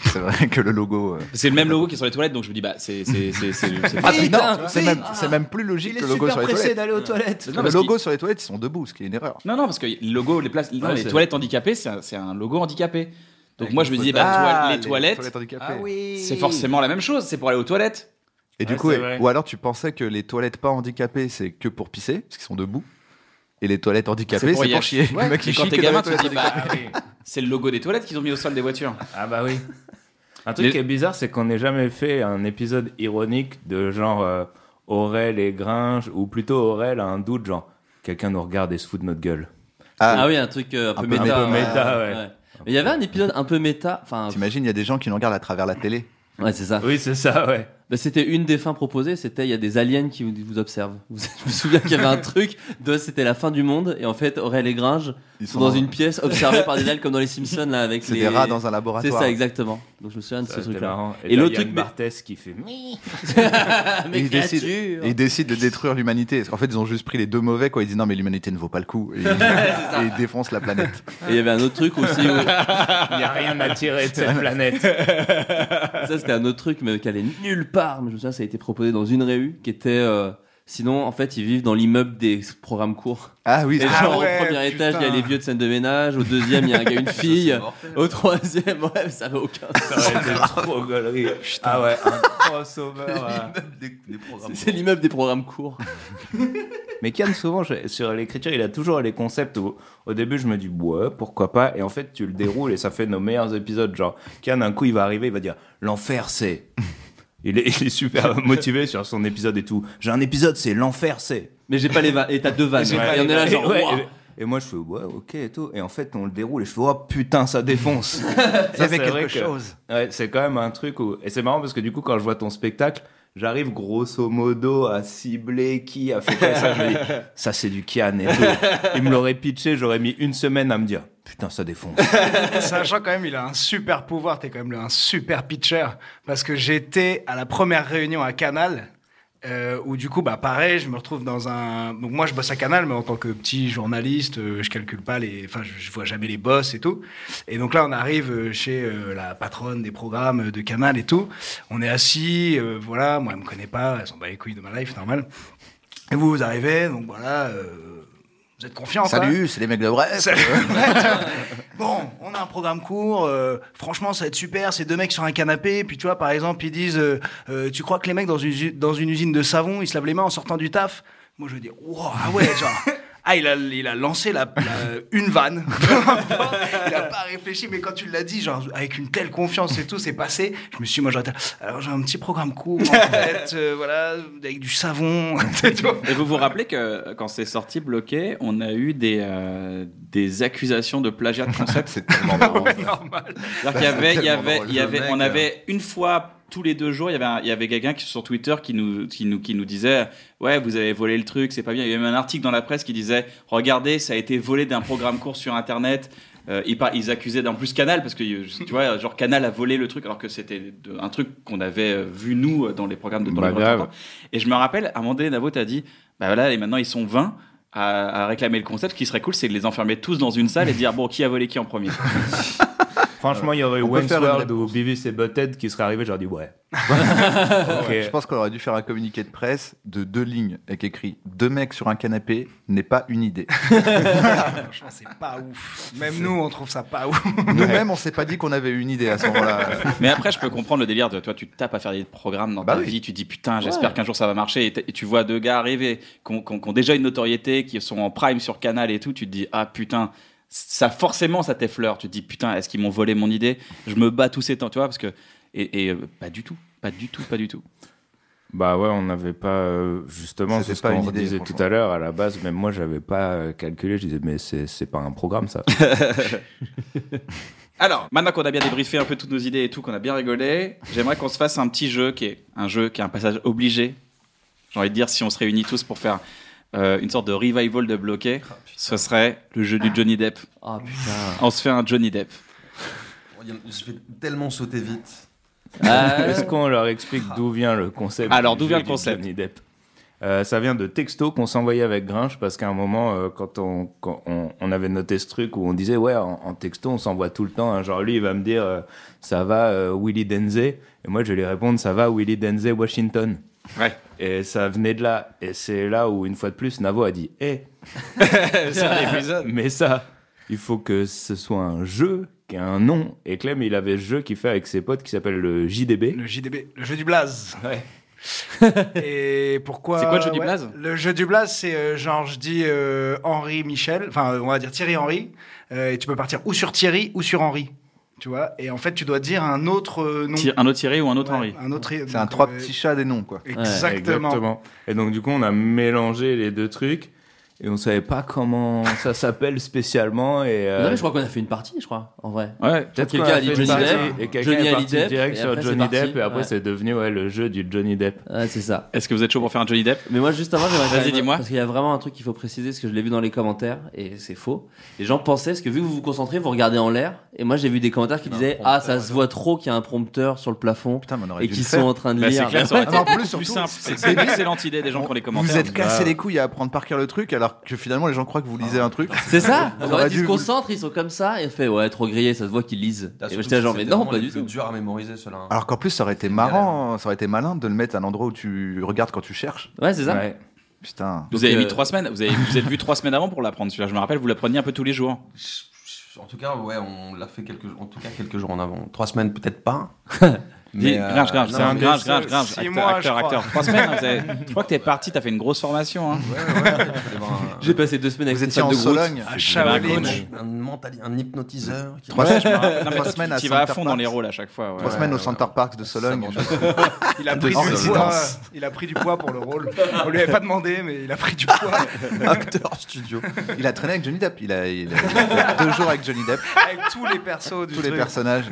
C'est vrai que le logo. euh,
C'est le même logo qui est sur les toilettes, donc je me dis, bah, c'est. c'est- c'est- c'est- c'est-
Ah,
hein.
non, c'est même, c'est même plus logique
Il est
que le logo
super
sur les
pressé
toilettes.
d'aller aux Ah, toilettes. Non,
le
parce
logo sur les toilettes, ils sont debout, ce qui est une erreur.
Non, non, parce que le logo, les, places, non,
Ouais,
les
c'est-
toilettes handicapées, c'est un, c'est un logo handicapé. Donc
Avec
moi,
les
je me disais,
fauteuils.
bah, toi-
Ah,
les,
les
toilettes,
toilettes handicapées.
Ah oui. c'est forcément la même chose, c'est pour aller aux toilettes.
Et du
Ouais,
coup,
c'est
et-
vrai.
ou alors tu pensais que les toilettes pas handicapées, c'est que pour pisser, parce qu'ils sont debout. Et les toilettes handicapées, c'est
y
pour
être.
chier.
Ouais.
Le mec, il
Et quand
chie
t'es
que dans
gamin,
les
tu te dis,
toilettes
bah,
handicapées.
c'est le logo des toilettes qu'ils ont mis au sol des voitures.
Ah bah oui. Un truc
Les-
qui est bizarre, c'est qu'on n'ait jamais fait un épisode ironique de genre euh, Aurel et Gringe, ou plutôt Aurel a un doute, genre quelqu'un nous regarde et se fout de notre gueule.
Ah, oui, un truc euh, un, peu méta.
Un peu méta, ouais.
Mais il y avait un épisode un peu méta. Enfin,
T'imagines, il y a des gens qui nous regardent à travers la télé.
Ouais, c'est ça.
Oui, c'est ça, ouais.
Bah, c'était une des fins proposées, c'était il y a des aliens qui vous, vous observent. Vous- je me souviens qu'il y avait un truc de c'était la fin du monde et en fait Aurel et Gringe
Ils
sont
sont
dans
dans-
une pièce observée par des aliens comme dans les Simpsons là avec
C'est
les
des rats dans un laboratoire.
C'est ça exactement. Donc je me souviens de ce
c'était
truc là.
marrant. Et là, il y a une
mais-
Barthès qui fait Mi
Mes
Et ils, décident,
créatures.
et ils décident de détruire l'humanité. En fait, ils ont juste pris les deux mauvais, quoi. Ils disent non, mais l'humanité ne vaut pas le coup. Et, ils- et ils défoncent la planète.
Et il y avait un autre truc aussi. Où...
Il n'y a rien à tirer de cette planète.
ça, c'était un autre truc, mais qui allait nulle part. Mais je me souviens, ça a été proposé dans une réu, qui était. euh, Sinon, en fait, ils vivent dans l'immeuble des programmes courts.
Ah oui,
Et
ah
genre,
ouais,
au premier
putain.
étage, il y a les vieux de scène de ménage. Au deuxième, il y a un gars, une
Ça, c'est
fille.
mortel.
au troisième, ouais, mais ça avait aucun sens.
Ça aurait été trop gaulerie. Ah ouais, un crossover. euh.
C'est- C'est l'immeuble des programmes courts.
Mais Kian, souvent, je- sur l'écriture, il a toujours les concepts où, au début, je me dis, ouais, pourquoi pas Et en fait, tu le déroules et ça fait nos meilleurs épisodes. Genre, Kian, un coup, il va arriver, il va dire, l'enfer, c'est. Il est, il est super motivé sur son épisode et tout. J'ai un épisode, c'est l'enfer, c'est.
Mais j'ai pas les vannes. Et t'as deux vannes.
J'ai
Et
pas
on
les
est là,
vannes.
genre,
Et ouais,
ouah.
et, et moi, je fais, ouais, ok et tout. Et en fait, on le déroule et je fais, oh putain, ça défonce. Ça,
Il y avait
c'est vrai
quelque
que-
chose.
Ouais, c'est quand même un truc où. Et c'est marrant parce que du coup, quand je vois ton spectacle, j'arrive grosso modo à cibler qui a fait quoi. Ça, je me dis, ça c'est du Kian et tout. Il me l'aurait pitché, j'aurais mis une semaine à me dire, putain, ça défonce.
Sachant quand même, il a un super pouvoir. T'es quand même le- un super pitcher. Parce que j'étais à la première réunion à Canal. euh, où du coup, bah, pareil, je me retrouve dans un. Donc, moi, je bosse à Canal, mais en tant que petit journaliste, euh, je calcule pas les. Enfin, je, je vois jamais les boss et tout. Et donc là, on arrive euh, chez euh, la patronne des programmes euh, de Canal et tout. On est assis, euh, voilà. Moi, elle me connaît pas, elle s'en bat les couilles de ma life, normal. Et vous, vous arrivez, donc voilà. euh, vous êtes confiant, quoi.
Salut, c'est les mecs de bref.
Bon, on a un programme court. euh, franchement, ça va être super. C'est deux mecs sur un canapé. Puis tu vois, par exemple, ils disent euh, euh, Tu crois que les mecs dans une, usi- dans une usine de savon, ils se lavent les mains en sortant du taf Moi, je veux dire Wow, ah ouais, genre. Ah, il a, il a lancé la, la- une vanne. il n'a pas réfléchi, mais quand tu l'as dit, genre, avec une telle confiance et tout, c'est passé. Je me suis dit, moi, j'aurais été, Alors, j'ai un petit programme court, en fait, euh, voilà, avec du savon.
Et vous vous rappelez que euh, quand c'est sorti bloqué, on a eu des, euh, des accusations de plagiat de concept. Ah
c'est tellement marrant.
C'est-à-dire qu'il y avait, il y
tellement
avait,
drôle.
il y
Le
avait,
mec,
on
euh.
avait une fois tous les deux jours, il y avait, un- il y avait quelqu'un qui sur Twitter qui nous, qui nous, qui nous disait, ouais, vous avez volé le truc, c'est pas bien. Il y avait même un article dans la presse qui disait, regardez, ça a été volé d'un programme court sur Internet. Euh, ils, par- ils accusaient en plus Canal parce que euh, tu vois genre Canal a volé le truc alors que c'était de- un truc qu'on avait euh, vu nous euh, dans les programmes de dans
Bah,
les
grave.
programmes. et je me rappelle à un moment donné Navo t'as dit bah voilà et maintenant ils sont 20 à, à réclamer le concept ce qui serait cool c'est de les enfermer tous dans une salle et dire bon qui a volé qui en premier
Franchement, il y aurait
On peut
Wayne's
faire une
World ou Beavis et Butthead qui seraient arrivés, j'aurais dit ouais.
Je pense qu'on aurait dû faire un communiqué de presse de deux lignes avec écrit Deux mecs sur un canapé n'est pas une idée.
Franchement, c'est pas ouf. Même nous, on trouve ça pas ouf.
Nous-mêmes, on s'est pas dit qu'on avait une idée à ce moment-là.
Mais après, je peux comprendre le délire de toi, tu te tapes à faire des programmes dans
Bah
ta
oui.
vie, tu dis putain, j'espère
Ouais.
qu'un jour ça va marcher, et, t- et tu vois deux gars arriver qui ont, qui ont- qui ont déjà une notoriété, qui sont en prime sur Canal et tout, tu te dis ah putain, ça forcément ça t'effleure, tu te dis putain, est-ce qu'ils m'ont volé mon idée Je me bats tous ces temps, tu vois, parce que. Et, et, euh, pas du tout, pas du tout, pas du tout.
Bah ouais, on n'avait pas euh, justement c'est
C'était
ce
pas
qu'on
une idée,
disait tout à l'heure à la base. Même moi, j'avais pas euh, calculé. Je disais mais c'est c'est pas un programme ça.
Alors, maintenant qu'on a bien débriefé un peu toutes nos idées et tout, qu'on a bien rigolé, j'aimerais qu'on se fasse un petit jeu qui est un jeu qui est un passage obligé. J'ai envie de dire, si on se réunit tous pour faire euh, une sorte de revival de bloqué, ce serait le jeu du Johnny Depp.
Ah, putain.
On se fait un Johnny Depp.
Oh, Je vais tellement sauter vite.
Ah.
Est-ce qu'on leur explique d'où vient le concept
Euh, Alors,
du
d'où vient
jeu
le
du
concept
Johnny Depp Euh, ça vient de textos qu'on s'envoyait avec Gringe parce qu'à un moment, euh, quand, on, quand on, on avait noté ce truc où on disait, ouais, en, en texto, on s'envoie tout le temps. hein. genre, lui, il va me dire, euh, ça va euh, Willy Denze. Et moi, je vais lui répondre, ça va Willy Denze Washington.
Ouais.
Et ça venait de là. Et c'est là où, une fois de plus, Navo a dit, eh, hé, mais ça, il faut que ce soit un jeu qui a un nom. Et Clem, il avait ce jeu qu'il fait avec ses potes qui s'appelle le JDB.
Le JDB, le jeu du blaze. Et pourquoi
C'est quoi le jeu du
ouais,
blaze
Le jeu du blaze, c'est euh, genre, je dis euh, Henri Michel, enfin, euh, on va dire Thierry Henri, euh, et tu peux partir ou sur Thierry ou sur Henri. Tu vois Et en fait, tu dois dire un autre euh, nom.
Ti- Un autre Thierry ou un autre Henri
Un autre.
C'est un trois petits chats des noms, quoi.
Exactement.
Exactement. Et donc, du coup, on a mélangé les deux trucs. Et on savait pas comment ça s'appelle spécialement. Et, euh,
Non, mais je crois qu'on a fait une partie, je crois, en vrai. Je
Ouais,
crois
peut-être
que
qu'on
quelqu'un
a
a dit
fait
Johnny
une partie,
Depp,
et quelqu'un
Johnny
est
Hallyday,
parti direct
et
sur
après, c'est
Johnny
parti.
Depp, et après
Ouais.
c'est devenu ouais, le jeu du Johnny Depp.
Ouais, c'est ça.
Est-ce que vous êtes chaud pour faire un Johnny Depp
Mais moi, juste avant, j'aimerais quand
Vas-y,
même-
dis-moi.
Parce qu'il y a vraiment un truc qu'il faut préciser, parce que je l'ai vu dans les commentaires, et c'est faux. Les gens pensaient, parce que vu que vous vous concentrez, vous regardez en l'air, et moi, j'ai vu des commentaires qui disaient Ah, ça se voit trop qu'il y a un prompteur sur le plafond,
aurait
et
dû
qui
le
sont
faire.
en train de
Bah, c'est
lire.
clair, ça aurait été-
En
plus,
plus,
surtout,
plus simple. C'est
c'est-
c'est une excellente idée des gens qui ont les commentaires.
Vous êtes cassé
Bah,
les couilles à apprendre par cœur le truc alors que finalement les gens croient que vous lisez un truc.
C'est ça
On
En
aurait
fait, ils
dû
se
vous-
concentrent, ils sont comme ça, et on fait Ouais, trop grillé, ça se voit qu'ils lisent.
Là,
Et
surtout
j'étais là,
que
genre, mais
c'était
non,
vraiment
pas
les
du
plus
tout.
dur à mémoriser, ceux-là. hein.
Alors qu'en plus ça aurait été marrant, ça aurait été malin de le mettre à l'endroit où tu regardes quand tu cherches.
Ouais, c'est ça.
Putain.
Vous
euh,
avez mis trois semaines, vous avez vous êtes vu trois semaines avant pour l'apprendre celui-là. Je me rappelle, vous l'appreniez un peu tous les jours.
En tout cas, ouais, on l'a fait quelques, en tout cas quelques jours en avant. Trois semaines, peut-être pas.
Dis, Gringe, Gringe,
non,
c'est un
mais-
Gringe, Gringe, Gringe,
Six
acteur,
mois, je
acteur,
crois.
acteur. Trois semaines, hein, vous avez- je crois que t'es parti, t'as fait une grosse formation. Hein.
J'ai passé deux semaines avec
Vous
cette
étiez
femme
en
de Groot.
Sologne, à Ah, Shaolin.
Un, mentali- un hypnotiseur. qui-
Trois semaines, je me rappelle. Non, mais
Trois
toi, tu-
semaines à
tu y vas à
Center
fond dans
Park.
les rôles à chaque fois. ouais.
Trois semaines au Center Park de Sologne.
Il a, pris
En
du poids,
résidence.
il a pris du poids pour le rôle. On lui avait pas demandé, mais il a pris du poids.
Acteur studio.
euh, Il a traîné avec Johnny Depp. Il a, il a- il a fait deux jours avec Johnny Depp.
Avec tous les persos du
Tous les
truc.
personnages.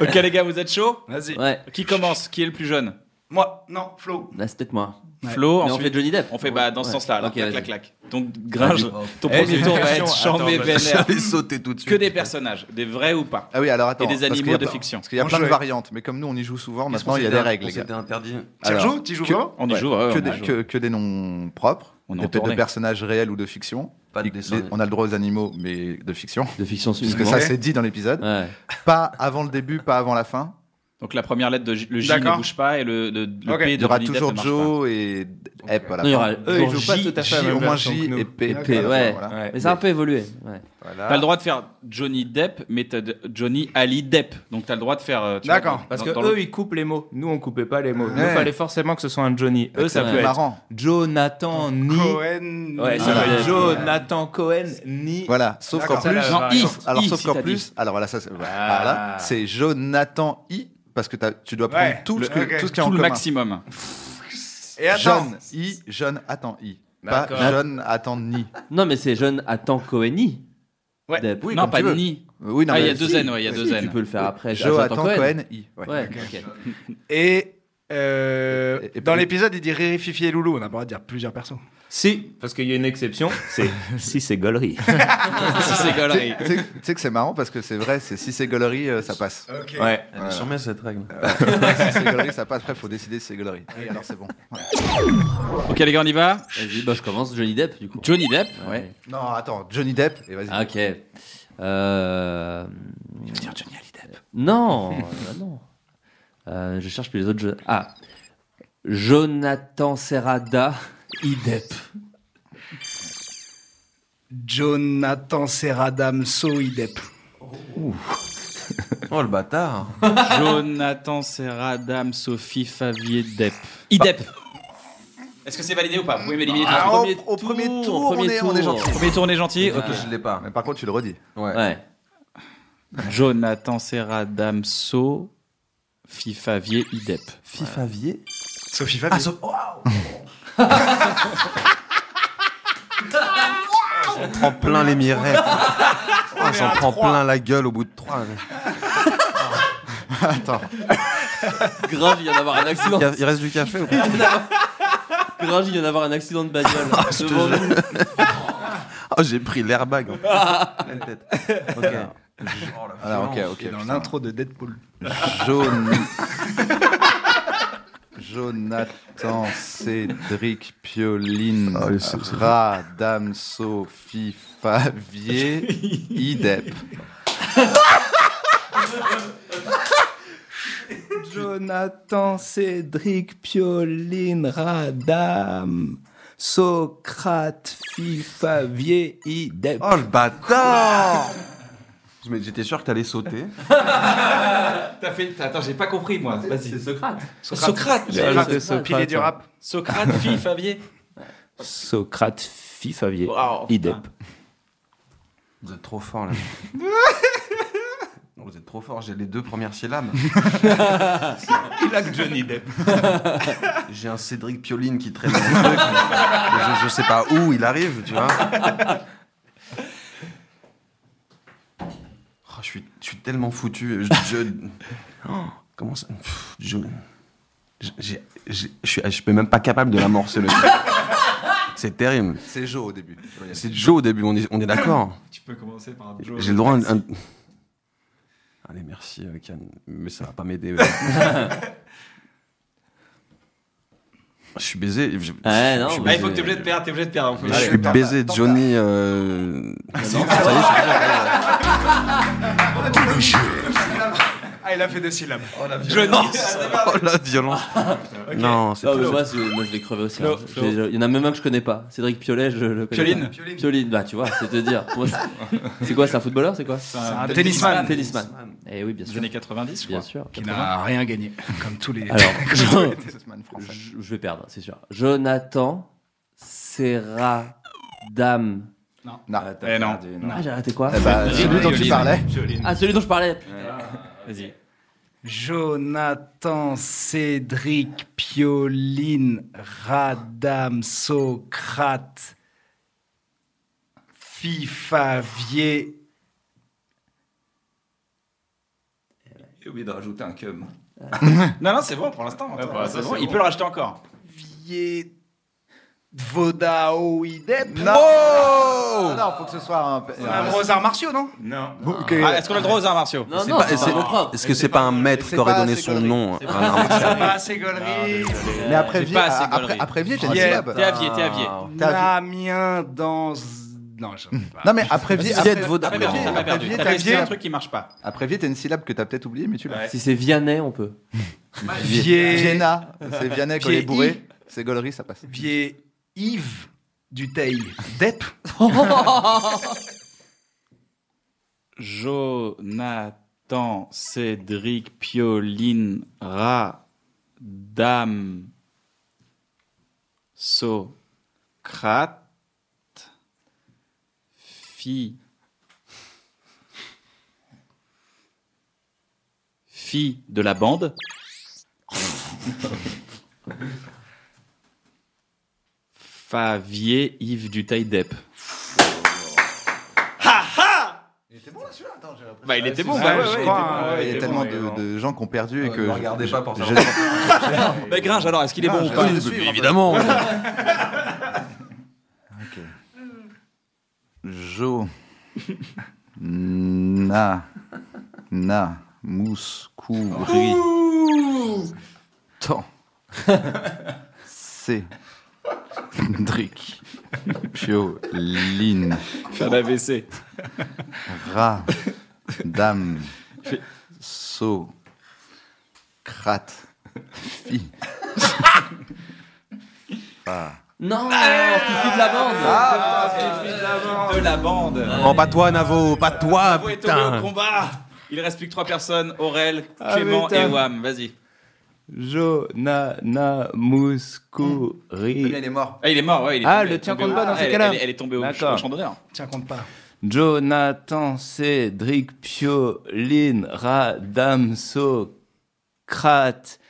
Ok, les gars, vous êtes chaud
Vas-y.
Ouais.
Qui commence Qui est le plus jeune
Moi, non, Flo.
Là, Ah, c'est peut-être moi.
Flo,
Mais on
ensuite-
fait Johnny Depp.
On fait bah, dans ce
Ouais.
sens-là. alors,
Ok,
clac,
vas-y.
clac, clac. Donc, Gringe,
Ah,
ton
Eh,
premier
j'ai
tour
une
va être
question.
chambé
Attends,
vénère.
j'allais sauter tout de suite.
Que des personnages, des vrais ou pas.
Ah oui, alors attends.
Et des
parce qu'il y
animaux
a
de
plein-
fiction.
Parce qu'il y a plein de variantes, mais comme nous on y joue souvent,
Qu'est-ce
maintenant
qu'on
il y a
s'était-
des règles.
on
les gars.
s'était interdit.
Tu
Alors,
rejoues Tu y joues
que-
vraiment On y joue, ouais,
que,
on
des,
y joue.
que- que des noms propres.
On est
Et
en
peut-être
tournée.
de personnages réels ou de fiction.
Pas de
Il-
dessin
les-
animé.
on a le droit aux animaux, mais de fiction.
De fiction,
Parce que
uniquement.
ça,
Ouais.
c'est dit dans l'épisode.
Ouais.
Pas avant le début, pas avant la fin.
Donc, la première lettre, de J- le J ne
D'accord.
bouge pas et le, le, le
Ok.
P
Il
de
y aura
Johnny Depp
toujours
ne marche pas.
Joe et Ep à la
Non, il y
fin.
aura
Eux, ils jouent pas tout à fait à la
J,
même
au moins
version que
J
nous.
et P.
Et
à la
P,
fin,
ouais.
voilà.
Mais ça a un peu évolué. ouais.
T'as le droit de faire Johnny Depp, mais t'as de- Johnny Ali Depp. Donc t'as le droit de faire. euh, tu vois, dans-
Parce
dans-
que
dans
eux,
le-
ils coupent les mots. Nous, on coupait pas les mots. Il
Ouais.
fallait forcément que ce soit un Johnny. Eux, ça
Ouais.
peut être
Marrant.
Jonathan ni.
Cohen.
Ouais, ça
Ah.
peut être Jonathan Cohen ni.
Voilà, sauf qu'en
D'accord.
plus,
Ça, la variante.
sauf- alors
I,
sauf
si
qu'en
t'as dit.
plus, alors voilà, ça c'est
Ah.
voilà, c'est Jonathan I parce que t'as- tu dois prendre
Ouais,
tout ce que-
ok.
tout ce qu'il y a en
Tout le
commun.
maximum.
Et attends.
Jeune I, jeune attends I, pas
D'accord.
jeune attends ni.
Bah. Non, mais c'est jeune attends Coheny.
Ouais.
Depp.
Oui,
non,
comme
pas
tu veux.
ni.
Oui, non,
ah, il y
mais
a deux
si.
N, ouais, il y a
Si,
deux
tu
N.
peux le faire après.
Jonathan
Jonathan Cohen, I.
Ouais,
Ouais.
ok.
Et Euh, dans l'épisode, il dit Riri, Fifi et Loulou. On a pas le droit de dire plusieurs personnes.
Si, parce qu'il y a une exception, c'est si c'est Gollery.
Si c'est Tu sais- tu sais que c'est marrant parce que c'est vrai, c'est si c'est gaulerie, euh, ça passe.
Ok.
Ouais. Elle est sur cette règle.
Euh, si c'est gaulerie, ça passe. Après, faut décider si c'est gaulerie. Oui, alors c'est bon.
Ok les gars, on y va
Vas-y, bah, je commence. Johnny Depp, du coup.
Johnny Depp
Ouais. Ah,
Non, attends, Johnny Depp, et vas-y.
Ok. Euh...
Je veux dire Johnny Hallyday.
Non, euh, non. Euh, je cherche plus les autres jeux. Ah. Jonathan Serrada, IDEP.
Jonathan Serradam Soidep.
Oh le bâtard
Jonathan Serradam, Sophie Favier Depp. IDEP. Est-ce que c'est validé ou pas Vous pouvez m'éliminer tout de
Ah,
suite.
au, au premier tour,
au premier
on, est, on est
tour.
gentil.
Premier tour, on est gentil, ok.
Je l'ai pas.
Mais par contre, tu le redis.
Ouais. Jonathan Serradam, Sophie Favier IDEP.
Fifavier
Sophie Favier.
Ah, so- Waouh J'en prends plein les mirettes. Oh, J'en prends plein la gueule au bout de trois.
Attends.
Grave, il vient d'avoir un accident.
Il reste du café ou
pas Grave, il vient d'avoir un accident de bagnole.
Ah,
devant nous. Ah.
Oh, j'ai pris l'airbag. en plus. Pleine tête. Ok. Oh, la
Ah, Alors, ok,
violence.
ok.
Et dans l'intro de Deadpool.
Jaune. Jonathan, Cédric, Pioline, Radam, Sophie, Favier, E Idep.
Jonathan, Cédric, Pioline, Radam, Socrate, Fifavier, Idep.
Oh le bâtard Mais J'étais sûr que t'allais sauter.
T'as fait. t'as- Attends, j'ai pas compris moi. Vas-y. C'est Socrate.
Socrate.
Socrate.
J'ai rajouté Socrate. Pilier du rap.
Socrate, fille Favier.
Socrate, Fifavier,
Wow.
Idep.
Vous êtes trop fort là. Non, Oh, Vous êtes trop fort, j'ai les deux premières syllabes.
Il a que Johnny Depp.
J'ai un Cédric Pioline qui traîne dans le truc. mais Je, je sais pas où il arrive, tu vois. Oh, je, suis, je suis tellement foutu. Je, je- Oh, comment ça Pff, Je, je- j'ai- j'ai- je suis, je suis même pas capable de l'amorcer le truc. C'est terrible.
C'est Joe au début.
C'est Joe au début, on est, on est d'accord.
Tu peux commencer par Joe.
J'ai le droit à un. un- Allez, merci, euh, Can, mais ça va pas m'aider. Je suis baisé. Je,
Ouais, non,
je suis
Ah, il faut que
baisé.
t'es obligé de perdre, t'es obligé de perdre.
Mais je suis baisé Johnny. euh, ça y est,
Ah, il a fait deux syllabes.
Oh la
violence.
je- Oh la violence. Non, c'est
Non, mais
pas-
moi, c'est- moi, je l'ai crevé aussi.
Flo,
hein.
Flo.
Je- je- Il y en a même un que je connais pas. Cédric Piolet, je le connais.
Pioline.
pas. Pioline. bah tu vois, c'est te dire. Moi, c'est- c'est quoi, c'est un footballeur, c'est quoi C'est
un tennisman.
Tennisman. Eh oui, bien sûr.
Des années 90, je
Bien
crois.
sûr.
Qui n'a rien gagné, comme tous les.
Alors,
comme tous les tennisman français.
je, je vais perdre, c'est sûr. Jonathan Serra Dame.
Non. ben,
Non.
Eh non. ben,
Ah, j'ai arrêté quoi
Eh bah, celui dont tu parlais.
Ah, celui dont je parlais.
Vas-y.
Jonathan, Cédric, Pioline, Radam, Socrate, Fifavier.
J'ai oublié de rajouter un cum. non, non, c'est bon pour l'instant. Attends,
bah,
c'est
ça,
bon,
c'est
Il
bon.
peut le racheter encore.
Vier. Vodao Idep.
Non
Oh
Non, faut que ce soit un.
C'est un gros arts martiaux, non
Non.
Ok.
Ah, Est-ce qu'on a le droit aux arts martiaux
C'est pas- c'est- Est-ce que c'est pas un maître qui aurait
pas
donné
assez
son
gaulerie.
nom euh,
C'est
à
pas
un
assez
arbitre
Pas assez gaulerie.
Mais après
J'ai
Vier,
pas assez
euh,
après-
gaulerie.
après Vier, j'ai
Oh,
des
t'es-
syllabes.
T'es à Vier, t'es à Vier.
T'as vu
Damien dans. Non, je
Non, mais après Vier,
Vier
après-
de Vaudrey.
après
T'as perdu,
Vier,
t'as
après
perdu.
Vier,
T'as
t'as
laissé
Vier.
un truc qui marche pas.
Après Vier, t'as une syllabe que t'as peut-être oubliée, mais tu l'as.
Si c'est Vianney, on peut.
Vier-
Vienna, c'est Vianney quand il est
Vier-I.
bourré. C'est gaulerie, ça
Ah,
passe.
Vier Yves Duteil Depp.
Jonathan, Cédric, Pioline, Radam, Socrate, Fi, Fi de la bande. Favier Yves Duteil Depp.
était bon là, celui-là Attends, j'ai l'impression-
Bah, il était bon,
c'est
bah,
ça,
ouais,
je
ouais, il
crois,
était bon,
hein,
ouais,
Il y
il
a
était
tellement
bon,
de,
il est
de gens qui ont perdu et que.
ne
je-
regardez pas pour
je-
savoir. Mais Gringe, alors, est-ce qu'il est
Ah,
bon ou pas
Gringe, oui,
Évidemment.
Ok. Jo. Na. Na. Mousse. Couvri. Temps. C'est. Dric. Pioline.
Faire l'AVC.
Ra. Dame. So. Crate. Fi. Ah.
Non, Fifi de la bande.
Ah, Fifi de la bande. De la bande.
Oh, pas toi, Navo, pas toi,
Navo est tombé
Ah.
putain.
au combat. Il reste plus que trois personnes Aurel,
Ah,
Clément
putain.
et Wam. Vas-y.
Jo, na, na, mouskouri.
Damien, il est mort. Ah, il est mort, ouais, il est
Ah,
tombé-
le tien
tombé
compte
au-
pas dans
Ah,
ces
elle-
cas-là.
elle- elle est tombée au-
D'accord.
au champ d'honneur.
Tiens, compte pas.
Jonathan, Cédric, Pio, Lynn, Radam, Socrate,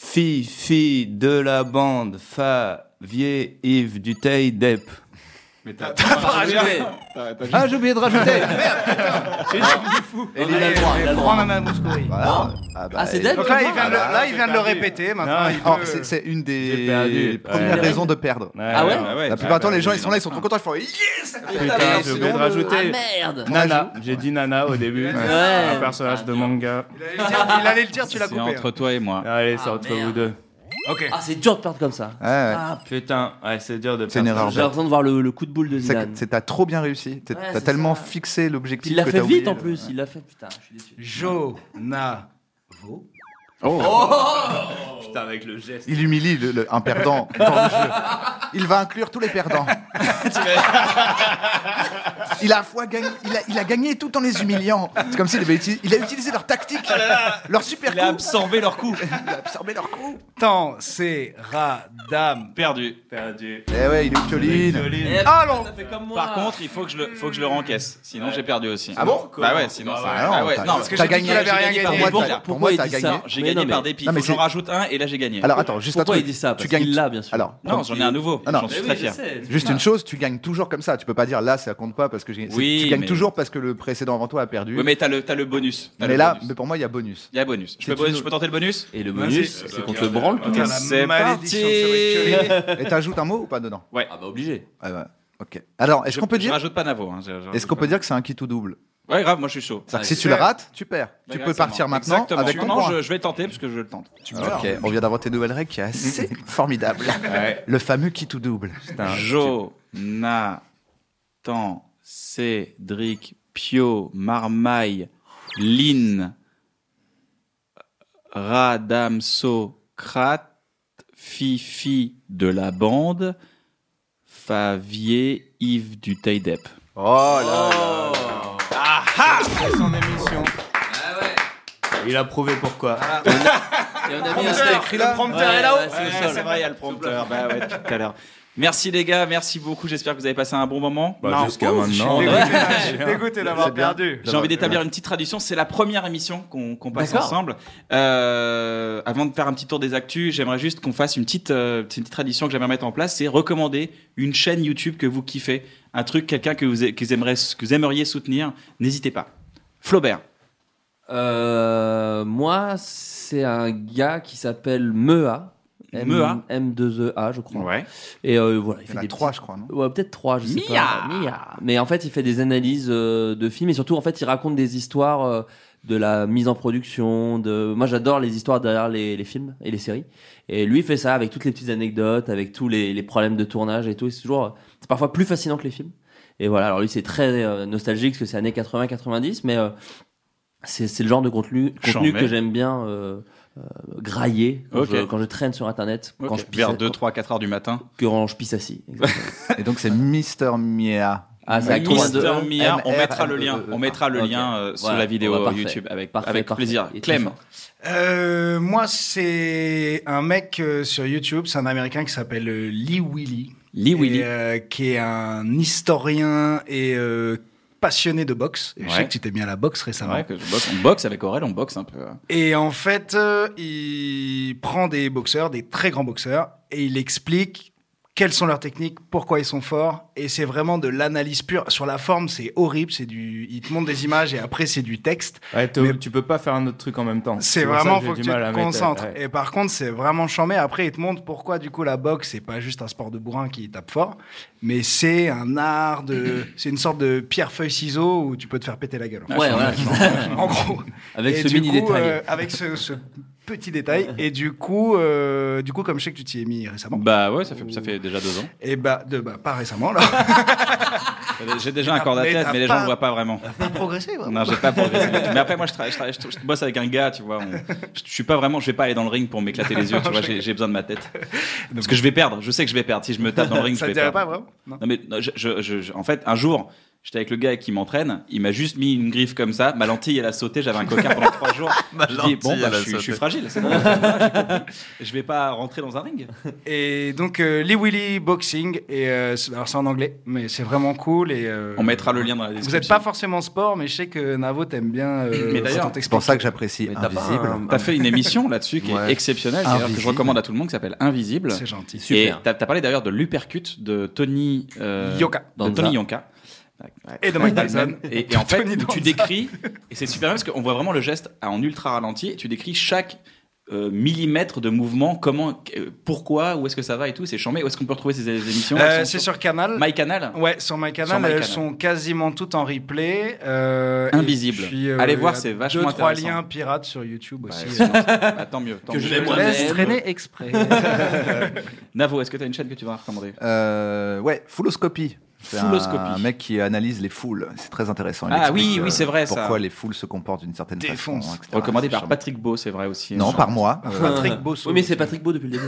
Fifi de la bande, Favier, Yves, Duteil, Dep.
Mais t'as
t'as pas rajouté. Ah, j'ai oublié de rajouter.
Et il a le droit, il a le droit. Prends un Mouskouri.
Voilà.
Ah, c'est dead,
Donc
là, il vient de le- là, Ah, il vient de le répéter, maintenant, il
Or,
peut-
c'est- C'est une
J'ai
des
perdu.
premières
Ouais.
raisons de perdre.
Ouais, Ah ouais ouais, ouais.
La plupart
Ah
du temps,
bah,
les gens,
oui,
ils sont là, ils sont trop contents, ils font Yes
Putain, j'ai oublié de rajouter. Nana, j'ai dit Nana au début.
Ouais.
Un personnage de manga.
Il allait le dire, tu l'as
C'est
coupé.
entre
hein.
toi et moi.
Allez, c'est entre vous deux.
Ok.
Ah, c'est dur de perdre comme ça.
Ah putain, ouais, c'est dur de
C'est une erreur.
perdre.
de voir le, coup de boule de
Zidane.
C'est t'as trop bien réussi. T'es-
Ouais,
T'as
c'est
tellement fixé l'objectif.
Il l'a
que
fait
t'as
vite
oublié
en
le-
plus, il l'a fait. Putain, je suis déçu.
Jonavo.
Oh.
Putain, avec le geste.
Il humilie le, le- un perdant dans le jeu. Il va inclure tous les perdants. il, a à fois gagné, il, a, il a gagné tout en les humiliant. C'est comme s'il avait uti- il a utilisé leur tactique,
Oh
leur super
Il a absorbé leur coup.
il a absorbé leur coup.
Tant, c'est radam.
Perdu.
Perdu.
Eh ouais, il est Eh, pioline.
Eh,
Allons. Par contre, il faut que je le, faut que je le rencaisse. Sinon, j'ai perdu aussi.
Ah bon
Bah ouais, sinon ça.
Ah non,
ah ouais,
t'as-
non,
parce que t'as j'ai gagné, dit qu'il avait
j'ai
rien
par
gagné.
défaut,
Pour-
là.
pour moi, il dit ça.
J'ai
Mais
gagné
non,
par
mais-
dépit.
non,
Faut
mais
que j'en
c'est-
rajoute un et là j'ai gagné.
Alors attends, juste un truc. tu gagnes là, bien sûr. Alors,
Non,
comme-
j'en ai un nouveau.
Ah non.
J'en suis très fier.
Juste une chose, tu gagnes toujours comme ça. Tu peux pas dire là, ça compte pas parce que j'ai- c'est-
Oui,
tu gagnes
mais-
toujours parce que le précédent avant toi a perdu.
Oui, mais t'as le, t'as le bonus. T'as
Mais
le
là,
bonus.
mais pour moi, il y a bonus.
il y a bonus. Je
C'est
peux,
une-
je peux tenter le bonus Et le
bonus,
c'est euh, contre le branle.
Putain, la
C'est parti.
malédiction, ça va être piolet. Et t'ajoutes un mot ou pas dedans
Ouais. Ah bah obligé.
Ok. Alors, est-ce qu'on peut
Je
dire,
rajoute pas Navo. hein, je- je
est-ce
rajoute
qu'on
pas.
peut dire que c'est un qui tout double
Ouais, grave, moi je suis chaud.
C'est-à-dire que si tu le rates, tu perds. Tu peux partir maintenant
Exactement.
avec ton
Maintenant,
point.
je, je vais tenter parce que je le tente.
Ok, on vient d'inventer une nouvelle règle qui est assez formidable.
Ouais.
Le fameux qui tout double.
Jonathan, Cédric, Pio, Marmaille, Lynn, Radam, Socrate, Fifi de la bande, Favier, Yves du Taïdep.
Oh là
Ah
Son émission. Il a prouvé pourquoi.
Et on
mis
un
steak.
steak.
Le prompteur est là-haut.
ouais, c'est le
Ouais,
sol.
c'est vrai, il y a le prompteur. Bah ouais, depuis tout à l'heure. Merci les gars, merci beaucoup. J'espère que vous avez passé un bon moment.
Bah, Non. jusqu'à Ouf, maintenant. je suis
Ouais.
dégoûté. Je suis
dégoûté d'avoir
C'est bien.
perdu.
J'ai envie d'établir une petite tradition. C'est la première émission qu'on qu'on passe
D'accord.
ensemble. Euh, avant de faire un petit tour des actus, j'aimerais juste qu'on fasse une petite, euh, c'est une petite tradition que j'aimerais mettre en place. C'est recommander une chaîne YouTube que vous kiffez, un truc, quelqu'un que vous, a- que vous aimeriez, que vous aimeriez soutenir. N'hésitez pas. Flaubert.
Euh, moi, c'est un gars qui s'appelle Mea. M-
Mea.
M2EA, je crois.
Ouais.
Et euh, voilà, il
Il y
fait
en a
des
trois,
petits-
je crois, non
Ouais, peut-être trois, je sais
Mia.
pas. Mia. Mais en fait, il fait des analyses euh, de films et surtout, en fait, il raconte des histoires euh, de la mise en production. De... Moi, j'adore les histoires derrière les, les films et les séries. Et lui, il fait ça avec toutes les petites anecdotes, avec tous les, les problèmes de tournage et tout. Et C'est toujours, c'est parfois plus fascinant que les films. Et voilà, alors lui, c'est très euh, nostalgique parce que c'est années 80-90, mais euh, c'est c'est le genre de contenu, contenu
Chambé.
que j'aime bien euh, euh, grailler quand,
Ok.
je, quand je traîne sur Internet. Quand je pisse,
Vers 2, 3, 4 heures du matin.
quand je pisse assis.
Et donc c'est Mister Mia.
Ah, c'est à
Mister
trois de E.
Mia, on
M, R,
mettra
L,
le
E,
lien,
E, E.
on mettra le
Ok.
lien euh, sur
Voilà,
la
bon,
vidéo
bah, parfait.
YouTube avec,
Parfait,
avec
parfait.
plaisir.
Il est très
Clem,
fort.
Euh, moi, c'est un mec euh, sur YouTube, c'est un Américain qui s'appelle euh, Lee Willy.
Lee Willy.
Et, euh, qui est un historien et euh, passionné de boxe. Et Je sais
Ouais.
que tu t'es mis à la boxe récemment.
Ouais, que je boxe. on boxe avec Aurel, on boxe un peu. hein.
Et en fait, euh, il prend des boxeurs, des très grands boxeurs, et il explique quelles sont leurs techniques, pourquoi ils sont forts. Et c'est vraiment de l'analyse pure. Sur la forme, c'est horrible. C'est du, ils te montrent des images et après c'est du texte.
Ouais, t'es- tu peux pas faire un autre truc en même temps.
C'est
pour ça
vraiment
que j'ai
faut que
du
tu
mal à
te
mettre-
concentres.
ouais.
Et par contre, c'est vraiment chambé. Après, ils te montrent pourquoi du coup la boxe c'est pas juste un sport de bourrin qui tape fort, mais c'est un art de, c'est une sorte de pierre feuille ciseau où tu peux te faire péter la gueule.
Ouais, voilà, c'est ça.
en gros.
Avec
Et
ce
du
mini
coup, euh,
détail.
avec ce, ce petit détail. Et du coup, euh, du coup, comme je sais que tu t'y es mis récemment.
Bah ouais, ça fait, ça fait déjà deux ans.
Et bah, de, bah, pas récemment là.
J'ai déjà un corps
Mais
d'athlète,
t'as
mais les gens
pas-
ne voient pas vraiment.
Pas progressé. vraiment.
Non, j'ai pas progressé. mais après, moi, je, travaille- je, travaille- je- je bosse avec un gars, tu vois. on- je, je suis pas vraiment, je vais pas aller dans le ring pour m'éclater les yeux, tu vois. J'ai j'ai besoin de ma tête. Parce que je vais perdre. Je sais que je vais perdre. Si je me tape dans le ring,
Ça
je
te
vais
dirait
perdre.
pas vraiment
Non, mais non, je- je- je- je- en fait, un jour, j'étais avec le gars qui m'entraîne. Il m'a juste mis une griffe comme ça. Ma lentille, elle a sauté. J'avais un coquin pendant trois jours.
Ma
je dis,
lentille,
bon, bah,
elle a
je, suis, je suis
sauté.
fragile. c'est bon, j'ai compris. je vais pas rentrer dans un ring.
Et donc euh, Lee Willy Boxing, et euh, c'est- alors c'est en anglais, mais c'est vraiment cool. Et, euh,
On mettra le lien dans la
Vous n'êtes
description.
pas forcément sport, mais je sais que Navo t'aime bien. euh,
Mais d'ailleurs,
quand on t'explique.
C'est pour ça que j'apprécie
T'as pas
Invisible.
un- T'as fait une émission là-dessus qui
Ouais.
est exceptionnelle, d'ailleurs, que je
Invisible.
recommande à tout le monde, qui s'appelle Invisible.
C'est gentil.
Et
Super.
t'as t'as parlé d'ailleurs de l'Upercut de Tony euh,
Yonka.
de
Danza.
Tony Yonka.
Et de Mike Tyson.
Et, et en fait,
Tony Danza.
tu décris, et c'est super bien parce qu'on voit vraiment le geste en ultra ralenti, et tu décris chaque euh, millimètre de mouvement, comment, euh, pourquoi, où est-ce que ça va et tout, c'est chambé. Où est-ce qu'on peut retrouver ces ces émissions
Euh,
Elles sont
c'est sur Canal.
My Canal
Ouais, sur My Canal,
Sur My
elles
Canal.
sont quasiment toutes en replay. euh, et
Invisible.
puis, euh,
Allez
il y
voir,
a
c'est vachement
Deux, trois
intéressant.
liens pirates sur YouTube aussi.
Ouais, c'est
euh,
gentil. Bah, tant mieux. tant
que
mieux.
je laisse traîner exprès.
Navo, est-ce que tu as une chaîne que tu vas recommander
Euh, ouais, Fouloscopie. C'est un-
Fouloscopie.
Un mec qui analyse les foules. C'est très intéressant. Il
Ah oui,
explique, euh,
oui, c'est vrai, ça.
Pourquoi les foules se comportent d'une certaine
Défonce.
façon. etc.
Recommandé
C'est
par
charmant.
Patrick Beau, c'est vrai aussi.
Non, par moi. Euh,
Oui, mais c'est Patrick Beau depuis le début.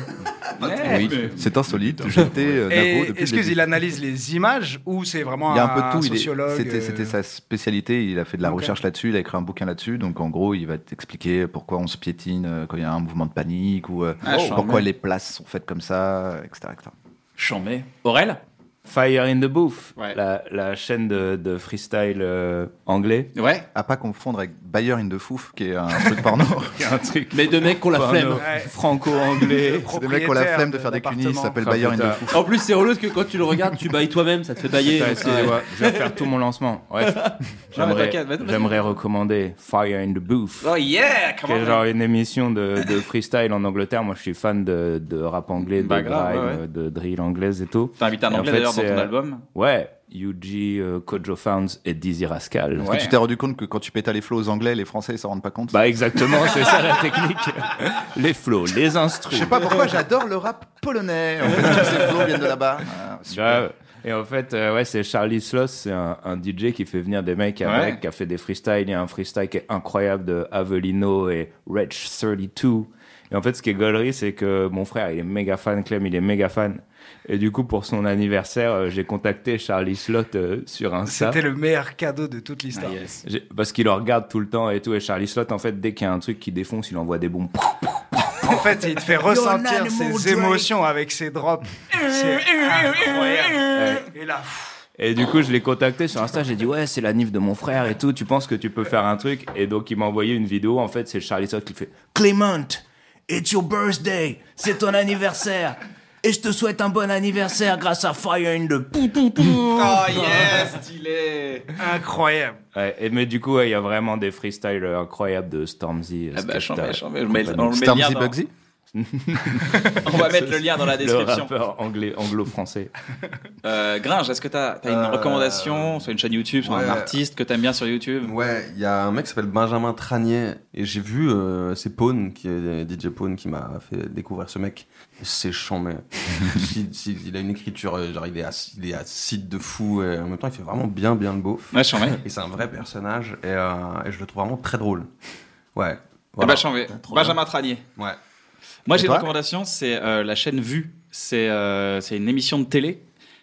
Oui, c'est insolite. J'étais euh, Navo
Et
depuis le
excuse,
début.
il analyse les images ou c'est vraiment
Il y a un peu de tout. il est-
sociologue
C'était,
euh,
c'était sa spécialité. Il a fait de la
Ok.
recherche là-dessus. Il a écrit un bouquin là-dessus. Donc, en gros, il va t'expliquer pourquoi on se piétine euh, quand il y a un mouvement de panique ou euh,
Ah, charmant.
pourquoi les places sont faites comme ça, etc. etc.
Chambé. Aurel
Fire in the Booth, la, la chaîne de, de freestyle euh, anglais.
Ouais.
À pas confondre avec Bayer in the Fouf, qui est un truc porno.
Qui est un truc
Mais de mecs qu'on la
porno
flemme.
Franco-anglais.
C'est des mecs qui ont la flemme de faire des cunis, ça s'appelle
Ah,
Bayer in
putain.
the Fouf.
En plus, c'est relou parce que quand tu le regardes, tu bailles toi-même, ça te fait bailler.
Putain,
donc,
excusez-moi, je vais faire tout mon lancement. Bref,
Non, mais
j'aimerais,
t'inquiète, vas-y, vas-y.
j'aimerais recommander Fire in the Booth.
Oh yeah, come
qui est
on.
genre une émission de, de freestyle en Angleterre. Moi, je suis fan de, de rap anglais, de
Bah, grave,
grime,
ouais, ouais.
de drill anglaise et tout.
T'as invité un
Et en
Anglais,
fait,
d'ailleurs, dans
c'est,
ton
euh,
album.
Ouais, UG, euh, Kojo Founds et Dizzy Rascal.
Est-ce que tu t'es rendu compte que quand tu pétas les flots aux Anglais, les Français, ils s'en rendent pas compte
Bah exactement, c'est ça la technique. Les flots, les instruments.
Je sais pas pourquoi j'adore le rap polonais. En fait, tous ces flots viennent de là-bas. Ah,
Grave. Bah, Et en fait, euh, ouais, c'est Charlie Sloss, c'est un, un DJ qui fait venir des mecs avec,
Ouais.
qui a fait des freestyles. Il y a un freestyle qui est incroyable de Avelino et Wretch 32. Et en fait, ce qui est gaulerie, c'est que mon frère, il est méga fan, Clem, il est méga fan. Et du coup, pour son anniversaire, euh, j'ai contacté Charlie Slot euh, sur Insta.
C'était le meilleur cadeau de toute l'histoire.
Ah,
J'ai- Parce qu'il le regarde tout le temps et tout. Et Charlie Slot, en fait, dès qu'il y a un truc qui défonce, il envoie des bombes.
En fait, il te fait
You're an
ressentir
animal,
ses
Drake.
émotions avec ses drops.
Ah,
C'est incroyable. Et là,
Et du coup, je l'ai contacté sur Insta. J'ai dit, ouais, c'est la nif de mon frère et tout. Tu penses que tu peux faire un truc Et donc, il m'a envoyé une vidéo. En fait, c'est Charlie Slot qui fait Clément, it's your birthday. C'est ton anniversaire. Et je te souhaite un bon anniversaire grâce à Fire in the Pou Pou Pou.
Oh yes, stylé.
Incroyable.
Ouais, et, mais du coup, ouais, il y a vraiment des freestyles euh, incroyables de Stormzy. euh,
Ah bah,
Skepta,
chambé, chambé,
et
je mets-
compagnie.
on le met le Stormzy lien dans- Bugsy On va mettre le lien dans la description.
Le rappeur anglais, anglo-français.
Euh, Gringe, est-ce que t'as as une
Euh,
recommandation sur une chaîne YouTube, sur
ouais.
un artiste que t'aimes bien sur YouTube
Ouais, il y a un mec qui s'appelle Benjamin Tranier et j'ai vu euh, c'est Pawn qui est DJ Pawn qui m'a fait découvrir ce mec. C'est chambé. Si- si- il a une écriture euh, genre il est ac- il est acide de fou et en même temps il fait vraiment bien bien le beauf.
Ouais, chambé.
Et c'est un vrai personnage et, euh, et je le trouve vraiment très drôle. Ouais.
Eh
Voilà.
ben, chambé.
Trop bien.
Benjamin Tranier.
Ouais.
Moi,
Et
j'ai une
toi
recommandation, c'est euh, la chaîne Vue. C'est euh, c'est une émission de télé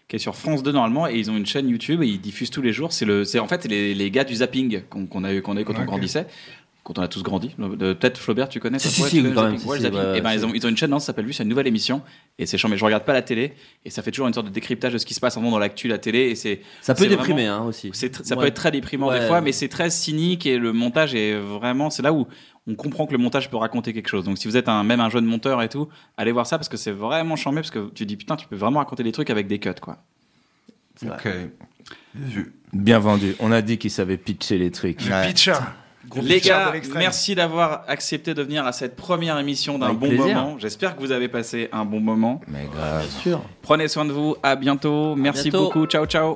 qui est sur France 2 normalement et ils ont une chaîne YouTube et ils diffusent tous les jours. C'est le, c'est en fait les, les gars du zapping qu'on qu'on a eu, qu'on a eu quand
Ok.
on grandissait. qu'on- quand on a tous grandi. Euh, Peut-être Flaubert, tu connais
Si,
toi,
si,
ouais,
si,
tu connais
quand
le
même,
Zapping
si,
Ouais, le
si,
Zapping.
bah,
Eh ben, ils,
si.
ont, ils ont une chaîne, non, ça s'appelle lui, c'est une nouvelle émission. Et c'est chiant, mais je regarde pas la télé. Et ça fait toujours une sorte de décryptage de ce qui se passe en dans l'actu, la télé. Et c'est
Ça peut
c'est
déprimer,
vraiment-
hein, aussi.
c'est tr- ça
Ouais.
peut être très déprimant
Ouais.
des fois, mais c'est très cynique et le montage est vraiment. C'est là où on comprend que le montage peut raconter quelque chose. Donc si vous êtes un, même un jeune monteur et tout, allez voir ça parce que c'est vraiment charmé parce que tu dis putain, tu peux vraiment raconter des trucs avec des cuts quoi.
Ok. Bien vendu. On a dit qu'il savait pitcher les trucs.
Pitcher.
Les gars, merci d'avoir accepté de venir à cette première émission d'un
Avec
bon
plaisir.
moment. J'espère que vous avez passé un bon moment.
Mais grave. Bien
sûr.
Prenez soin de vous. À bientôt. Merci
bientôt.
beaucoup. Ciao, ciao.